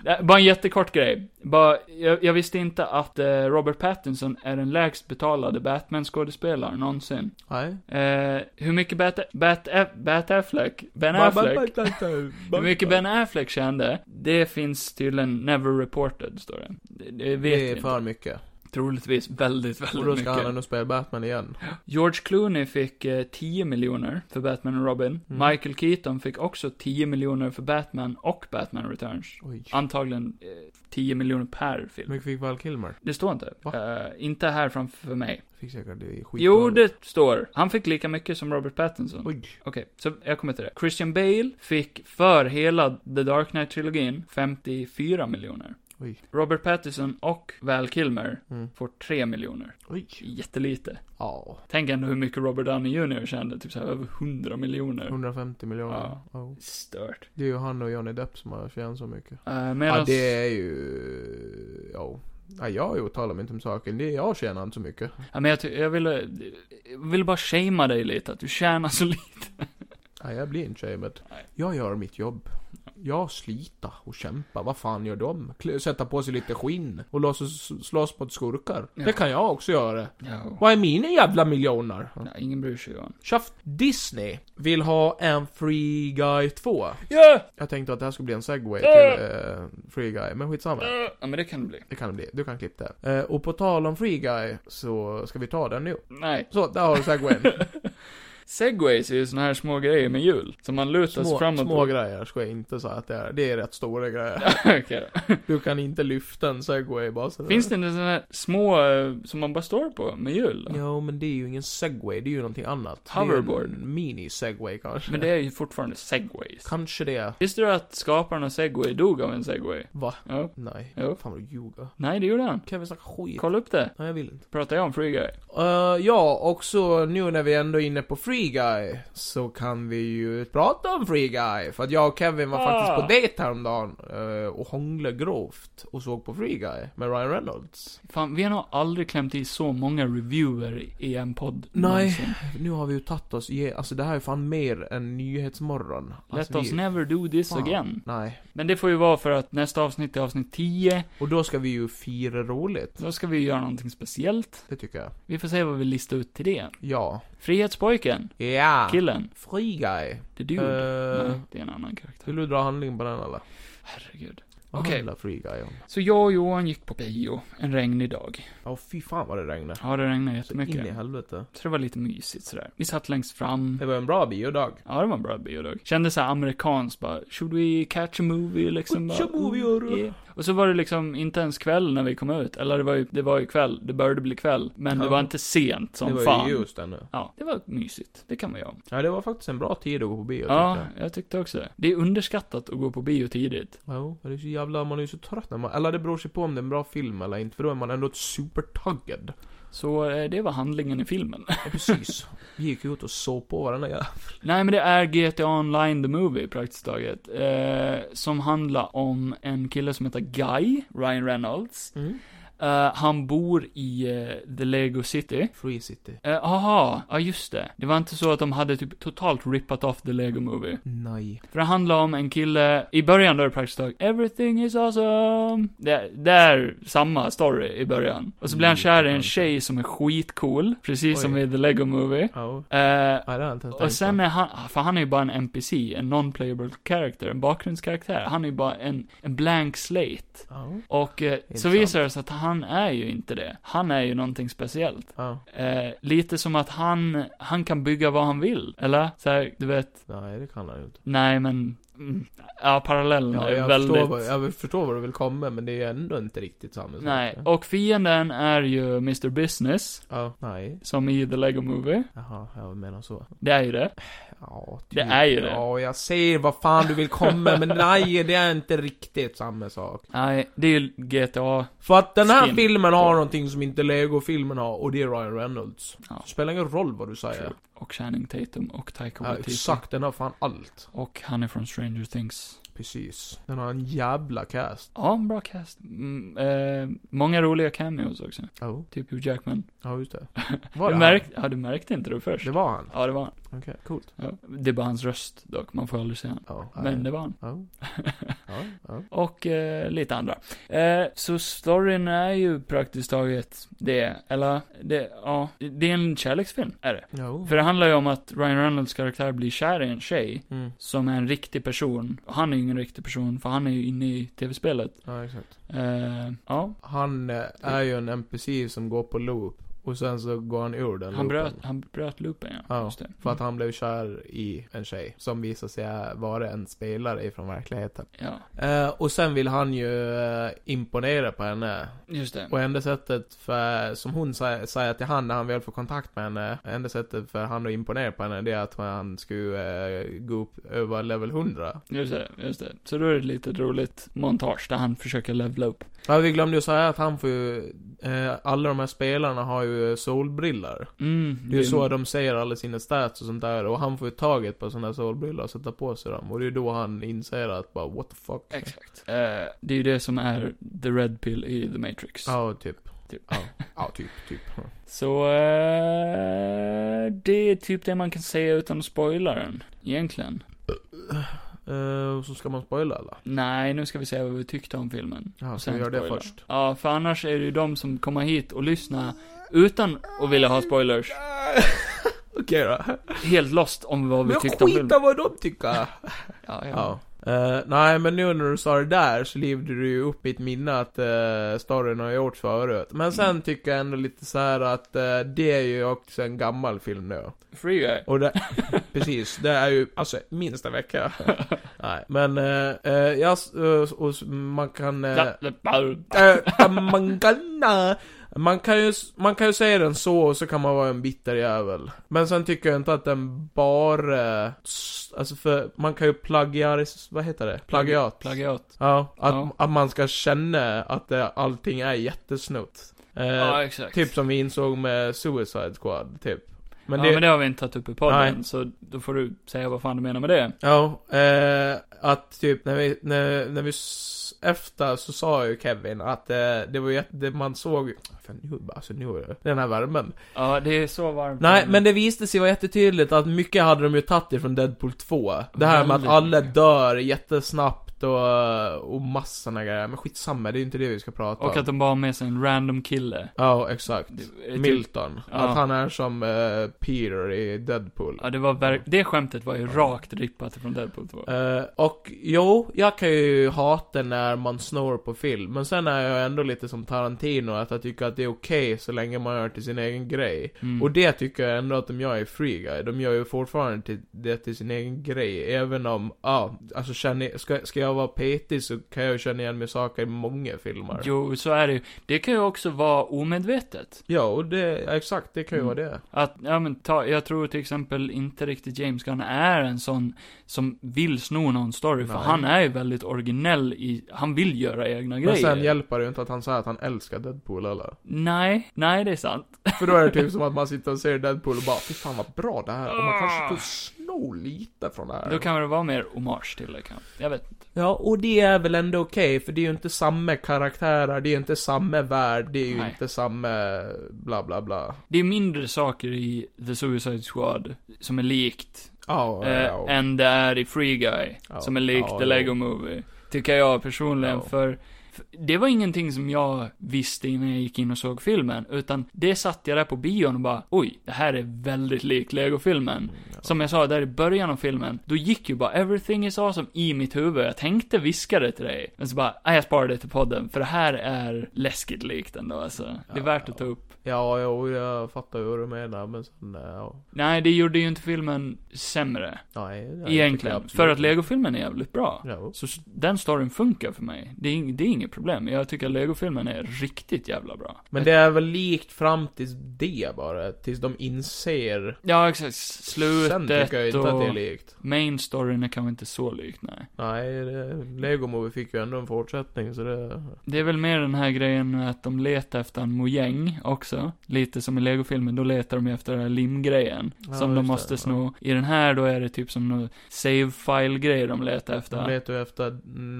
[SPEAKER 2] här- Bara en jättekort grej. Bara, jag, jag visste inte att eh, Robert Pattinson är den lägst betalade Batman-skådespelaren någonsin.
[SPEAKER 1] Nej.
[SPEAKER 2] Eh, hur mycket Bat, Bat, Bat Affleck, Ben Affleck, hur mycket Ben Affleck tjänade, det finns tydligen never reported, står det. Det, det vet
[SPEAKER 1] Det
[SPEAKER 2] vi
[SPEAKER 1] är
[SPEAKER 2] inte.
[SPEAKER 1] för mycket.
[SPEAKER 2] Troligtvis väldigt, väldigt
[SPEAKER 1] Och då ska
[SPEAKER 2] mycket.
[SPEAKER 1] han ändå spela Batman igen.
[SPEAKER 2] George Clooney fick eh, 10 miljoner för Batman och Robin.
[SPEAKER 1] Mm.
[SPEAKER 2] Michael Keaton fick också 10 miljoner för Batman och Batman Returns.
[SPEAKER 1] Oj.
[SPEAKER 2] Antagligen eh, 10 miljoner per
[SPEAKER 1] Hur
[SPEAKER 2] film.
[SPEAKER 1] mycket fick Val Kilmer?
[SPEAKER 2] Det står inte.
[SPEAKER 1] Va?
[SPEAKER 2] Eh, inte här framför mig.
[SPEAKER 1] Fick säkert det skit.
[SPEAKER 2] Jo, det står. Han fick lika mycket som Robert Pattinson. Okej,
[SPEAKER 1] Oj.
[SPEAKER 2] så jag kommer till det. Christian Bale fick för hela The Dark Knight-trilogin 54 miljoner.
[SPEAKER 1] Oj.
[SPEAKER 2] Robert Pattinson och Val Kilmer
[SPEAKER 1] Mm.
[SPEAKER 2] får 3 miljoner.
[SPEAKER 1] Oj.
[SPEAKER 2] Jättelite.
[SPEAKER 1] Ja.
[SPEAKER 2] Tänk ändå hur mycket Robert Downey Jr tjänade, typ såhär över 100 miljoner.
[SPEAKER 1] 150 miljoner. Ja.
[SPEAKER 2] Stört.
[SPEAKER 1] Det är ju han och Johnny Depp som har tjänat så mycket.
[SPEAKER 2] Uh,
[SPEAKER 1] Ja,
[SPEAKER 2] Medan
[SPEAKER 1] det är ju... Ja. ja jag uttalar mig inte om saken. Det är jag tjänar inte så mycket.
[SPEAKER 2] ja, men jag, ty- jag ville, jag ville bara shamea dig lite, att du tjänar så lite.
[SPEAKER 1] Ja, jag blir inte shamed.
[SPEAKER 2] Nej.
[SPEAKER 1] Jag gör mitt jobb. Ja, slita och kämpa. Vad fan gör de? Kl- Sätta på sig lite skinn och låtsas slåss mot skurkar.
[SPEAKER 2] Ja.
[SPEAKER 1] Det kan jag också göra.
[SPEAKER 2] Ja.
[SPEAKER 1] Vad är mina jävla miljoner?
[SPEAKER 2] Nej, ingen bryr sig Johan.
[SPEAKER 1] Tjaft. Disney vill ha en Free Guy 2.
[SPEAKER 2] Ja!
[SPEAKER 1] Jag tänkte att det här skulle bli en segway till eh, Free Guy, men skitsamma.
[SPEAKER 2] Ja men det kan det bli.
[SPEAKER 1] Det kan det bli, du kan klippa det. Eh, och på tal om Free Guy, så ska vi ta den nu.
[SPEAKER 2] Nej.
[SPEAKER 1] Så, där har
[SPEAKER 2] [laughs]
[SPEAKER 1] du segwayn.
[SPEAKER 2] Segways är ju såna här små grejer med hjul. Som man lutar sig
[SPEAKER 1] Små,
[SPEAKER 2] framåt
[SPEAKER 1] små
[SPEAKER 2] på.
[SPEAKER 1] grejer ska jag inte säga att det är. Det är rätt stora grejer.
[SPEAKER 2] [laughs] Okej då.
[SPEAKER 1] Du kan inte lyfta en segway bara sådär.
[SPEAKER 2] Finns det inte såna här små eh, som man bara står på med hjul? då?
[SPEAKER 1] Jo, men det är ju ingen segway, det är ju någonting annat. Det är ju
[SPEAKER 2] Hoverboard.
[SPEAKER 1] en Mini-segway kanske.
[SPEAKER 2] Men det är ju fortfarande segways.
[SPEAKER 1] Kanske det.
[SPEAKER 2] Visste du att skaparen av segway dog av en segway?
[SPEAKER 1] Va?
[SPEAKER 2] Ja.
[SPEAKER 1] Nej.
[SPEAKER 2] Jo.
[SPEAKER 1] Fan vad du ljuger.
[SPEAKER 2] Nej, det gjorde han.
[SPEAKER 1] Kan vi snacka skit?
[SPEAKER 2] Kolla upp det.
[SPEAKER 1] Nej, jag vill inte.
[SPEAKER 2] Pratar jag om Free Guy?
[SPEAKER 1] Eh, ja, och så nu när vi ändå är inne på Free Guy, så kan vi ju prata om Free Guy. För att jag och Kevin var
[SPEAKER 2] Ah.
[SPEAKER 1] faktiskt på dejt häromdagen eh, och hånglade grovt och såg på Free Guy med Ryan Reynolds.
[SPEAKER 2] Fan, vi har nog aldrig klämt i så många reviewer i en podd.
[SPEAKER 1] Nej. Alltså,
[SPEAKER 2] någonsin.
[SPEAKER 1] Nu har vi ju tagit oss i, alltså det här är fan mer än Nyhetsmorgon.
[SPEAKER 2] Let
[SPEAKER 1] Alltså,
[SPEAKER 2] us
[SPEAKER 1] vi-
[SPEAKER 2] never do this
[SPEAKER 1] Fan.
[SPEAKER 2] again.
[SPEAKER 1] Nej.
[SPEAKER 2] Men det får ju vara för att nästa avsnitt är avsnitt 10.
[SPEAKER 1] Och då ska vi ju fira roligt.
[SPEAKER 2] Då ska vi göra någonting speciellt.
[SPEAKER 1] Det tycker jag.
[SPEAKER 2] Vi får se vad vi listar ut till det.
[SPEAKER 1] Ja.
[SPEAKER 2] Frihetspojken.
[SPEAKER 1] Ja.
[SPEAKER 2] Killen.
[SPEAKER 1] Free Guy.
[SPEAKER 2] The Dude.
[SPEAKER 1] Ah. Eh,
[SPEAKER 2] Nej, det är en annan karaktär.
[SPEAKER 1] vill du dra handling på den eller?
[SPEAKER 2] Herregud.
[SPEAKER 1] Vad
[SPEAKER 2] Okej.
[SPEAKER 1] handlar Free Guy om?
[SPEAKER 2] Så jag och Johan gick på bio en regnig dag.
[SPEAKER 1] Ja, fy fan vad det regnade.
[SPEAKER 2] Ja, det regnade
[SPEAKER 1] Så in i
[SPEAKER 2] jättemycket.
[SPEAKER 1] helvete.
[SPEAKER 2] Så det var lite mysigt sådär. Vi satt längst fram.
[SPEAKER 1] Det var en bra biodag.
[SPEAKER 2] Ja, det var en bra biodag. Kändes såhär amerikanskt bara, should we catch a movie liksom?
[SPEAKER 1] Catch a
[SPEAKER 2] Bara,
[SPEAKER 1] movie,
[SPEAKER 2] "Ooh,
[SPEAKER 1] hörru."
[SPEAKER 2] yeah. Och så var det liksom inte ens kväll när vi kom ut. Eller det var ju, det var ju kväll, det började bli kväll. Men det
[SPEAKER 1] Ja.
[SPEAKER 2] var inte sent som
[SPEAKER 1] det var
[SPEAKER 2] fan.
[SPEAKER 1] ju ljust ännu.
[SPEAKER 2] Ja, det var mysigt. Det kan man göra.
[SPEAKER 1] Ja, det var faktiskt en bra tid att gå på bio
[SPEAKER 2] Ja,
[SPEAKER 1] tyckte
[SPEAKER 2] jag tyckte också det. Det är underskattat att gå på bio tidigt.
[SPEAKER 1] jag. Jo, men det är så jävla, man är ju så trött när man, eller det beror sig på om det är en bra film eller inte, för då är man ändå supertaggad.
[SPEAKER 2] Så eh, det var handlingen i filmen. [laughs]
[SPEAKER 1] Ja, precis. Vi gick ut och såg på varandra. Ja.
[SPEAKER 2] Nej, men det är GTA Online The Movie praktiskt taget. Eh, som handlar om en kille som heter Guy, Ryan Reynolds.
[SPEAKER 1] Mm.
[SPEAKER 2] Eh, han bor i eh, The Lego City.
[SPEAKER 1] Free City.
[SPEAKER 2] Eh, aha, ja just det. Det var inte så att de hade typ totalt rippat off The Lego Movie.
[SPEAKER 1] Nej.
[SPEAKER 2] För det handlar om en kille, i början då är det praktiskt taget Everything is awesome. Det, det är samma story i början. Och så blir han
[SPEAKER 1] Lite
[SPEAKER 2] kär i en
[SPEAKER 1] kanske.
[SPEAKER 2] tjej som är skitcool, precis
[SPEAKER 1] Mm, Oj.
[SPEAKER 2] som i The Lego Movie.
[SPEAKER 1] Ja.
[SPEAKER 2] Eh,
[SPEAKER 1] Nej, det har jag inte ens
[SPEAKER 2] och
[SPEAKER 1] tänkt
[SPEAKER 2] sen
[SPEAKER 1] på.
[SPEAKER 2] är han, ah, för han är ju bara en NPC, en non-playable character, en bakgrundskaraktär. Han är ju bara en, en blank slate.
[SPEAKER 1] Ja.
[SPEAKER 2] Och eh, så
[SPEAKER 1] Intressant.
[SPEAKER 2] visar det sig att han är ju inte det. Han är ju någonting speciellt.
[SPEAKER 1] ja.
[SPEAKER 2] Eh, lite som att han, han kan bygga vad han vill, eller? Så här, du vet,
[SPEAKER 1] Nej, det kan han ju inte.
[SPEAKER 2] nej men, mm, ja parallellen
[SPEAKER 1] Ja,
[SPEAKER 2] Mm, är
[SPEAKER 1] jag,
[SPEAKER 2] väldigt...
[SPEAKER 1] förstår vad, jag förstår vad du vill komma, men det är ändå inte riktigt samma sak.
[SPEAKER 2] Nej, och fienden är ju Mr. Business,
[SPEAKER 1] Ja. Nej.
[SPEAKER 2] som i The Lego Movie.
[SPEAKER 1] Jaha, jag menar så.
[SPEAKER 2] Det är ju det.
[SPEAKER 1] Ja, typ.
[SPEAKER 2] Det är ju det.
[SPEAKER 1] Ja, jag ser vad fan du vill komma, men nej, det är inte riktigt samma sak.
[SPEAKER 2] Nej, det är ju GTA.
[SPEAKER 1] För att den här
[SPEAKER 2] Spin.
[SPEAKER 1] filmen har någonting som inte Lego-filmen har, och det är Ryan Reynolds.
[SPEAKER 2] Ja.
[SPEAKER 1] Det spelar ingen roll vad du säger.
[SPEAKER 2] True. Och Channing Tatum och Taika
[SPEAKER 1] Ja,
[SPEAKER 2] Waititi.
[SPEAKER 1] exakt, den har fan allt.
[SPEAKER 2] Och han är från Stranger Things.
[SPEAKER 1] Precis. Den har en jävla cast.
[SPEAKER 2] Ja, en bra cast. Mm, eh, många roliga cameos också.
[SPEAKER 1] Ja, oh.
[SPEAKER 2] Typ Hugh Jackman.
[SPEAKER 1] ja
[SPEAKER 2] [laughs]
[SPEAKER 1] just det. Var
[SPEAKER 2] du
[SPEAKER 1] det
[SPEAKER 2] märkte, ja, du märkte inte det först.
[SPEAKER 1] han? Det var han?
[SPEAKER 2] Ja, det var han.
[SPEAKER 1] Okej, coolt.
[SPEAKER 2] Ja. Det är bara hans röst dock, man får aldrig se han.
[SPEAKER 1] Ja.
[SPEAKER 2] Men det var han.
[SPEAKER 1] Ja. Ja, ja.
[SPEAKER 2] Och eh, lite andra. Eh, så storyn är ju praktiskt taget det, eller, det, ja, det är en kärleksfilm, är det.
[SPEAKER 1] Jo.
[SPEAKER 2] För det handlar ju om att Ryan Reynolds karaktär blir kär i en tjej
[SPEAKER 1] Mm.
[SPEAKER 2] som är en riktig person. Och Han är ju ingen riktig person, för han är ju inne i tv-spelet.
[SPEAKER 1] Ja, exakt.
[SPEAKER 2] Eh, ja,
[SPEAKER 1] Han eh, är ju en NPC som går på loop, och sen så går han ur den
[SPEAKER 2] han
[SPEAKER 1] loopen.
[SPEAKER 2] bröt, han bröt loopen ja.
[SPEAKER 1] Ja,
[SPEAKER 2] Just det.
[SPEAKER 1] För att han blev kär i en tjej, som visade sig vara en spelare ifrån verkligheten.
[SPEAKER 2] Mm. Ja,
[SPEAKER 1] Eh, och sen vill han ju eh, imponera på henne.
[SPEAKER 2] just det.
[SPEAKER 1] Och enda sättet för, som hon sä- säger till han när han väl får kontakt med henne, enda sättet för han att imponera på henne det är att han skulle eh, gå upp över level 100.
[SPEAKER 2] Just det, just det. Så då är det ett litet roligt montage där han försöker levla upp.
[SPEAKER 1] Ja, vi glömde ju säga att han får ju, eh, alla de här spelarna har ju solbriller.
[SPEAKER 2] Mm,
[SPEAKER 1] Det är ju så de säger alla sina stats och sånt där, och han får ju taget på såna här solbriller och sätta på sig dem. Och det är då han inser att bara what the fuck.
[SPEAKER 2] Exakt. Eh, det är ju det som är the red pill i The Matrix.
[SPEAKER 1] Ja, typ.
[SPEAKER 2] Typ.
[SPEAKER 1] Ja, ja typ, typ.
[SPEAKER 2] Så, eh, det är typ det man kan säga utan att spoila den. Egentligen.
[SPEAKER 1] Eh, och så ska man spoila alla.
[SPEAKER 2] Nej, nu ska vi se vad vi tyckte om filmen.
[SPEAKER 1] Jaha,
[SPEAKER 2] Och
[SPEAKER 1] ska vi
[SPEAKER 2] sen
[SPEAKER 1] göra det
[SPEAKER 2] spoiler.
[SPEAKER 1] först?
[SPEAKER 2] Ja, för annars är det ju de som kommer hit och lyssnar utan att vilja ha spoilers.
[SPEAKER 1] [laughs] Okej då.
[SPEAKER 2] Helt lost om vad vi
[SPEAKER 1] Men
[SPEAKER 2] tyckte om
[SPEAKER 1] skit
[SPEAKER 2] filmen.
[SPEAKER 1] vad de tycker!
[SPEAKER 2] Ja, ja.
[SPEAKER 1] ja. Eh, nej men nu när du sa det där så levde du ju upp mitt minne att uh, storyn har gjorts förut. Men sen
[SPEAKER 2] Mm.
[SPEAKER 1] tycker jag ändå lite så här att eh, det är ju också en gammal film nu.
[SPEAKER 2] Free guy. [laughs]
[SPEAKER 1] Och det, precis, det är ju alltså minst en vecka. nej, men eh, eh, jag, s- eh, och s- man kan... eh,
[SPEAKER 2] Ja, det- bara-
[SPEAKER 1] Eh, man kan- äh, Man kan, ju, man kan ju säga den så, och så kan man vara en bitter jävel. Men sen tycker jag inte att den bara... Alltså för, man kan ju plagiaris... Vad heter det? Plagiat.
[SPEAKER 2] Plagiat.
[SPEAKER 1] Ja, att,
[SPEAKER 2] Ja.
[SPEAKER 1] att man ska känna att det, allting är jättesnutt. Eh,
[SPEAKER 2] Ja, exakt.
[SPEAKER 1] typ som vi insåg med Suicide Squad, typ. Men
[SPEAKER 2] ja,
[SPEAKER 1] det,
[SPEAKER 2] men det har vi inte tagit upp i podden,
[SPEAKER 1] Nej.
[SPEAKER 2] så då får du säga vad fan du menar med det.
[SPEAKER 1] Ja, eh, att typ när vi, när, när vi s- efter så sa ju Kevin att eh, det var jätte, det man såg, fan nu, alltså nu är det, den här värmen.
[SPEAKER 2] Ja, det är så varmt.
[SPEAKER 1] Nej, men det visade sig vara jättetydligt att mycket hade de ju tagit ifrån Deadpool 2. Det här med att
[SPEAKER 2] Väldigt
[SPEAKER 1] alla
[SPEAKER 2] mycket.
[SPEAKER 1] dör jättesnabbt och, och massorna grejer, men skitsamma, det är ju inte det vi ska prata
[SPEAKER 2] Och
[SPEAKER 1] om.
[SPEAKER 2] att de bara har med sig en random kille.
[SPEAKER 1] Ja, exakt.
[SPEAKER 2] Det, är typ-
[SPEAKER 1] Milton.
[SPEAKER 2] Ja.
[SPEAKER 1] Att han är som eh, Peter i Deadpool.
[SPEAKER 2] Ja, det var verk- Det skämtet var ju rakt rippat från Deadpool 2.
[SPEAKER 1] Eh, och jo, jag kan ju hata när man snor på film, men sen är jag ändå lite som Tarantino, att jag tycker att det är okej så länge man gör till sin egen grej.
[SPEAKER 2] Mm.
[SPEAKER 1] Och det tycker jag ändå att de gör i Free Guy, de gör ju fortfarande till, det till sin egen grej, även om, ja, ah, alltså känner, ska, ska jag vara petig så kan jag ju känna igen mig i saker i många filmer. Jo.
[SPEAKER 2] Jo, så är det ju. Det kan ju också vara omedvetet.
[SPEAKER 1] Ja, och det, ja, exakt, det kan ju
[SPEAKER 2] Mm.
[SPEAKER 1] vara det.
[SPEAKER 2] Att, ja men ta, jag tror till exempel inte riktigt James Gunn är en sån som vill sno någon story, för
[SPEAKER 1] Nej.
[SPEAKER 2] han är ju väldigt originell i, han vill göra egna
[SPEAKER 1] Men
[SPEAKER 2] grejer.
[SPEAKER 1] sen hjälper det ju inte att han säger att han älskar Deadpool eller?
[SPEAKER 2] Nej, nej det är sant.
[SPEAKER 1] För då är det typ som att man sitter och ser Deadpool och bara Fy fan vad bra det här, och man kanske får sno lite från det här.
[SPEAKER 2] Då Ah. kan det vara mer hommage till det kanske. Jag vet inte.
[SPEAKER 1] Ja, och det är väl ändå okej, för det är ju inte samma karaktärer, det är ju inte samma värld, det är ju
[SPEAKER 2] Nej.
[SPEAKER 1] inte samma bla bla bla.
[SPEAKER 2] Det är mindre saker i The Suicide Squad som är likt,
[SPEAKER 1] Ja,
[SPEAKER 2] eh,
[SPEAKER 1] ja, ja.
[SPEAKER 2] än det är i Free Guy,
[SPEAKER 1] Ja.
[SPEAKER 2] som är likt
[SPEAKER 1] Ja,
[SPEAKER 2] The
[SPEAKER 1] jo.
[SPEAKER 2] Lego Movie. Tycker jag personligen,
[SPEAKER 1] Ja.
[SPEAKER 2] för för det var ingenting som jag visste innan jag gick in och såg filmen, utan det satt jag där på bion och bara, oj, det här är väldigt likt Lego-filmen. Som jag sa där i början av filmen, då gick ju bara 'Everything is awesome' i mitt huvud. Jag tänkte viska det till dig, men så bara, nej jag sparar det till podden, för det här är läskigt likt ändå alltså. Det är
[SPEAKER 1] Ja,
[SPEAKER 2] värt att
[SPEAKER 1] ja.
[SPEAKER 2] ta upp.
[SPEAKER 1] Ja, jo, jag fattar ju vad du menar, men sen, eh, ja.
[SPEAKER 2] Nej, det gjorde ju inte filmen sämre.
[SPEAKER 1] Nej, det tycker jag
[SPEAKER 2] egentligen.
[SPEAKER 1] absolut
[SPEAKER 2] För att
[SPEAKER 1] inte.
[SPEAKER 2] Lego-filmen är jävligt bra.
[SPEAKER 1] Ja.
[SPEAKER 2] Så s- den storyn funkar för mig. Det är, ing- det är inget problem. Jag tycker att Lego-filmen är riktigt jävla bra.
[SPEAKER 1] Men det är väl likt fram tills det bara, tills de inser.
[SPEAKER 2] Ja, exakt. Slutet
[SPEAKER 1] Sen tycker jag inte
[SPEAKER 2] och
[SPEAKER 1] att det är likt.
[SPEAKER 2] main storyn är kanske inte så likt, nej.
[SPEAKER 1] Nej, det, Lego Movie fick ju ändå en fortsättning, så det...
[SPEAKER 2] Det är väl mer den här grejen med att de letar efter en mojäng också. Lite som i Lego-filmen, då letar de ju efter den här limgrejen.
[SPEAKER 1] Ja,
[SPEAKER 2] som de
[SPEAKER 1] just
[SPEAKER 2] måste
[SPEAKER 1] det,
[SPEAKER 2] sno. I den här då är det typ som någon save file-grej de letar efter.
[SPEAKER 1] De letar ju efter,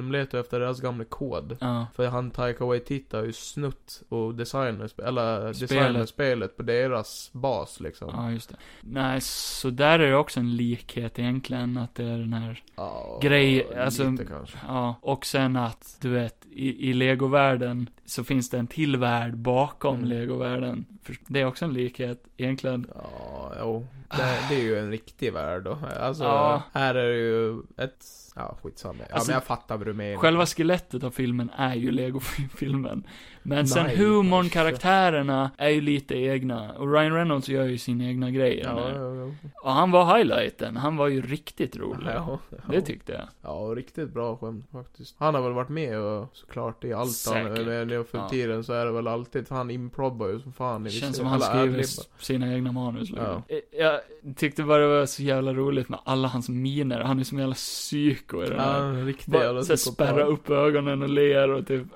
[SPEAKER 1] de letar ju efter deras gamla kod.
[SPEAKER 2] Ja.
[SPEAKER 1] För han Taika Waititi har ju snutt och designat, eller
[SPEAKER 2] Spelet.
[SPEAKER 1] designat spelet på deras bas liksom.
[SPEAKER 2] Ja, just det. Nej, så där är det också en likhet egentligen, att det är den här,
[SPEAKER 1] Ja,
[SPEAKER 2] Grej,
[SPEAKER 1] lite
[SPEAKER 2] alltså-
[SPEAKER 1] kanske.
[SPEAKER 2] ja, och sen att, du vet, i, i legovärlden så finns det en till värld bakom
[SPEAKER 1] Mm.
[SPEAKER 2] legovärlden. För- Det är också en likhet, egentligen.
[SPEAKER 1] Ja, jo. Det, det är ju en riktig värld då. Alltså,
[SPEAKER 2] Ja.
[SPEAKER 1] här är det ju ett... Ja, skitsamma. Ja,
[SPEAKER 2] Alltså,
[SPEAKER 1] men jag fattar vad du menar.
[SPEAKER 2] Själva skelettet av filmen är ju Lego-filmen. Men sen
[SPEAKER 1] Nej,
[SPEAKER 2] humorn,
[SPEAKER 1] usch.
[SPEAKER 2] karaktärerna är ju lite egna. Och Ryan Reynolds gör ju sina egna grejer.
[SPEAKER 1] Ja,
[SPEAKER 2] där.
[SPEAKER 1] ja, ja.
[SPEAKER 2] Och han var highlighten, han var ju riktigt rolig.
[SPEAKER 1] Ja, ja.
[SPEAKER 2] Det tyckte jag.
[SPEAKER 1] Ja, riktigt bra skämt faktiskt. Han har väl varit med och såklart i allt
[SPEAKER 2] Säkert.
[SPEAKER 1] han men nu för
[SPEAKER 2] Ja.
[SPEAKER 1] tiden så är det väl alltid, han improbbar ju som fan i
[SPEAKER 2] Det
[SPEAKER 1] vissa-
[SPEAKER 2] känns som han
[SPEAKER 1] eller
[SPEAKER 2] skriver
[SPEAKER 1] adlibbar.
[SPEAKER 2] s- sina egna manus.
[SPEAKER 1] Ja.
[SPEAKER 2] liksom. Jag tyckte bara det var så jävla roligt med alla hans miner. Han är som en jävla psyko i den här.
[SPEAKER 1] Ja, riktigt
[SPEAKER 2] Bara
[SPEAKER 1] jävla
[SPEAKER 2] så här
[SPEAKER 1] psykopat.
[SPEAKER 2] spärra upp ögonen och ler och typ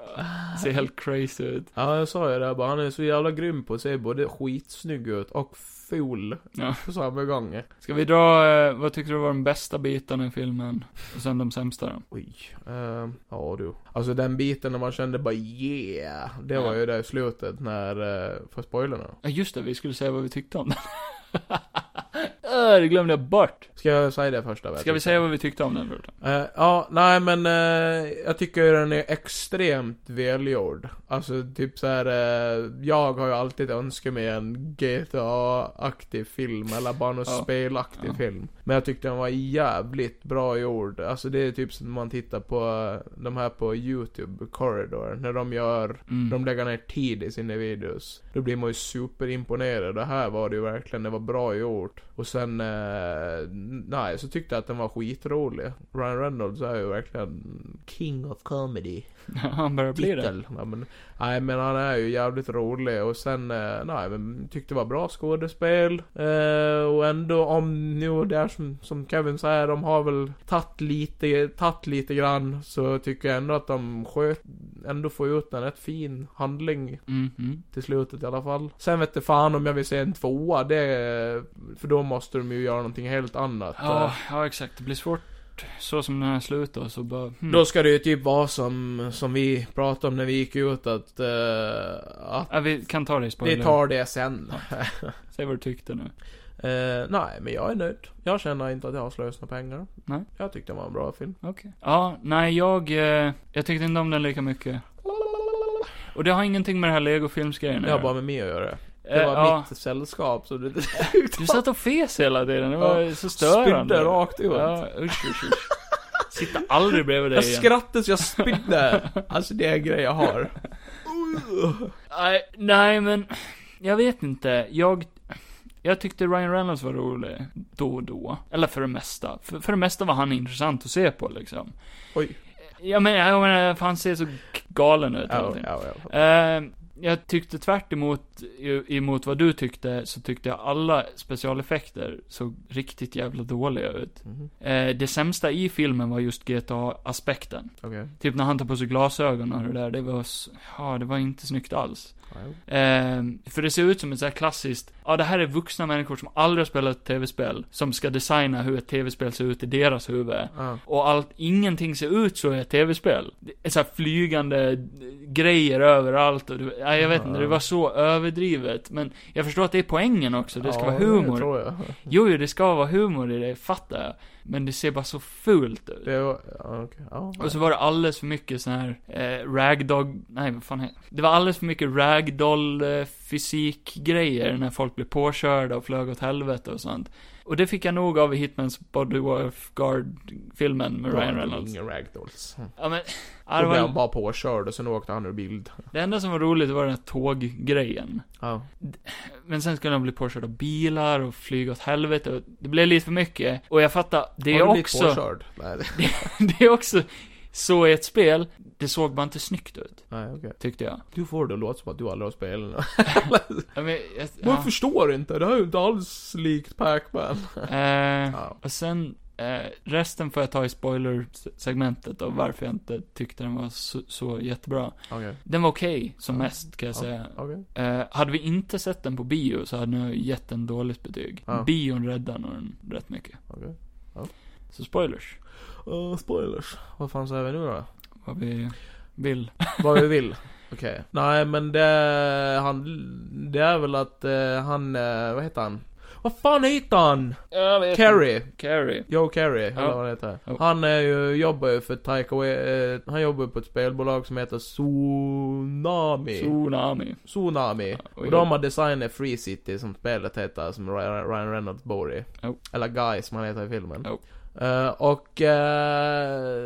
[SPEAKER 2] ser helt crazy ut.
[SPEAKER 1] Ja, jag sa ju det, jag bara, han är så jävla grym på att se både skitsnygg ut och ful
[SPEAKER 2] Ja.
[SPEAKER 1] på samma gång.
[SPEAKER 2] Ska vi dra, eh, vad tyckte du var de bästa bitarna i filmen? Och sen de sämsta då?
[SPEAKER 1] Oj. ehm, ja du. Alltså den biten när man kände bara yeah. Det var
[SPEAKER 2] Ja.
[SPEAKER 1] ju det i slutet när, uh, för spoilerna.
[SPEAKER 2] [laughs] Ja just Ah, det, vi skulle säga vad vi tyckte om den. Där glömde jag bort.
[SPEAKER 1] Ska jag säga det första? vad jag
[SPEAKER 2] Ska vi
[SPEAKER 1] tycker?
[SPEAKER 2] säga vad vi tyckte om den först?
[SPEAKER 1] Eh, ja, nej men eh, jag tycker ju den är extremt välgjord. Alltså typ så här. eh, jag har ju alltid önskat mig en GTA-aktig film, eller bara någon
[SPEAKER 2] Ja.
[SPEAKER 1] spelaktig
[SPEAKER 2] Ja.
[SPEAKER 1] film. Men jag tyckte den var jävligt bra gjord. Alltså det är typ som man tittar på eh, de här på YouTube, Corridor, när de gör
[SPEAKER 2] Mm. [laughs]
[SPEAKER 1] de lägger ner tid i sina videos. Då blir man ju superimponerad. Det här var det ju verkligen, det var bra gjort. Och sen, eh, nej, så tyckte jag att den var skitrolig. Ryan Reynolds är ju verkligen king of comedy.
[SPEAKER 2] Han börjar bli det.
[SPEAKER 1] Titel. Ja, men, nej, men han är ju jävligt rolig. Och sen, eh, nej, men tyckte det var bra skådespel. Eh, och ändå, om nu det är som, som Kevin säger, de har väl tagit lite, tagit lite grann. Så tycker jag ändå att de sköt ändå få ut en rätt fin handling
[SPEAKER 2] Mm, mm.
[SPEAKER 1] till slutet i alla fall. Sen vet jag fan om jag vill se en tvåa, det... För då måste de ju göra någonting helt annat. Eh,
[SPEAKER 2] Ja, ja, exakt. Det blir svårt. Så som den här slutar så bara... hmm.
[SPEAKER 1] Då ska det ju typ vara som, som vi pratade om när vi gick ut att... eh, att
[SPEAKER 2] Ja, vi kan ta det i spoiler.
[SPEAKER 1] vi tar
[SPEAKER 2] [laughs]
[SPEAKER 1] det sen.
[SPEAKER 2] Säg vad du tyckte nu.
[SPEAKER 1] Eh, nej, men jag är nöjd. Jag känner inte att jag har slösat några pengar.
[SPEAKER 2] Nej.
[SPEAKER 1] Jag tyckte det var en bra film.
[SPEAKER 2] Ja, nej jag... Eh, jag tyckte inte om den lika mycket. Och det har ingenting med det här legofilmsgrejen att
[SPEAKER 1] Det har
[SPEAKER 2] göra.
[SPEAKER 1] bara med mig att göra.
[SPEAKER 2] Eh,
[SPEAKER 1] Det var
[SPEAKER 2] ja.
[SPEAKER 1] mitt sällskap, så det...
[SPEAKER 2] Du satt och fes hela tiden, det var så störande.
[SPEAKER 1] Spydde rakt ut.
[SPEAKER 2] Ja, usch, usch, usch. Sitta aldrig bredvid dig
[SPEAKER 1] Jag
[SPEAKER 2] igen.
[SPEAKER 1] skrattade så
[SPEAKER 2] [laughs]
[SPEAKER 1] jag spydde. Alltså det är en grej jag har.
[SPEAKER 2] Nej, nej, men... Jag vet inte. Jag... Jag tyckte Ryan Reynolds var rolig då och då. Eller för det mesta. För, för det mesta var han intressant att se på liksom.
[SPEAKER 1] Oj.
[SPEAKER 2] Jag menar, jag menar, för han ser så galen ut hela
[SPEAKER 1] [laughs] Ja,
[SPEAKER 2] tiden.
[SPEAKER 1] ja, ja.
[SPEAKER 2] Eh, jag tyckte tvärt emot, ju- emot vad du tyckte, så tyckte jag alla specialeffekter såg riktigt jävla dåliga ut.
[SPEAKER 1] Mhm,
[SPEAKER 2] Eh, det sämsta i filmen var just GTA-aspekten.
[SPEAKER 1] Okej.
[SPEAKER 2] Typ när han tar på sig glasögon och det där, det var, s- ja, det var inte snyggt alls.
[SPEAKER 1] Ja, jo.
[SPEAKER 2] Eh, för det ser ut som ett så här klassiskt, ja det här är vuxna människor som aldrig har spelat tv-spel, som ska designa hur ett tv-spel ser ut i deras huvud.
[SPEAKER 1] Ja.
[SPEAKER 2] Och allt, ingenting ser ut så i ett tv-spel. Det är så här flygande grejer överallt och det, ja, jag vet inte, det var så överdrivet. Men jag förstår att det är poängen också, det ska
[SPEAKER 1] Ja,
[SPEAKER 2] vara humor.
[SPEAKER 1] Det tror jag.
[SPEAKER 2] Jo, jo, det ska vara humor i det, fattar jag. Men det ser bara så fult ut.
[SPEAKER 1] Det var, ja, okej. Ja.
[SPEAKER 2] Och så var det alldeles för mycket sån här eh, ragdog, nej vad fan heter det? Det var alldeles för mycket ragdoll eh, fysikgrejer när folk blev påkörda och flög åt helvete och sånt. Och det fick jag nog av i Hitmans Bodyworth Guard-filmen med Ryan Reynolds.
[SPEAKER 1] Ingen ragdolls.
[SPEAKER 2] Ja men, ja, det,
[SPEAKER 1] Då blev han
[SPEAKER 2] var,
[SPEAKER 1] bara påkörd och sen åkte han ur bild.
[SPEAKER 2] det enda som var roligt var den här tåggrejen.
[SPEAKER 1] Ja.
[SPEAKER 2] Men sen skulle de bli påkörda av bilar och flyga åt helvete och det blev lite för mycket. Och jag fattar, det är
[SPEAKER 1] Har du blivit
[SPEAKER 2] också,
[SPEAKER 1] påkörd? Nej, det-
[SPEAKER 2] [laughs] det är också så i ett spel, det såg bara inte snyggt ut,
[SPEAKER 1] nej okej.
[SPEAKER 2] tyckte jag.
[SPEAKER 1] Du får det att låta som att du aldrig har [laughs] spelat.
[SPEAKER 2] Ja, men, jag,
[SPEAKER 1] Man
[SPEAKER 2] ja.
[SPEAKER 1] förstår inte, det här är ju inte alls likt Pac-Man.
[SPEAKER 2] Eh,
[SPEAKER 1] [laughs] Ja.
[SPEAKER 2] och sen, eh, resten får jag ta i spoiler-segmentet av varför jag inte tyckte den var så, så jättebra.
[SPEAKER 1] Okej.
[SPEAKER 2] Den var okej, som
[SPEAKER 1] Ja.
[SPEAKER 2] mest, kan jag
[SPEAKER 1] Ja.
[SPEAKER 2] säga.
[SPEAKER 1] Okej.
[SPEAKER 2] Eh, hade vi inte sett den på bio så hade jag gett den dåligt betyg.
[SPEAKER 1] Ja.
[SPEAKER 2] Bion räddade nog den rätt mycket.
[SPEAKER 1] Okej.
[SPEAKER 2] Så spoilers,
[SPEAKER 1] Eh, spoilers. Vad fan säger vi nu då?
[SPEAKER 2] vad vi vill.
[SPEAKER 1] Vad vi vill. [laughs] Okej. Nej men det, han, det är väl att eh, han, eh, vad heter han? Vad fan heter han? Carrie.
[SPEAKER 2] Carrie.
[SPEAKER 1] Joe Carey, eller
[SPEAKER 2] Ja.
[SPEAKER 1] vad han heter.
[SPEAKER 2] Ja.
[SPEAKER 1] Han är ju, jobbar ju för Taika Wai- eh, Han jobbar ju på ett spelbolag som heter Tsunami.
[SPEAKER 2] Tsunami.
[SPEAKER 1] Tsunami.
[SPEAKER 2] och
[SPEAKER 1] och
[SPEAKER 2] jag-
[SPEAKER 1] de har designat Free City som spelet heter, som Ryan Ryan Reynolds bor i.
[SPEAKER 2] Ja.
[SPEAKER 1] Eller Guy som han heter i filmen.
[SPEAKER 2] Ja.
[SPEAKER 1] Eh, och eh,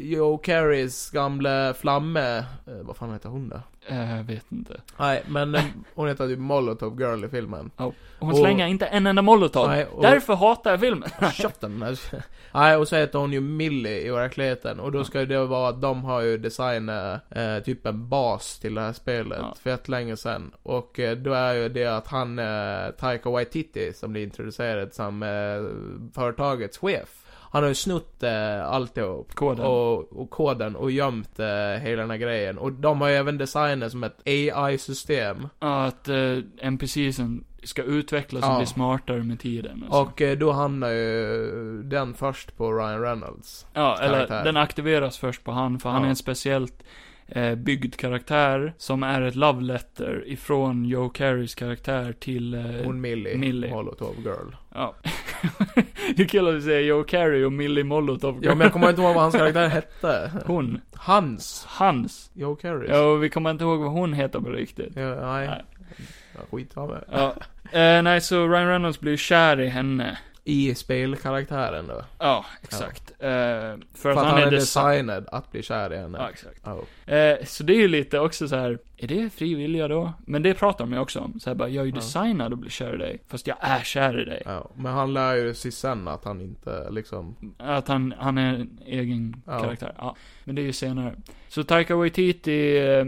[SPEAKER 1] Joe Carreys gamla flamme, eh, vad fan heter hon då?
[SPEAKER 2] Eh, Jag vet inte.
[SPEAKER 1] Nej men eh, hon heter typ Molotov Girl i filmen.
[SPEAKER 2] Hon
[SPEAKER 1] Och-
[SPEAKER 2] slänger inte en enda molotov.
[SPEAKER 1] Nej, och-
[SPEAKER 2] Därför hatar jag filmen.
[SPEAKER 1] Köpten. [laughs] Nej, och så heter hon ju Millie i verkligheten. Och då ska ju det vara att de har ju designat eh, typ en bas till det här spelet.
[SPEAKER 2] Ja.
[SPEAKER 1] Fett länge sedan. Och eh, då är ju det att han, eh, Taika Waititi, som blir introducerad som eh, företagets chef. Han har ju snott eh, alltihop.
[SPEAKER 2] Koden.
[SPEAKER 1] Och, och koden och gömt eh, hela den här grejen. Och de har ju även designat som ett AI-system.
[SPEAKER 2] Att eh, NPCsen ska utvecklas och
[SPEAKER 1] Ja.
[SPEAKER 2] bli smartare med tiden. alltså. Och, så.
[SPEAKER 1] Och eh, då hamnar ju den först på Ryan Reynolds.
[SPEAKER 2] ja, eller
[SPEAKER 1] karaktär.
[SPEAKER 2] den aktiveras först på han, för han
[SPEAKER 1] Ja.
[SPEAKER 2] är en speciellt eh, byggd karaktär som är ett love letter ifrån Joe Carrys karaktär till... Eh,
[SPEAKER 1] Hon Millie,
[SPEAKER 2] Millie.
[SPEAKER 1] Molotov Girl.
[SPEAKER 2] ja. [laughs] det är kul att du säger Joe Carey och Millie Molotov.
[SPEAKER 1] Ja men jag kommer inte ihåg vad hans karaktär hette. [laughs]
[SPEAKER 2] Hon.
[SPEAKER 1] Hans.
[SPEAKER 2] Hans.
[SPEAKER 1] Joe Carys.
[SPEAKER 2] Ja, och vi kommer inte ihåg vad hon heter på riktigt.
[SPEAKER 1] Ja, nej.
[SPEAKER 2] Nej.
[SPEAKER 1] Ja, skitsamma.
[SPEAKER 2] Ja. Eh, nej, så Ryan Reynolds blir kär i henne.
[SPEAKER 1] I spelkaraktären då.
[SPEAKER 2] Ja, exakt. Eh, för
[SPEAKER 1] För
[SPEAKER 2] att han, är design.
[SPEAKER 1] designed att bli kär i henne.
[SPEAKER 2] Ja, exakt.
[SPEAKER 1] Ja.
[SPEAKER 2] Eh, så det är ju lite också så här. är det frivilliga då? Men det pratar de ju också om. Så här bara, jag är ju
[SPEAKER 1] Ja.
[SPEAKER 2] designad att bli kär i dig. Fast jag är kär i dig.
[SPEAKER 1] Ja, men han lär ju sig sen att han inte liksom...
[SPEAKER 2] Att han, han är en egen
[SPEAKER 1] Ja.
[SPEAKER 2] karaktär. Ja. Men det är ju senare. Så Taika Waititi, eh,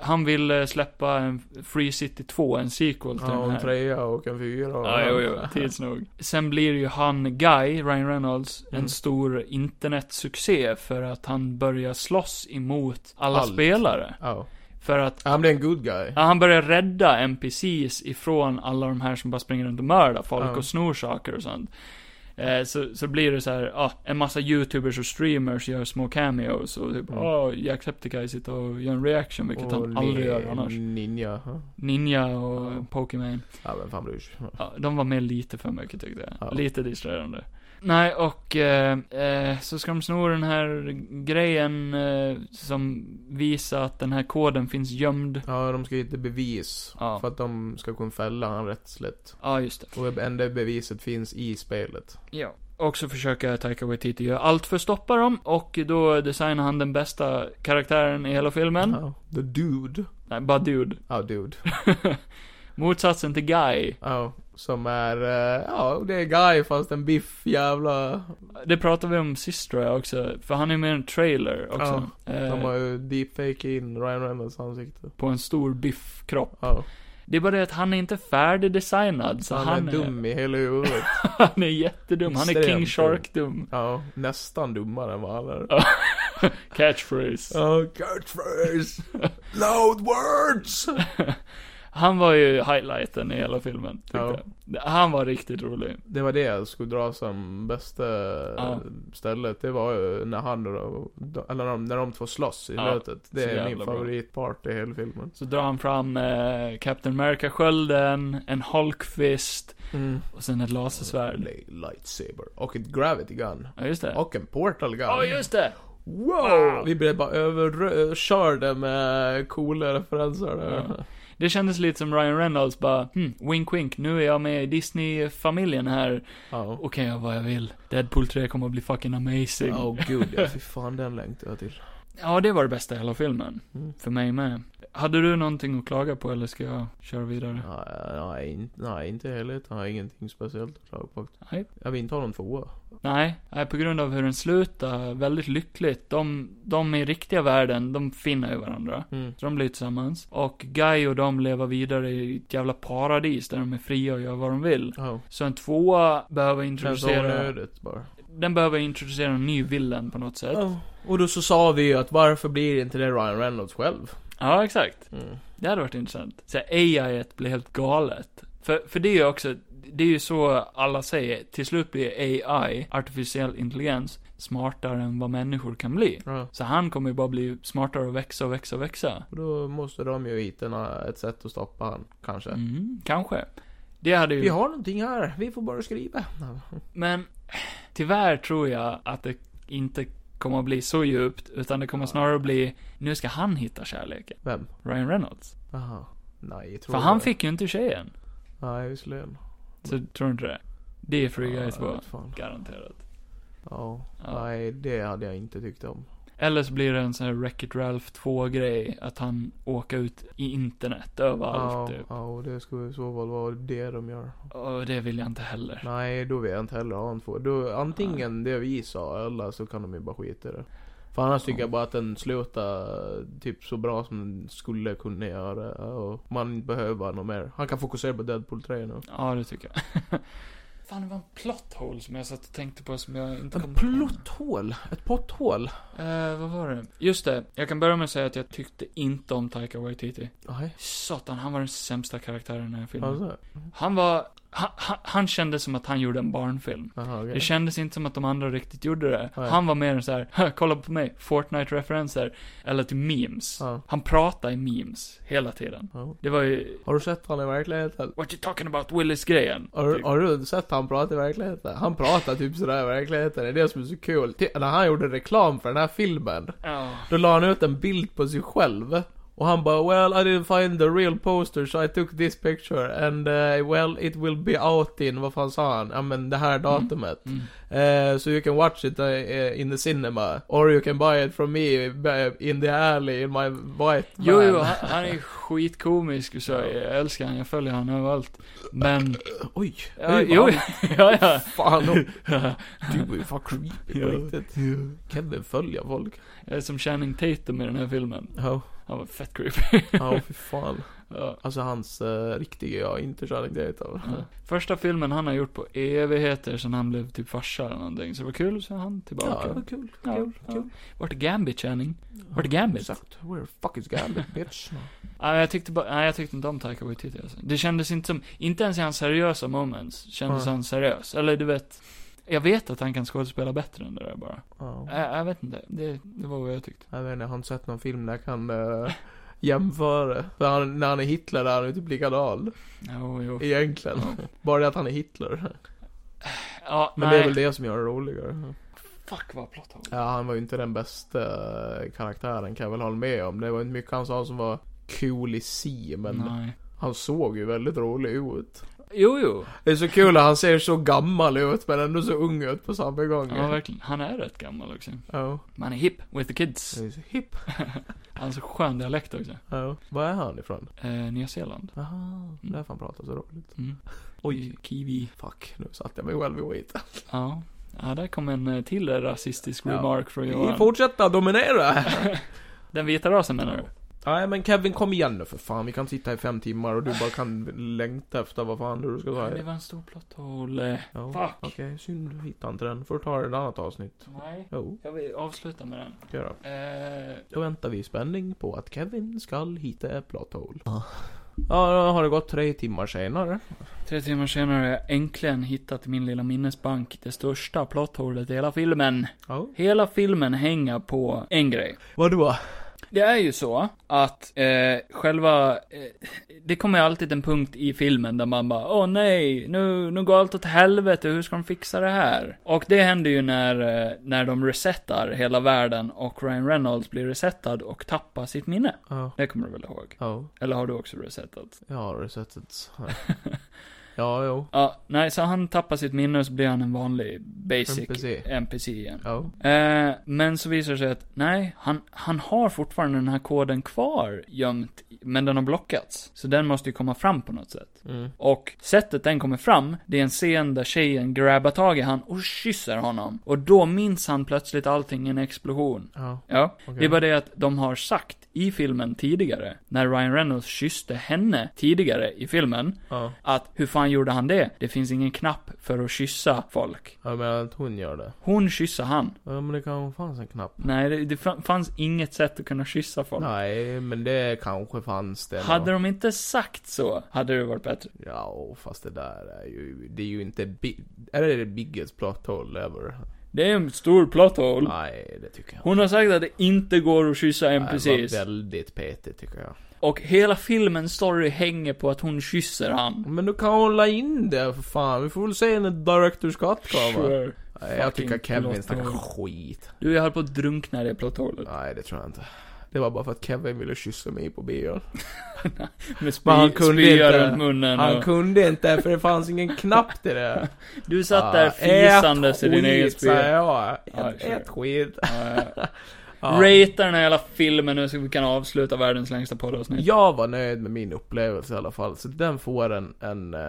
[SPEAKER 2] han vill eh, släppa en Free City 2, en sequel till
[SPEAKER 1] Ja,
[SPEAKER 2] den
[SPEAKER 1] en
[SPEAKER 2] här.
[SPEAKER 1] trea och en fyra och
[SPEAKER 2] Ja, jo,
[SPEAKER 1] [laughs]
[SPEAKER 2] jo, tids nog. Sen blir ju han Guy, Ryan Reynolds,
[SPEAKER 1] Mm.
[SPEAKER 2] en stor internetsuccé för att han börjar slåss emot alla
[SPEAKER 1] Allt.
[SPEAKER 2] spelare.
[SPEAKER 1] Ja.
[SPEAKER 2] För att
[SPEAKER 1] Han blir en good guy.
[SPEAKER 2] ja, han börjar rädda NPCs ifrån alla de här som bara springer runt och mördar folk
[SPEAKER 1] Ja.
[SPEAKER 2] och snor saker och sånt. Eh, så, så blir det så här, ja, en massa YouTubers och streamers gör små cameos och typ,
[SPEAKER 1] Mm.
[SPEAKER 2] åh, Jacksepticeye sitter och gör en reaction, vilket
[SPEAKER 1] Och
[SPEAKER 2] han aldrig
[SPEAKER 1] ni-
[SPEAKER 2] gör annars.
[SPEAKER 1] Ninja. ja.
[SPEAKER 2] Ninja och
[SPEAKER 1] Ja.
[SPEAKER 2] Pokémon.
[SPEAKER 1] Ja, vem fan bryr sig?
[SPEAKER 2] Ja, de var med lite för mycket tyckte jag.
[SPEAKER 1] Ja.
[SPEAKER 2] Lite distraherande. Nej, och eh, eh, så ska de sno den här grejen eh, som visar att den här koden finns gömd.
[SPEAKER 1] Ja, de ska hitta bevis.
[SPEAKER 2] Ja.
[SPEAKER 1] För att de ska kunna fälla han rättsligt.
[SPEAKER 2] Ja, just det.
[SPEAKER 1] Och det enda beviset finns i spelet.
[SPEAKER 2] Ja. Och så försöker Taika Waititi göra allt för att stoppa dem, och då designar han den bästa karaktären i hela filmen.
[SPEAKER 1] Ja. The Dude.
[SPEAKER 2] Nej, bara dude. [laughs]
[SPEAKER 1] Ja, Dude.
[SPEAKER 2] Motsatsen till Guy.
[SPEAKER 1] Ja, som är, eh, ja, det är Guy fast en biff jävla...
[SPEAKER 2] Det pratade vi om sist tror jag också, för han är med i en trailer också.
[SPEAKER 1] De
[SPEAKER 2] Eh,
[SPEAKER 1] har ju deepfake in Ryan Reynolds ansikte.
[SPEAKER 2] på en stor biffkropp.
[SPEAKER 1] Ja.
[SPEAKER 2] Det är bara det att han är inte färdigdesignad, så
[SPEAKER 1] han,
[SPEAKER 2] han,
[SPEAKER 1] är dum i hela huvudet.
[SPEAKER 2] [laughs] Han är jättedum. Han är
[SPEAKER 1] Extremt
[SPEAKER 2] King
[SPEAKER 1] dum.
[SPEAKER 2] Shark-dum.
[SPEAKER 1] Ja, nästan dummare än vad han är.
[SPEAKER 2] Ja. Catchphrase.
[SPEAKER 1] Ja, catchphrase! Loud words!
[SPEAKER 2] [laughs] Han var ju highlighten i hela filmen, tyckte
[SPEAKER 1] Ja.
[SPEAKER 2] jag. Han var riktigt rolig.
[SPEAKER 1] Det var det jag skulle dra som bästa
[SPEAKER 2] Ja.
[SPEAKER 1] stället. Det var ju när han och de- eller när de, när de två slåss i
[SPEAKER 2] Ja,
[SPEAKER 1] mötet. Det
[SPEAKER 2] så
[SPEAKER 1] är min
[SPEAKER 2] jävla bra.
[SPEAKER 1] favoritpart i hela filmen.
[SPEAKER 2] Så drar han fram eh, Captain America-skölden, en Hulk-fist och sen ett lasersvärd.
[SPEAKER 1] Li- Lightsaber. Och ett gravity gun.
[SPEAKER 2] Ja, just det.
[SPEAKER 1] Och en portal gun.
[SPEAKER 2] Ja, just det!
[SPEAKER 1] Wow!
[SPEAKER 2] Wow!
[SPEAKER 1] Vi blev bara överkörda med coola referenser där.
[SPEAKER 2] Det kändes lite som Ryan Reynolds bara, hm, wink wink, nu är jag med i Disney-familjen här
[SPEAKER 1] [laughs] Ja.
[SPEAKER 2] och kan göra vad jag vill. Deadpool 3 kommer att bli fucking amazing.
[SPEAKER 1] Åh oh, gud ja, fy fan den längtar jag till.
[SPEAKER 2] Ja, det var det bästa i hela filmen.
[SPEAKER 1] Mm.
[SPEAKER 2] För mig med. Hade du någonting att klaga på eller ska jag köra vidare?
[SPEAKER 1] Nej, nej, inte- nej, inte heller. Jag har ingenting speciellt att klaga på.
[SPEAKER 2] Nej.
[SPEAKER 1] Jag vill inte ha någon tvåa.
[SPEAKER 2] Nej, nej, på grund av hur den slutar, väldigt lyckligt. De, de i riktiga världen, de finner ju varandra.
[SPEAKER 1] Mm.
[SPEAKER 2] Så de blir tillsammans. Och Guy och de lever vidare i ett jävla paradis där de är fria och gör vad de vill.
[SPEAKER 1] Ja.
[SPEAKER 2] Så en tvåa behöver
[SPEAKER 1] Känns så
[SPEAKER 2] introducera,
[SPEAKER 1] onödigt bara.
[SPEAKER 2] den behöver introducera en ny villen på något sätt.
[SPEAKER 1] Ja. Och då så sa vi ju att varför blir inte det Ryan Reynolds själv?
[SPEAKER 2] Ja, exakt.
[SPEAKER 1] Mm.
[SPEAKER 2] Det hade varit intressant. Så här, AI blir helt galet. För, för det är ju också, det är ju så alla säger, till slut blir AI, artificiell intelligens, smartare än vad människor kan bli.
[SPEAKER 1] Ja.
[SPEAKER 2] Så han kommer ju bara bli smartare och växa och växa och växa.
[SPEAKER 1] Och då måste de ju hitta nå- ett sätt att stoppa han, kanske.
[SPEAKER 2] Mm, kanske. Det hade
[SPEAKER 1] Vi
[SPEAKER 2] ju,
[SPEAKER 1] har någonting här, vi får bara skriva.
[SPEAKER 2] men tyvärr tror jag att det inte kommer att bli så djupt, utan det kommer snarare att bli, nu ska han hitta kärleken.
[SPEAKER 1] Vem?
[SPEAKER 2] Ryan Reynolds.
[SPEAKER 1] Aha. Nej, jag tror
[SPEAKER 2] För han
[SPEAKER 1] det.
[SPEAKER 2] fick ju inte tjejen.
[SPEAKER 1] Nej, visserligen.
[SPEAKER 2] Så tror du inte det? Det är Free Guys
[SPEAKER 1] Ja,
[SPEAKER 2] 2.
[SPEAKER 1] vet fan.
[SPEAKER 2] Garanterat.
[SPEAKER 1] Ja.
[SPEAKER 2] Ja.
[SPEAKER 1] Nej, det hade jag inte tyckt om.
[SPEAKER 2] Eller så blir det en sån här Wreck-It Ralph 2-grej, att han åker ut i internet överallt
[SPEAKER 1] ja,
[SPEAKER 2] typ.
[SPEAKER 1] ja, och det skulle i så fall vara det de gör.
[SPEAKER 2] Och det vill jag inte heller.
[SPEAKER 1] Nej, då vill jag inte heller ha en två. Då, antingen det vi sa, eller så kan de ju bara skita i det. För annars tycker jag bara att den slutar typ så bra som den skulle kunna göra. Och man inte behöver något mer. Han kan fokusera på Deadpool 3 nu.
[SPEAKER 2] Ja, det tycker jag. [laughs] Fan, det var en plot hole som jag satt och tänkte på som jag inte kom på.
[SPEAKER 1] Ett plotthål? Ett potthål?
[SPEAKER 2] Eh, vad var det? Just det, jag kan börja med att säga att jag tyckte inte om Taika Waititi.
[SPEAKER 1] Nej.
[SPEAKER 2] Satan, han var den sämsta karaktären i den här filmen.
[SPEAKER 1] Alltså,
[SPEAKER 2] Han var, han, han- han kände som att han gjorde en barnfilm.
[SPEAKER 1] Jaha, okej.
[SPEAKER 2] Det kändes inte som att de andra riktigt gjorde det.
[SPEAKER 1] Nej.
[SPEAKER 2] Han var mer en så här, "Hö, kolla på mig, Fortnite-referenser, eller till memes.
[SPEAKER 1] Ja.
[SPEAKER 2] Han pratade i memes, hela tiden.
[SPEAKER 1] Ja.
[SPEAKER 2] Det var ju,
[SPEAKER 1] Har du sett han i verkligheten?
[SPEAKER 2] what you talking about Willis-grejen?
[SPEAKER 1] Har,
[SPEAKER 2] Typ.
[SPEAKER 1] har du sett han prata i verkligheten? Han pratar typ sådär i verkligheten, det är det som är så kul. Ti- När han gjorde reklam för den här filmen,
[SPEAKER 2] Ja.
[SPEAKER 1] Då la han ut en bild på sig själv. Och han bara 'Well, I didn't find the real poster so I took this picture and eh, well, it will be out in' Vad fan sa han? Ja men det här datumet.
[SPEAKER 2] Mm.
[SPEAKER 1] Eh, so you can watch it eh, in the cinema. Or you can buy it from me eh, in the alley in my white van.
[SPEAKER 2] Jo, jo, han, han är skitkomisk och så. Jag älskar han, jag följer han överallt. Men,
[SPEAKER 1] Oj!
[SPEAKER 2] ja,
[SPEAKER 1] Oj,
[SPEAKER 2] jo,
[SPEAKER 1] vad
[SPEAKER 2] [laughs] ja, ja. [laughs]
[SPEAKER 1] Fan, de- du var ju fan creepy
[SPEAKER 2] Ja.
[SPEAKER 1] på riktigt. Kevin följer folk.
[SPEAKER 2] Jag är som Channing Tatum i den här filmen.
[SPEAKER 1] Ja,
[SPEAKER 2] Han var fett creepy.
[SPEAKER 1] ja fy fan.
[SPEAKER 2] Ja.
[SPEAKER 1] Alltså hans eh, riktiga jag, inte alltså. Charlie Dayton.
[SPEAKER 2] Första filmen han har gjort på evigheter sen han blev typ farsa eller någonting. Så det var kul, så han
[SPEAKER 1] Ja,
[SPEAKER 2] tillbaka.
[SPEAKER 1] det var kul,
[SPEAKER 2] Ja,
[SPEAKER 1] kul,
[SPEAKER 2] ja.
[SPEAKER 1] kul.
[SPEAKER 2] Vart är Gambit, Channing? Vart är Gambit?
[SPEAKER 1] Exakt. Where the fuck is Gambit, bitch?
[SPEAKER 2] Nej, jag tyckte bara, nej, jag tyckte inte om Taika Waititi alltså. Det kändes inte som, inte ens i hans seriösa moments kändes
[SPEAKER 1] Nej.
[SPEAKER 2] han seriös. Eller du vet, jag vet att han kan skådespela bättre än det där bara.
[SPEAKER 1] Ja.
[SPEAKER 2] Jag, jag vet inte, det, det var vad jag tyckte.
[SPEAKER 1] Jag vet inte, jag har inte sett någon film där jag kan eh, jämföra. För han, när han är Hitler är han ju typ likadan.
[SPEAKER 2] Jo, jo.
[SPEAKER 1] Egentligen. Bara det att han är Hitler.
[SPEAKER 2] Ja,
[SPEAKER 1] Men
[SPEAKER 2] nej.
[SPEAKER 1] det är väl det som gör det roligare.
[SPEAKER 2] Fuck vad plott han var.
[SPEAKER 1] Ja, han var ju inte den bästa eh, karaktären kan jag väl hålla med om. Det var inte mycket han sa som var cool i sig, men
[SPEAKER 2] Nej.
[SPEAKER 1] han såg ju väldigt rolig ut.
[SPEAKER 2] Jo, jo.
[SPEAKER 1] Det är så kul att han ser så gammal ut men ändå så ung ut på samma gång.
[SPEAKER 2] Ja, verkligen. Han är rätt gammal också.
[SPEAKER 1] Ja.
[SPEAKER 2] Men han är hip with the kids.
[SPEAKER 1] Han är så hipp.
[SPEAKER 2] Han har så skön dialekt också.
[SPEAKER 1] Ja. Var är han ifrån?
[SPEAKER 2] Eh, Nya Zeeland.
[SPEAKER 1] Aha, därför han pratar så roligt.
[SPEAKER 2] Mm.
[SPEAKER 1] Oj.
[SPEAKER 2] Kiwi.
[SPEAKER 1] Fuck, nu satte jag mig själv i skiten.
[SPEAKER 2] Ja. Ja, där kom en eh, till rasistisk
[SPEAKER 1] Ja.
[SPEAKER 2] remark från
[SPEAKER 1] Vi
[SPEAKER 2] Johan.
[SPEAKER 1] fortsätter dominera!
[SPEAKER 2] Den vita rasen menar du?
[SPEAKER 1] Nej men Kevin kom igen nu för fan, vi kan sitta här i fem timmar och du bara kan längta efter vad fan du ska
[SPEAKER 2] Nej, Det
[SPEAKER 1] säga.
[SPEAKER 2] var en stor plot hole.
[SPEAKER 1] Ja.
[SPEAKER 2] Fuck.
[SPEAKER 1] Okej, synd du hittade inte den. Får du ta det i ett annat avsnitt.
[SPEAKER 2] Nej,
[SPEAKER 1] Jo,
[SPEAKER 2] jag vill avsluta med den.
[SPEAKER 1] ska jag göra.
[SPEAKER 2] Eh,
[SPEAKER 1] Då väntar vi i spänning på att Kevin ska hitta ett plot hole. Ja, då har det gått tre timmar senare.
[SPEAKER 2] tre timmar senare har jag äntligen hittat i min lilla minnesbank det största plotthålet i hela filmen.
[SPEAKER 1] Ja.
[SPEAKER 2] Hela filmen hänger på en grej.
[SPEAKER 1] Vadå?
[SPEAKER 2] Det är ju så att eh, själva, eh, det kommer ju alltid en punkt i filmen där man bara åh nej, nu, nu går allt åt helvete, hur ska de fixa det här? Och det händer ju när, eh, när de resetar hela världen och Ryan Reynolds blir resetad och tappar sitt minne.
[SPEAKER 1] Ja.
[SPEAKER 2] Det kommer du väl ihåg?
[SPEAKER 1] Ja,
[SPEAKER 2] Eller har du också resetat?
[SPEAKER 1] jag har sett ett...
[SPEAKER 2] [laughs]
[SPEAKER 1] Ja, jo.
[SPEAKER 2] Ja, nej, så han tappar sitt minne och så blir han en vanlig basic
[SPEAKER 1] NPC.
[SPEAKER 2] NPC igen.
[SPEAKER 1] Ja.
[SPEAKER 2] Eh, men så visar det sig att, nej, han, han har fortfarande den här koden kvar gömt, i- men den har blockats. Så den måste ju komma fram på något sätt.
[SPEAKER 1] Mm.
[SPEAKER 2] Och sättet den kommer fram, det är en scen där tjejen grabbar tag i han och kysser honom. Och då minns han plötsligt allting i en explosion.
[SPEAKER 1] Ja.
[SPEAKER 2] Ja,
[SPEAKER 1] Okej.
[SPEAKER 2] det är bara det att de har sagt i filmen tidigare, när Ryan Reynolds kysste henne tidigare i filmen,
[SPEAKER 1] Ja.
[SPEAKER 2] att hur fan gjorde han det? Det finns ingen knapp för att kyssa folk.
[SPEAKER 1] Jag menar att hon gör det.
[SPEAKER 2] Hon kysser han.
[SPEAKER 1] Ja, men det kan fanns en knapp.
[SPEAKER 2] Nej, det, det fa- fanns inget sätt att kunna kyssa folk.
[SPEAKER 1] Nej, men det kanske fanns det.
[SPEAKER 2] hade
[SPEAKER 1] nå-
[SPEAKER 2] de inte sagt så, hade det varit bättre.
[SPEAKER 1] Ja, fast det där är ju... Det är ju inte... Bi... Är det det biggest plot hole ever?
[SPEAKER 2] Det är en stor plot hole.
[SPEAKER 1] Nej, det tycker jag inte.
[SPEAKER 2] Hon har sagt att det inte går att kyssa en precis.
[SPEAKER 1] Det var väldigt petigt tycker jag.
[SPEAKER 2] Och hela filmens story hänger på att hon kysser han.
[SPEAKER 1] Men du kan hålla in det för fan. Vi får väl se när Directors Cut kommer.
[SPEAKER 2] Sure.
[SPEAKER 1] Nej, jag tycker
[SPEAKER 2] Fucking
[SPEAKER 1] Kevin
[SPEAKER 2] plot
[SPEAKER 1] snackar
[SPEAKER 2] hole.
[SPEAKER 1] skit.
[SPEAKER 2] Du, jag höll på att drunkna i det plot holet.
[SPEAKER 1] Nej, det tror jag inte. Det var bara för att Kevin ville kyssa mig på bion.
[SPEAKER 2] Med
[SPEAKER 1] Men han kunde
[SPEAKER 2] spyor
[SPEAKER 1] inte.
[SPEAKER 2] runt munnen
[SPEAKER 1] Han
[SPEAKER 2] och...
[SPEAKER 1] kunde inte för det fanns ingen knapp till det.
[SPEAKER 2] [laughs] Du satt där
[SPEAKER 1] Ah,
[SPEAKER 2] fisandes i
[SPEAKER 1] ät
[SPEAKER 2] din Ah, egen
[SPEAKER 1] skit, säger
[SPEAKER 2] spya.
[SPEAKER 1] jag.
[SPEAKER 2] Ja,
[SPEAKER 1] Ät,
[SPEAKER 2] sure.
[SPEAKER 1] ät skit.
[SPEAKER 2] Ja, ja.
[SPEAKER 1] Ja.
[SPEAKER 2] Rata den här jävla filmen nu så vi kan avsluta världens längsta poddavsnitt.
[SPEAKER 1] Jag var nöjd med min upplevelse i alla fall, så den får en, en eh,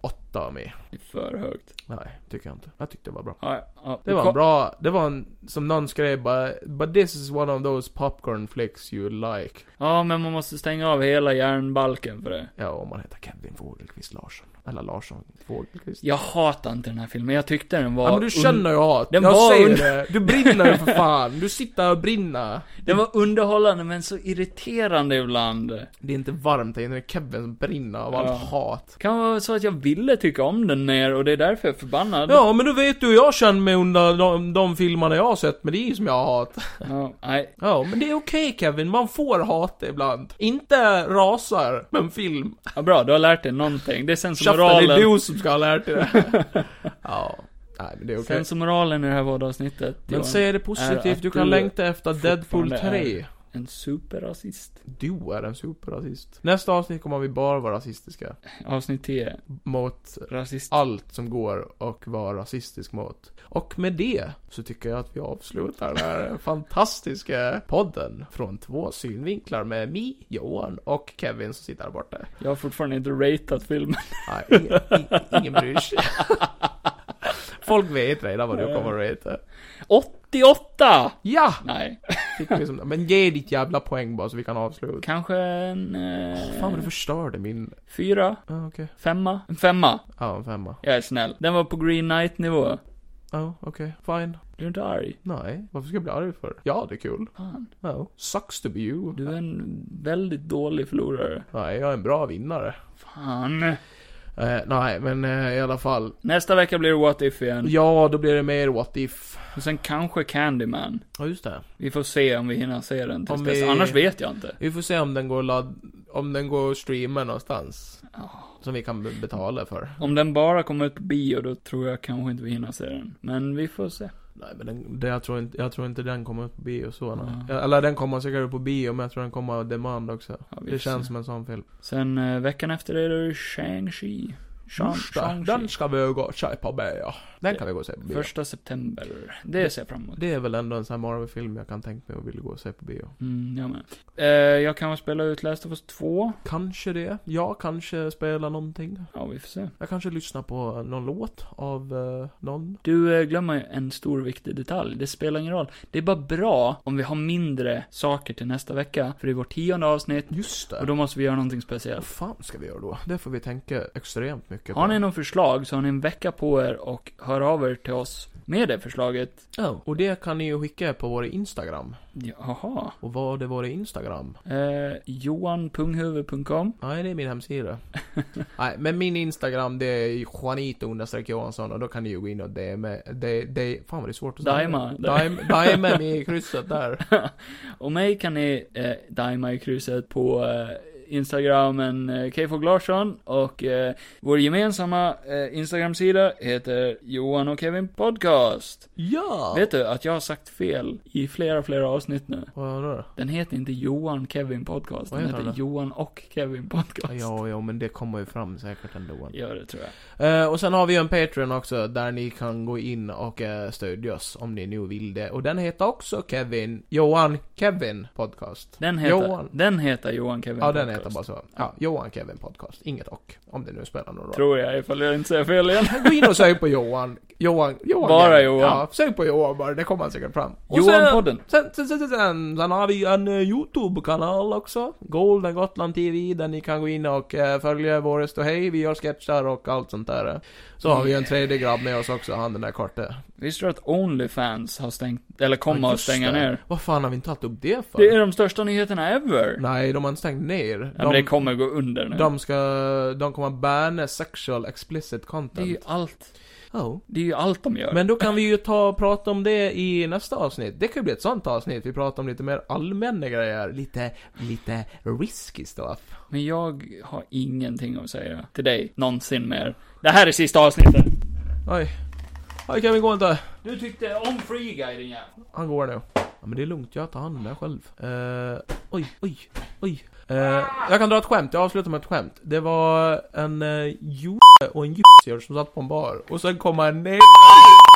[SPEAKER 1] åtta av mig.
[SPEAKER 2] Det är För högt.
[SPEAKER 1] Nej, tycker jag inte. Jag tyckte det var bra.
[SPEAKER 2] Ja, ja, ja.
[SPEAKER 1] Det var en bra, det var en, som någon skrev bara, but this is one of those popcorn flicks you like.
[SPEAKER 2] Ja, men man måste stänga av hela hjärnbalken för det.
[SPEAKER 1] Ja, om man heter Kevin Fågelqvist Larsson. Eller Larsson Fågelqvist.
[SPEAKER 2] Jag hatar inte den här filmen, jag tyckte den var...
[SPEAKER 1] Ja, men du
[SPEAKER 2] un-
[SPEAKER 1] känner ju hat.
[SPEAKER 2] Den
[SPEAKER 1] jag
[SPEAKER 2] var
[SPEAKER 1] säger
[SPEAKER 2] un-
[SPEAKER 1] det. Du brinner ju för fan. Du sitter och brinner.
[SPEAKER 2] Den var underhållande, men så irriterande ibland.
[SPEAKER 1] Det är inte varmt här inne, det är Kevin som brinner av
[SPEAKER 2] Ja.
[SPEAKER 1] allt hat.
[SPEAKER 2] Kan vara så att jag ville tycka om den mer och det är därför jag är förbannad.
[SPEAKER 1] Ja, men då vet du hur jag känner mig under de, de filmerna jag har sett med dig som jag har hatat.
[SPEAKER 2] Ja, nej.
[SPEAKER 1] Ja, men det är okej Kevin, man får hata ibland. Inte rasar, men film.
[SPEAKER 2] Ja, bra, du har lärt dig någonting. Det är
[SPEAKER 1] Käften, det
[SPEAKER 2] sensomoralen.
[SPEAKER 1] är du som ska ha lärt dig det. [laughs] ja, nej men det är okej.
[SPEAKER 2] Sensomoralen i det här vårdsavsnittet.
[SPEAKER 1] Men
[SPEAKER 2] Johan.
[SPEAKER 1] säg det
[SPEAKER 2] är att
[SPEAKER 1] positivt, du kan
[SPEAKER 2] du
[SPEAKER 1] längta efter Deadpool
[SPEAKER 2] fortfarande
[SPEAKER 1] 3.
[SPEAKER 2] En superrasist.
[SPEAKER 1] Du är en superrasist. Nästa avsnitt kommer vi bara vara rasistiska.
[SPEAKER 2] Avsnitt 10.
[SPEAKER 1] Mot
[SPEAKER 2] Rasist.
[SPEAKER 1] allt som går och vara rasistisk mot. Och med det så tycker jag att vi avslutar den [laughs] här fantastiska podden från två synvinklar med mig, Johan och Kevin som sitter där borta.
[SPEAKER 2] Jag har fortfarande inte ratat filmen.
[SPEAKER 1] Nej, ingen, i- ingen bryr [laughs] sig. Folk vet redan vad du kommer att heta.
[SPEAKER 2] 88!
[SPEAKER 1] Ja!
[SPEAKER 2] Nej.
[SPEAKER 1] Fick vi Typ som, men ge ditt jävla poäng bara så vi kan avsluta.
[SPEAKER 2] Kanske en... Eh,
[SPEAKER 1] Fan vad du förstörde min...
[SPEAKER 2] Fyra?
[SPEAKER 1] Ja, okej.
[SPEAKER 2] Femma? En femma.
[SPEAKER 1] Ja, en femma.
[SPEAKER 2] Jag är snäll. Den var på Green Knight-nivå.
[SPEAKER 1] Ja, okej. Fine.
[SPEAKER 2] Blir du inte arg?
[SPEAKER 1] Nej, varför ska jag bli arg för? Ja, det är kul.
[SPEAKER 2] Fan.
[SPEAKER 1] Ja. Sucks to be you.
[SPEAKER 2] Du är en väldigt dålig förlorare.
[SPEAKER 1] Nej, jag är en bra vinnare.
[SPEAKER 2] Fan.
[SPEAKER 1] Eh, nej, men eh, i alla fall.
[SPEAKER 2] Nästa vecka blir det What If igen.
[SPEAKER 1] Ja, då blir det mer what if.
[SPEAKER 2] Och sen kanske Candyman.
[SPEAKER 1] Ja, just det.
[SPEAKER 2] Vi får se om vi hinner se den tills
[SPEAKER 1] Om
[SPEAKER 2] dess.
[SPEAKER 1] vi-
[SPEAKER 2] Annars vet jag inte.
[SPEAKER 1] Vi får se om den går ladd... Om den går att streama någonstans. Som vi kan be- betala för.
[SPEAKER 2] Om den bara kommer ut på bio, då tror jag kanske inte vi hinner se den. Men vi får se.
[SPEAKER 1] Nej, men den, det, jag, tror inte, jag tror inte den kommer ut på bio så. nej.
[SPEAKER 2] Mm.
[SPEAKER 1] Ja, Eller den kommer säkert ut på bio, men jag tror den kommer att demand också.
[SPEAKER 2] Ja, vi
[SPEAKER 1] Det
[SPEAKER 2] får
[SPEAKER 1] känns
[SPEAKER 2] se.
[SPEAKER 1] som en sån film.
[SPEAKER 2] Sen eh, veckan efter det är det Shang-Chi. Shang-
[SPEAKER 1] Första, den
[SPEAKER 2] Shang-Chi.
[SPEAKER 1] ska vi gå och se på bio. Den kan vi gå och se på bio.
[SPEAKER 2] Första september. Det ser jag fram emot.
[SPEAKER 1] Det är väl ändå en sån här Marvel-film jag kan tänka mig och vill gå och se på bio.
[SPEAKER 2] Mm, jag med. Eh, jag kanske spelar ut Last of Us 2.
[SPEAKER 1] Kanske det. Jag kanske spelar någonting.
[SPEAKER 2] Ja, vi får se.
[SPEAKER 1] Jag kanske lyssnar på eh, någon låt av eh, någon.
[SPEAKER 2] Du eh, glömmer en stor viktig detalj. Det spelar ingen roll. Det är bara bra om vi har mindre saker till nästa vecka. För det är vårt tionde avsnitt.
[SPEAKER 1] Just det.
[SPEAKER 2] Och då måste vi göra någonting
[SPEAKER 1] Vad
[SPEAKER 2] speciellt.
[SPEAKER 1] fan ska vi göra då? Det får vi tänka extremt mycket
[SPEAKER 2] Har ni någon förslag så har ni en vecka på er och hör av er till oss med det förslaget.
[SPEAKER 1] Ja, Och det kan ni ju skicka på vår Instagram.
[SPEAKER 2] Jaha.
[SPEAKER 1] Och vad är vår Instagram?
[SPEAKER 2] Eh, johanpunghuvud.com
[SPEAKER 1] Nej, det är min hemsida. Nej, men min Instagram det är Juanito understreck Johansson och då kan ni ju gå in och DM, det, det, fan vad det är svårt att säga.
[SPEAKER 2] Daima.
[SPEAKER 1] Daim- Daima med krysset där.
[SPEAKER 2] Och mig kan ni eh, dima i krysset på eh, Instagramen eh, Kfog Larsson och eh, vår gemensamma eh, Instagram-sida heter Johan och Kevin Podcast.
[SPEAKER 1] Ja!
[SPEAKER 2] Vet du att jag har sagt fel i flera, flera avsnitt nu?
[SPEAKER 1] Vad är det då?
[SPEAKER 2] Den heter inte Johan Kevin Podcast, den
[SPEAKER 1] Vad heter
[SPEAKER 2] heter
[SPEAKER 1] den då?
[SPEAKER 2] Johan och Kevin Podcast.
[SPEAKER 1] Ja, ja, men det kommer ju fram säkert ändå.
[SPEAKER 2] [laughs] Gör det tror jag.
[SPEAKER 1] Eh, och sen har vi ju en Patreon också, där ni kan gå in och eh, stödja oss om ni nu vill det. Och den heter också Kevin, Johan Kevin Podcast.
[SPEAKER 2] Den heter Johan,
[SPEAKER 1] Johan.
[SPEAKER 2] den heter Johan Kevin
[SPEAKER 1] ja,
[SPEAKER 2] Podcast.
[SPEAKER 1] den heter bara så. Ja, Johan Kevin Podcast. Inget och. Om det nu spelar någon roll.
[SPEAKER 2] Tror jag, ifall jag inte säger fel
[SPEAKER 1] [laughs]
[SPEAKER 2] igen.
[SPEAKER 1] Gå in och sök på Johan. Johan, Johan
[SPEAKER 2] Bara
[SPEAKER 1] Kevin.
[SPEAKER 2] Johan.
[SPEAKER 1] Ja, sök på Johan bara, det kommer han säkert fram. Och
[SPEAKER 2] Johan-podden.
[SPEAKER 1] Sen, sen, sen, sen, sen, sen har vi en eh, YouTube-kanal också. Golden Gotland TV, där ni kan gå in och eh, följa våra ståhej. Vi gör sketcher och allt sånt där. Så har vi en tredje grabb med oss också, han den där korte.
[SPEAKER 2] Visste du att Onlyfans har stängt, eller
[SPEAKER 1] Ja,
[SPEAKER 2] kommer att
[SPEAKER 1] just
[SPEAKER 2] stänga
[SPEAKER 1] det.
[SPEAKER 2] ner?
[SPEAKER 1] Vad fan har vi inte tagit upp det för?
[SPEAKER 2] Det är de största nyheterna ever!
[SPEAKER 1] Nej, de har inte stängt ner.
[SPEAKER 2] ja, men det
[SPEAKER 1] de,
[SPEAKER 2] kommer gå under nu.
[SPEAKER 1] de ska... De kommer banna sexual explicit
[SPEAKER 2] det är ju
[SPEAKER 1] content.
[SPEAKER 2] allt,
[SPEAKER 1] Oh.
[SPEAKER 2] det är ju allt de gör.
[SPEAKER 1] Men då kan vi ju ta och prata om det i nästa avsnitt. Det kan ju bli ett sånt avsnitt. Vi pratar om lite mer allmänna grejer. Lite, lite risky stuff.
[SPEAKER 2] Men jag har ingenting att säga till dig, någonsin mer. Det här är sista avsnittet.
[SPEAKER 1] Oj. Oj, kan vi gå inte?
[SPEAKER 2] Du tyckte om Free Guy, din jävel.
[SPEAKER 1] Han går nu. Ja, men det är lugnt, jag tar hand om det här själv. Eh, oj, oj, oj. Eh, jag kan dra ett skämt, jag avslutar med ett skämt. Det eh, var en uh, och en gypsier som satt på en bar. Och sen kom en ner...